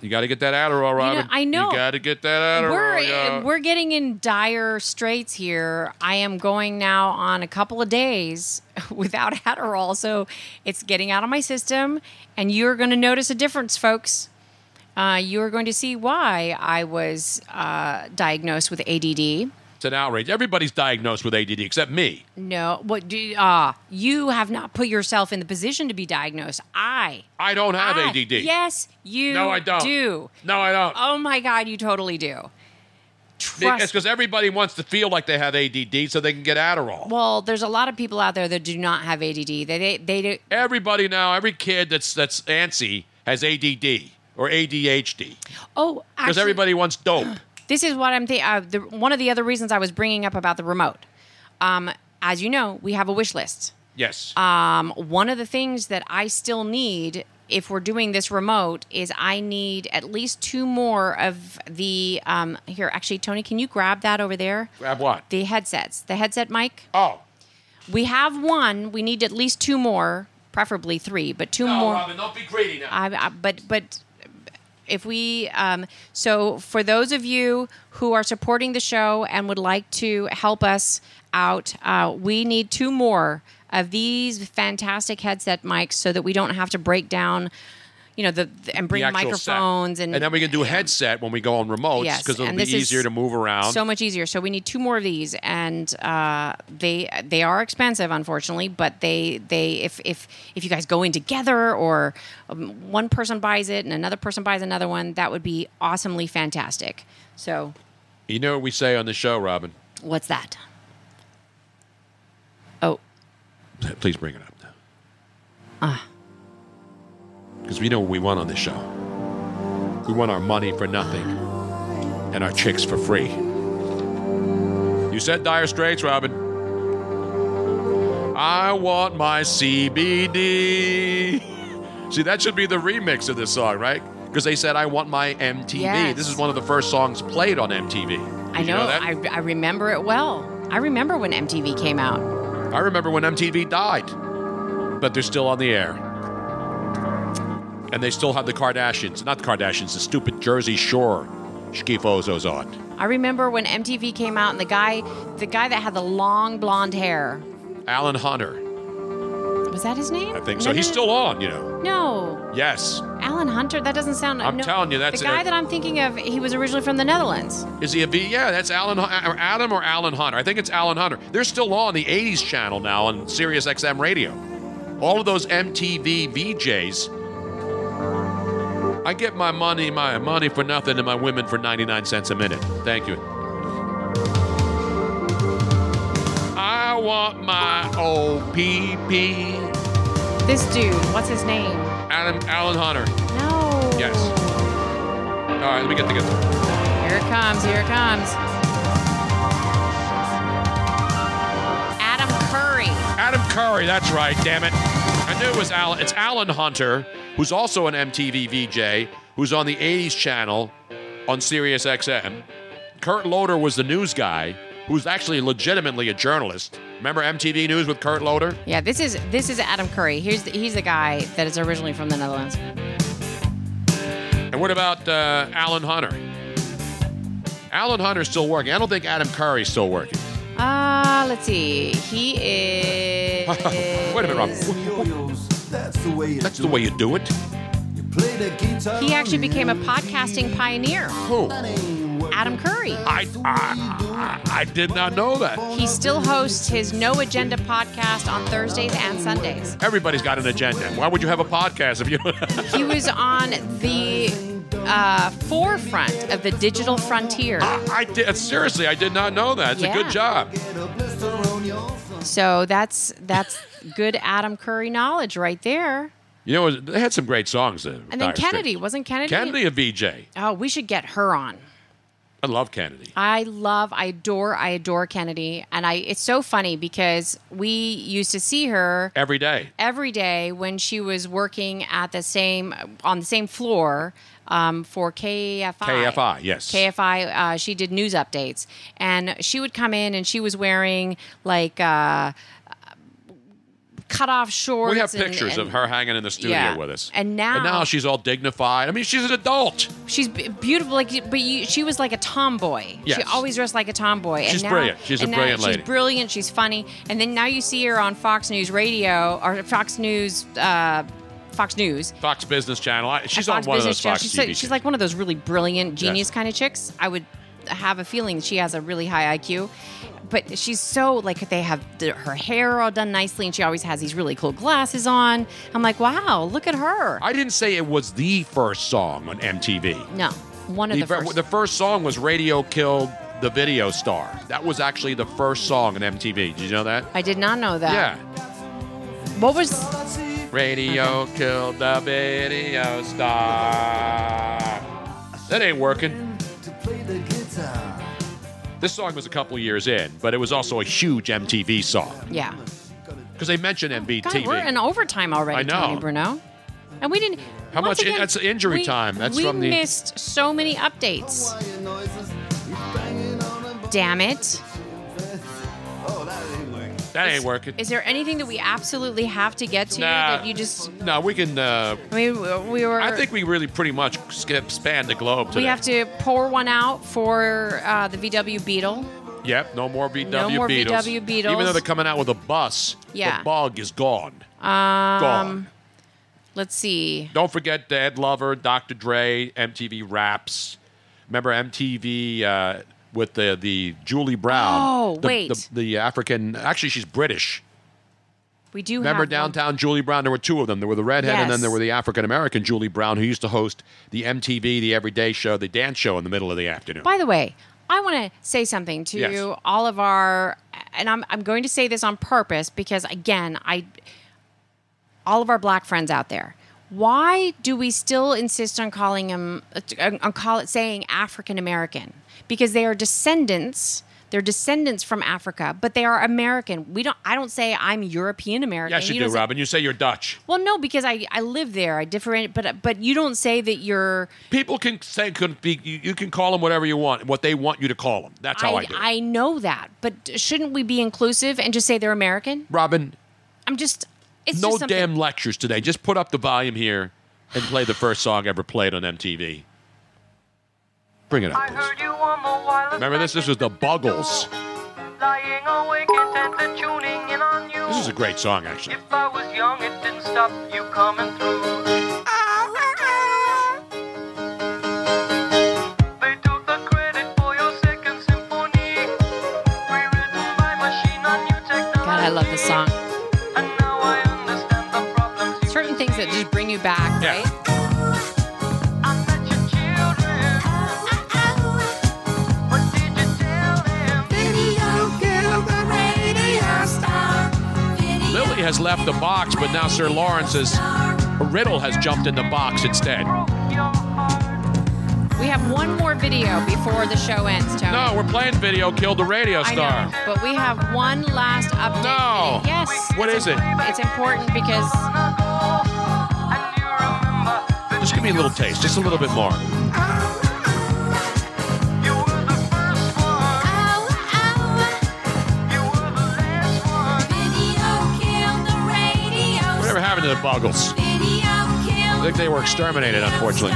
You got to get that Adderall, Robin.
I know.
You got to get that Adderall.
We're
yeah.
we're getting in dire straits here. I am going now on a couple of days without Adderall, so it's getting out of my system, and you're going to notice a difference, folks. Uh, you are going to see why I was uh, diagnosed with ADD.
it's an outrage. Everybody's diagnosed with ADD except me.
No, what do you- ah? you have not put yourself in the position to be diagnosed. I
I don't have
I-
ADD.
Yes, you.
No, I don't.
Do
No, I don't.
Oh my God, you totally do.
It's because everybody wants to feel like they have ADD so they can get Adderall.
Well, there's a lot of people out there that do not have ADD. They they, they do.
Everybody now, every kid that's that's antsy has ADD or ADHD
Oh,
because
actually,
everybody wants dope.
this is what I'm thinking. Uh, the, one of the other reasons I was bringing up about the remote. Um, as you know, we have a wish list.
yes.
Um, one of the things that I still need if we're doing this remote is I need at least two more of the um, here. Actually, Tony, can you grab that over there?
Grab what?
The headsets. The headset mic.
Oh.
We have one. We need at least two more, preferably three, but two more.
Oh, don't be greedy now.
I, I, but but if we um, so for those of you who are supporting the show and would like to help us out, uh, we need two more of these fantastic headset mics so that we don't have to break down, you know, the, and bring
The actual set.
microphones and
then we can do headset when we go on remotes
Yes,
because it'll
and
be
this is
easier to move around.
so much easier. So we need two more of these, and uh, they they are expensive, unfortunately. But they they if if if you guys go in together, or um, one person buys it and another person buys another one, that would be awesomely fantastic. So
you know what we say on the show, Robin?
what's that? Oh,
Please bring it up now.
Ah.
Because we know what we want on this show. We want our money for nothing and our chicks for free. You said dire straits, Robin. I want my CBD. See, that should be the remix of this song, right? Because they said, I want my MTV.
Yes.
This is one of the first songs played on MTV. Did
I
you
know,
that?
I I remember it well. I remember when MTV came out.
I remember when MTV died, but they're still on the air. And they still have the Kardashians, not the Kardashians, the stupid Jersey Shore schkifozos on.
I remember when MTV came out, and the guy the guy that had the long blonde hair
Alan Hunter.
Was that his name?
I think so. He's still on, you know.
No,
Yes.
Alan Hunter. That doesn't sound.
I'm
no.
telling you, that's
the guy
a-
that I'm thinking of. He was originally from the Netherlands.
Is he a B? Yeah, that's Alan or Adam or Alan Hunter. I think it's Alan Hunter. They're still on the '80s channel now on Sirius XM radio. All of those MTV VJs. I get my money, my money for nothing, and my women for 99 cents a minute. Thank you. I want my OPP.
This dude. What's his name?
Adam Alan Hunter.
No.
Yes. All right, let me get together.
Here it comes. Here it comes. Adam Curry.
Adam Curry, that's right, damn it. I knew it was Alan. It's Alan Hunter, who's also an MTV VJ, who's on the 80s channel on Sirius XM. Kurt Loder was the news guy, who's actually legitimately a journalist. Remember MTV News with Kurt Loder?
Yeah, this is this is Adam Curry. Here's the, he's the guy that is originally from the Netherlands.
And what about uh, Alan Hunter? Alan Hunter's still working. I don't think Adam Curry's still working.
Uh, let's see. He is.
Wait a minute, Rob. That's the way you, That's the way you do it.
He actually became a podcasting pioneer.
Who?
Adam Curry.
I, I, I, I did not know that.
He still hosts his No Agenda podcast on Thursdays and Sundays.
Everybody's got an agenda. Why would you have a podcast if you?
He was on the uh, forefront of the digital frontier.
I did, seriously, I did not know that. It's a
Yeah.
good job.
So that's that's good Adam Curry knowledge right there.
You know, they had some great songs there.
And then
Dire Straits.
Kennedy wasn't Kennedy.
Kennedy, a VJ.
Oh, we should get her on.
I love Kennedy.
I love, I adore, I adore Kennedy, and I. It's so funny because we used to see her
Every day.
every day when she was working at the same on the same floor um, for KFI.
KFI, yes.
KFI. Uh, she did news updates, and she would come in, and she was wearing like uh, cut off shorts.
we have
and-
pictures
and
of her hanging in the studio
Yeah.
with us.
And now-
and now she's all dignified. I mean, she's an adult.
She's b- beautiful, like but you, she was like a tomboy. She
Yes.
always dressed like a tomboy.
She's
and now,
brilliant. She's a
and now
brilliant lady.
She's brilliant. She's funny. And then now you see her on Fox News Radio or Fox News, uh, Fox News.
Fox Business Channel. I- She's
Fox
on one of
Business
those
Channel.
Fox
she's,
TV.
like, she's like one of those really brilliant, genius
Yes.
kind of chicks. I would have a feeling she has a really high IQ. But she's so like they have the, her hair all done nicely, and she always has these really cool glasses on. I'm like, wow, look at her.
I didn't say it was the first song on MTV.
No, one of the,
fir-
first.
the first song was Radio Killed the Video Star. That was actually the first song on MTV. Did you know that?
I did not know that.
Yeah.
What was?
Radio killed the video star. That ain't working. This song was a couple years in, but it was also a huge MTV song
Yeah.
because they mentioned MTV.
God, we're in overtime already,
I know.
Tony Bruno. And we didn't.
How
once
much-
Again,
that's injury
we-
time. That's
we
from the-
missed so many updates. Damn it!
that ain't working.
Is there anything that we absolutely have to get to
Nah.
that you just?
No, we can. Uh,
I mean, we were.
I think we really pretty much skip span the globe today.
we have to pour one out for uh, the VW Beetle.
Yep, no more VW
No more
Beatles.
VW Beatles.
Even though they're coming out with a bus,
Yeah.
the bug is gone.
Um,
Gone.
Let's see.
Don't forget Ed Lover, Dr. Dre, MTV Raps. Remember MTV uh, with the, the Julie Brown?
Oh,
the,
wait.
The, the African, actually, she's British.
We do
Remember
have one.
downtown Julie Brown? There were two of them. There were the redhead, and
Yes.
then there were the African American Julie Brown, who used to host the MTV, the Everyday Show, the dance show in the middle of the afternoon.
By the way, I want to say something to
Yes.
all of our, and I'm, I'm going to say this on purpose because, again, I, all of our black friends out there, why do we still insist on calling them, on call it saying African American? Because they are descendants. They're descendants from Africa, but they are American. We don't. I don't say I'm European American.
Yes, you, do,
don't say-
Robin. You say you're Dutch.
Well, no, because I, I live there. I different, but but you don't say that you're
People can say could be you, you can call them whatever you want, what they want you to call them. That's how I, do. it.
I know that, but shouldn't we be inclusive and just say they're American?
Robin,
I'm just. It's
no
just something-
damn lectures today. Just put up the volume here and play the first song ever played on MTV. Bring it up.
heard you on the wireless
Remember this? This was the Buggles.
lying awake intently tuning in on you.
This is a great song, actually.
If I was young, it didn't stop you coming through. They took the credit for your second symphony. Rewritten by machine on new technology.
God, I love this song. Certain things that just bring you back, right?
Lily has left the box, but now Sir Lawrence is. Riddle has jumped in the box instead.
We have one more video before the show ends, Tony.
No, we're playing video Killed the radio
I
star.
know, but we have one last update.
No.
video. Yes.
What
It's
is it?
im- It's important because
Just give me a little taste, just a little bit more. Whatever happened to the Boggles? I think they were exterminated, unfortunately.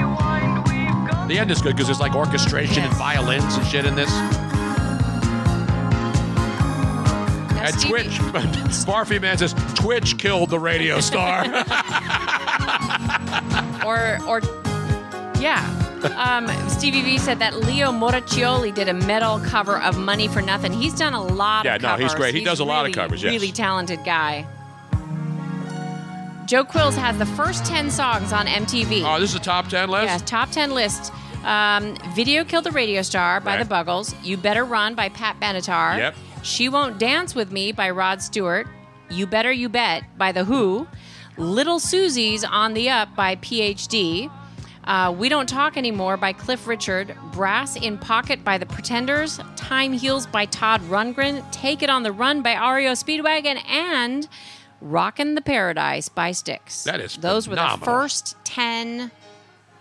The end is good because there's like orchestration and violins and shit in this. At Twitch, Barfy Man says Twitch killed the radio star.
or or yeah. Um, Stevie V said that Leo Moraccioli did a metal cover of Money for Nothing. He's done a lot
Yeah,
of
no,
covers.
he's great. He does a lot of
really,
covers, yes.
Really talented guy. Joe Quills has the first 10 songs on MTV.
oh, this is a top ten list.
Yeah, top 10 list. Um, Video Killed the Radio Star by
Right.
The Buggles. You Better Run by Pat Benatar.
Yep.
She Won't Dance With Me by Rod Stewart. You Better You Bet by The Who. Little Susie's On the Up by PhD. Uh, we Don't Talk Anymore by Cliff Richard. Brass in Pocket by The Pretenders. Time Heals by Todd Rundgren. Take It on the Run by REO Speedwagon. And Rockin' the Paradise by Styx.
That is
Those were the
phenomenal.
first 10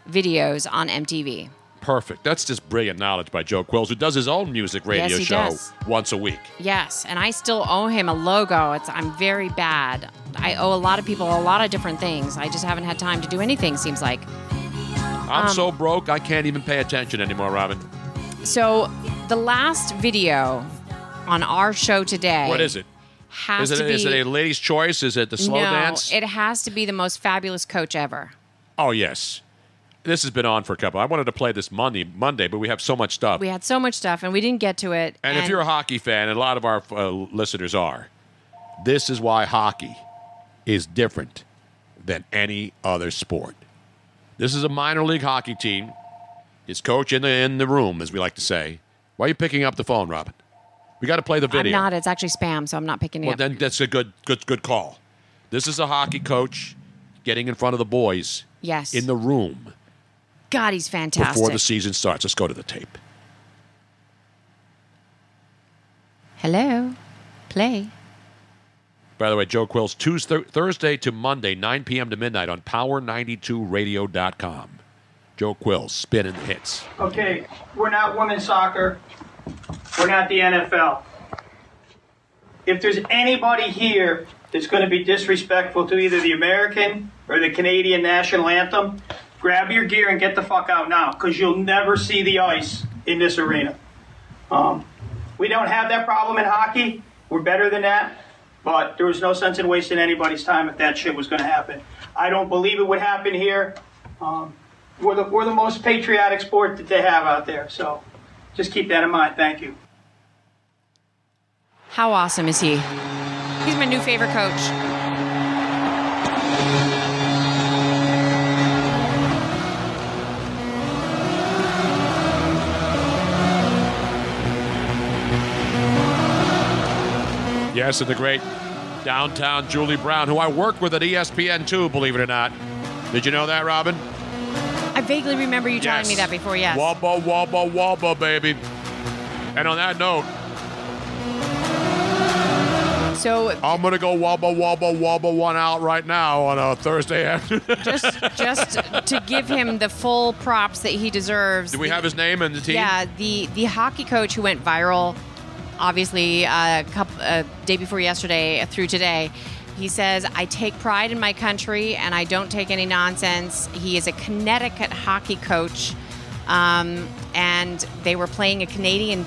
videos on MTV.
Perfect. That's just brilliant knowledge by Joe Quills, who does his own music radio
he
show
does.
once a week.
Yes, and I still owe him a logo. It's I'm very bad. I owe a lot of people a lot of different things. I just haven't had time to do anything seems like.
I'm
Um,
so broke I can't even pay attention anymore, Robin.
So, the last video on our show today
What is it?
Has
Is it,
to be
is it a lady's choice? Is it the slow
No,
dance?
it has to be the most fabulous coach ever.
oh yes. This has been on for a couple. I wanted to play this Monday, Monday, but we have so much stuff.
We had so much stuff and we didn't get to it.
And, if you're a hockey fan, and a lot of our uh, listeners are, this is why hockey is different than any other sport. This is a minor league hockey team. His coach in the in the room, as we like to say. Why are you picking up the phone, Robin? We got to play the video.
I'm not. It's actually spam, so I'm not picking it
well,
up.
then that's a good good good call. This is a hockey coach getting in front of the boys.
Yes.
In the room
God, he's fantastic.
before the season starts. Let's go to the tape.
Hello. Play.
By the way, Joe Quill's Tuesday, Thursday to Monday, 9 p.m. to midnight on power92radio.com. Joe Quill, spinning the hits.
Okay, we're not women's soccer. We're not the NFL. If there's anybody here that's going to be disrespectful to either the American or the Canadian national anthem, grab your gear and get the fuck out now because you'll never see the ice in this arena. Um, we don't have that problem in hockey. We're better than that. But there was no sense in wasting anybody's time if that shit was going to happen. I don't believe it would happen here. Um, we're, the, we're the most patriotic sport that they have out there. So just keep that in mind. Thank you.
How awesome is he? He's my new favorite coach.
Yes, and the great downtown Julie Brown, who I worked with at E ESPN too, believe it or not. Did you know that, Robin?
I vaguely remember you telling me that before, yes.
Wabba, wabba, wabba, baby. And on that note,
so
I'm going to go wabba, wabba, wabba one out right now on a Thursday afternoon.
Just, just to give him the full props that he deserves.
Do we have his name and the team?
Yeah, the the hockey coach who went viral, obviously uh, couple, uh, day before yesterday through today. He says, "I take pride in my country and I don't take any nonsense." He is a Connecticut hockey coach. um, and they were playing a Canadian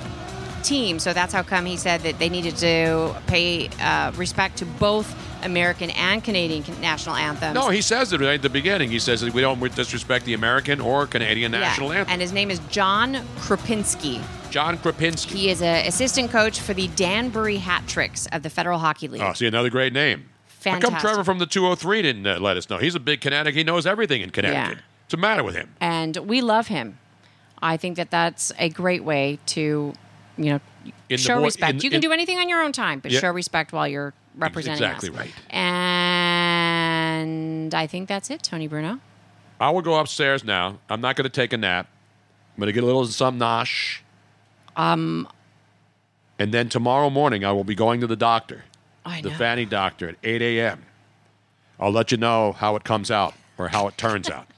team. So that's how come he said that they needed to pay uh, respect to both American and Canadian can- national anthems.
No, he says it right at the beginning. He says that we don't disrespect the American or Canadian
Yeah.
national anthem.
And his name is John Kropinski.
John Krapinski.
He is an assistant coach for the Danbury Hat Tricks of the Federal Hockey League.
Oh, see, another great name. How come
Fantastic.
Trevor from the 203 didn't uh, let us know? He's a big Connecticut. He knows everything in Connecticut.
Yeah.
What's the matter with him?
and we love him. I think that that's a great way to, you know,
In the
show
boy-
respect.
in-
you can
in-
do anything on your own time, but
Yeah.
show respect while you're representing
exactly
us.
right.
And I think that's it, Tony Bruno.
I will go upstairs now. I'm not going to take a nap. I'm going to get a little some nosh.
Um,
And then tomorrow morning, I will be going to the doctor,
I
the
know.
fanny doctor at 8 a.m. I'll let you know how it comes out or how it turns out.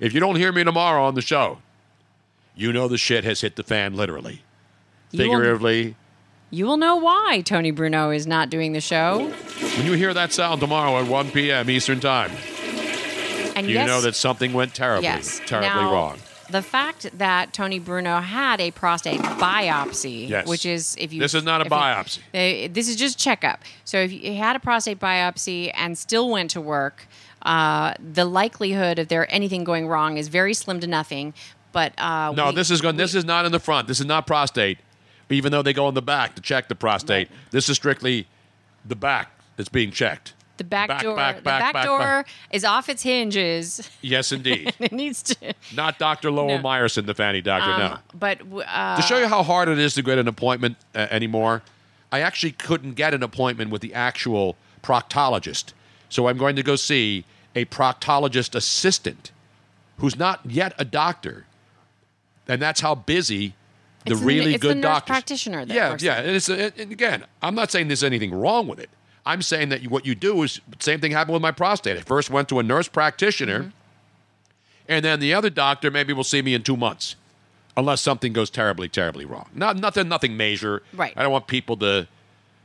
if you don't hear me tomorrow on the show, you know the shit has hit the fan literally,
You will-
figuratively.
you will know why Tony Bruno is not doing the show.
When you hear that sound tomorrow at 1 p.m. Eastern Time,
And
you
yes,
know that something went terribly,
yes,
terribly
Now,
wrong.
The fact that Tony Bruno had a prostate biopsy,
Yes.
which is if you
This is not a
if you-
biopsy.
They, this is just checkup. So if you had a prostate biopsy and still went to work, uh, the likelihood of there anything going wrong is very slim to nothing. But uh,
No,
we-
this is going. This is not in the front. This is not prostate. Even though they go in the back to check the prostate, this is strictly the back that's being checked.
the back,
back,
door,
back,
the
back,
back,
back,
door
back.
is off its hinges.
Yes, indeed.
it needs to.
not Dr. Lowell Meyerson, the fanny doctor.
um,
no.
But w- uh,
to show you how hard it is to get an appointment uh, anymore, I actually couldn't get an appointment with the actual proctologist. So I'm going to go see a proctologist assistant who's not yet a doctor. And that's how busy the
it's
really
it's
good
the nurse
doctors.
practitioner. That
yeah,
works
yeah. And, it's, and and again, I'm not saying there's anything wrong with it. I'm saying that you, what you do is same thing happened with my prostate. I first went to a nurse practitioner,
Mm-hmm.
and then the other doctor maybe will see me in two months, unless something goes terribly, terribly wrong. Not nothing, nothing major.
Right.
I don't want people to.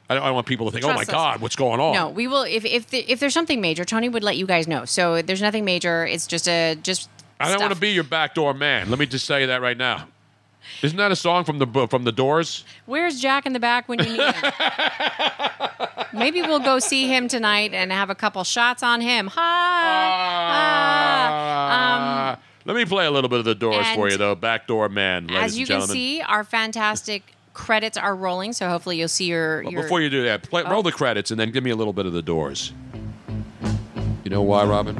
I don't, I don't want people to think, oh
Trust
my
us.
God, what's going on?
No, we will. If if the, if there's something major, Tony would let you guys know. So there's nothing major. It's just a just.
I don't want to be your backdoor man. Let me just tell you that right now. Isn't that a song from the from the Doors?
Where's Jack in the back when you need him? Maybe we'll go see him tonight and have a couple shots on him. Hi. Ah.
Uh, let me play a little bit of the Doors for
and
you, though. Backdoor man,
um,
ladies
as you
and
can
gentlemen.
see, our fantastic credits are rolling. So hopefully you'll see your.
But
your
before you do that, play,
Oh.
roll the credits and then give me a little bit of the Doors. You know why, Robin?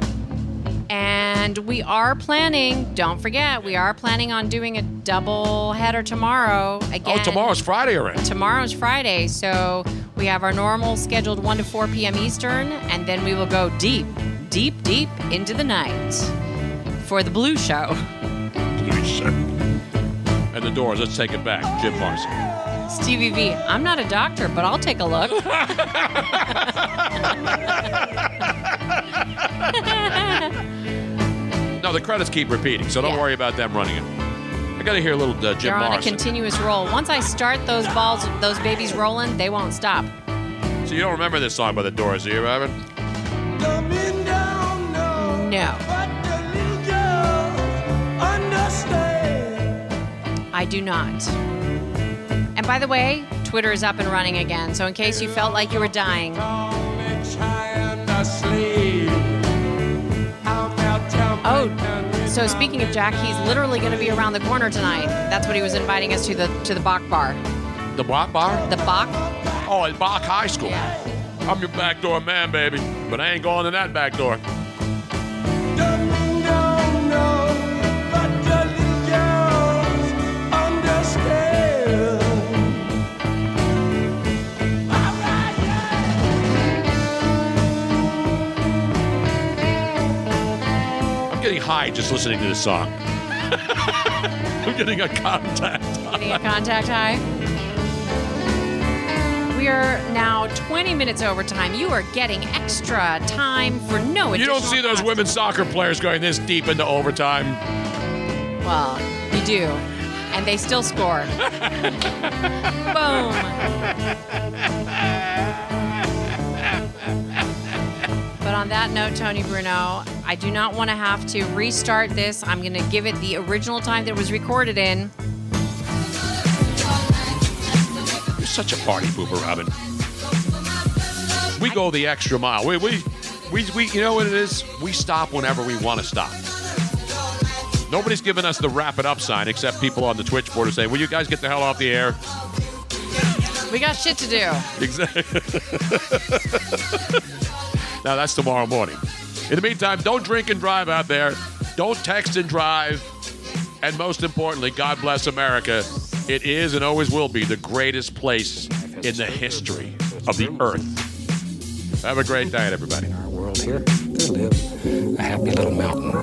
And we are planning. Don't forget, we are planning on doing a double header tomorrow again.
Oh, tomorrow's Friday already.
Tomorrow's Friday, so we have our normal scheduled 1 to 4 p.m. Eastern, and then we will go deep, deep, deep into the night for the Blue Show.
And the Doors. Let's take it back, Jim Morrison.
Stevie V, I'm not a doctor, but I'll take a look.
No, the credits keep repeating, so don't worry about them running it. I got to hear a little uh, Jim
They're on a
Morrison.
continuous roll. Once I start those balls, those babies rolling, they won't stop.
so you don't remember this song by the Doors, do you, Robin?
No. I do not. And by the way, Twitter is up and running again, so in case you felt like you were dying, Oh, so speaking of Jack, he's literally going to be around the corner tonight. That's what he was inviting us to the to the Bach Bar.
The what bar?
The Bach.
Oh, at Bach High School. I'm your backdoor man, baby, but I ain't going to that back door. I'm getting high just listening to this song. I'm getting a contact.
Getting a contact high. We are now 20 minutes over time. You are getting extra time for no
You
additional.
don't see those women's soccer players going this deep into overtime.
Well, you do, and they still score. Boom. But on that note, Tony Bruno, I I do not want to have to restart this. I'm going to give it the original time that it was recorded in.
You're such a party pooper, Robin. We go the extra mile. We we we, we you know what it is? We stop whenever we want to stop. Nobody's giving us the wrap it up sign except people on the Twitch board are saying, Will you guys get the hell off the air?
We got shit to do.
Exactly. now that's tomorrow morning. In the meantime, don't drink and drive out there. Don't text and drive. And most importantly, God bless America. It is and always will be the greatest place in the history of the earth. Have a great night, everybody. Our world here to live a happy little mountain.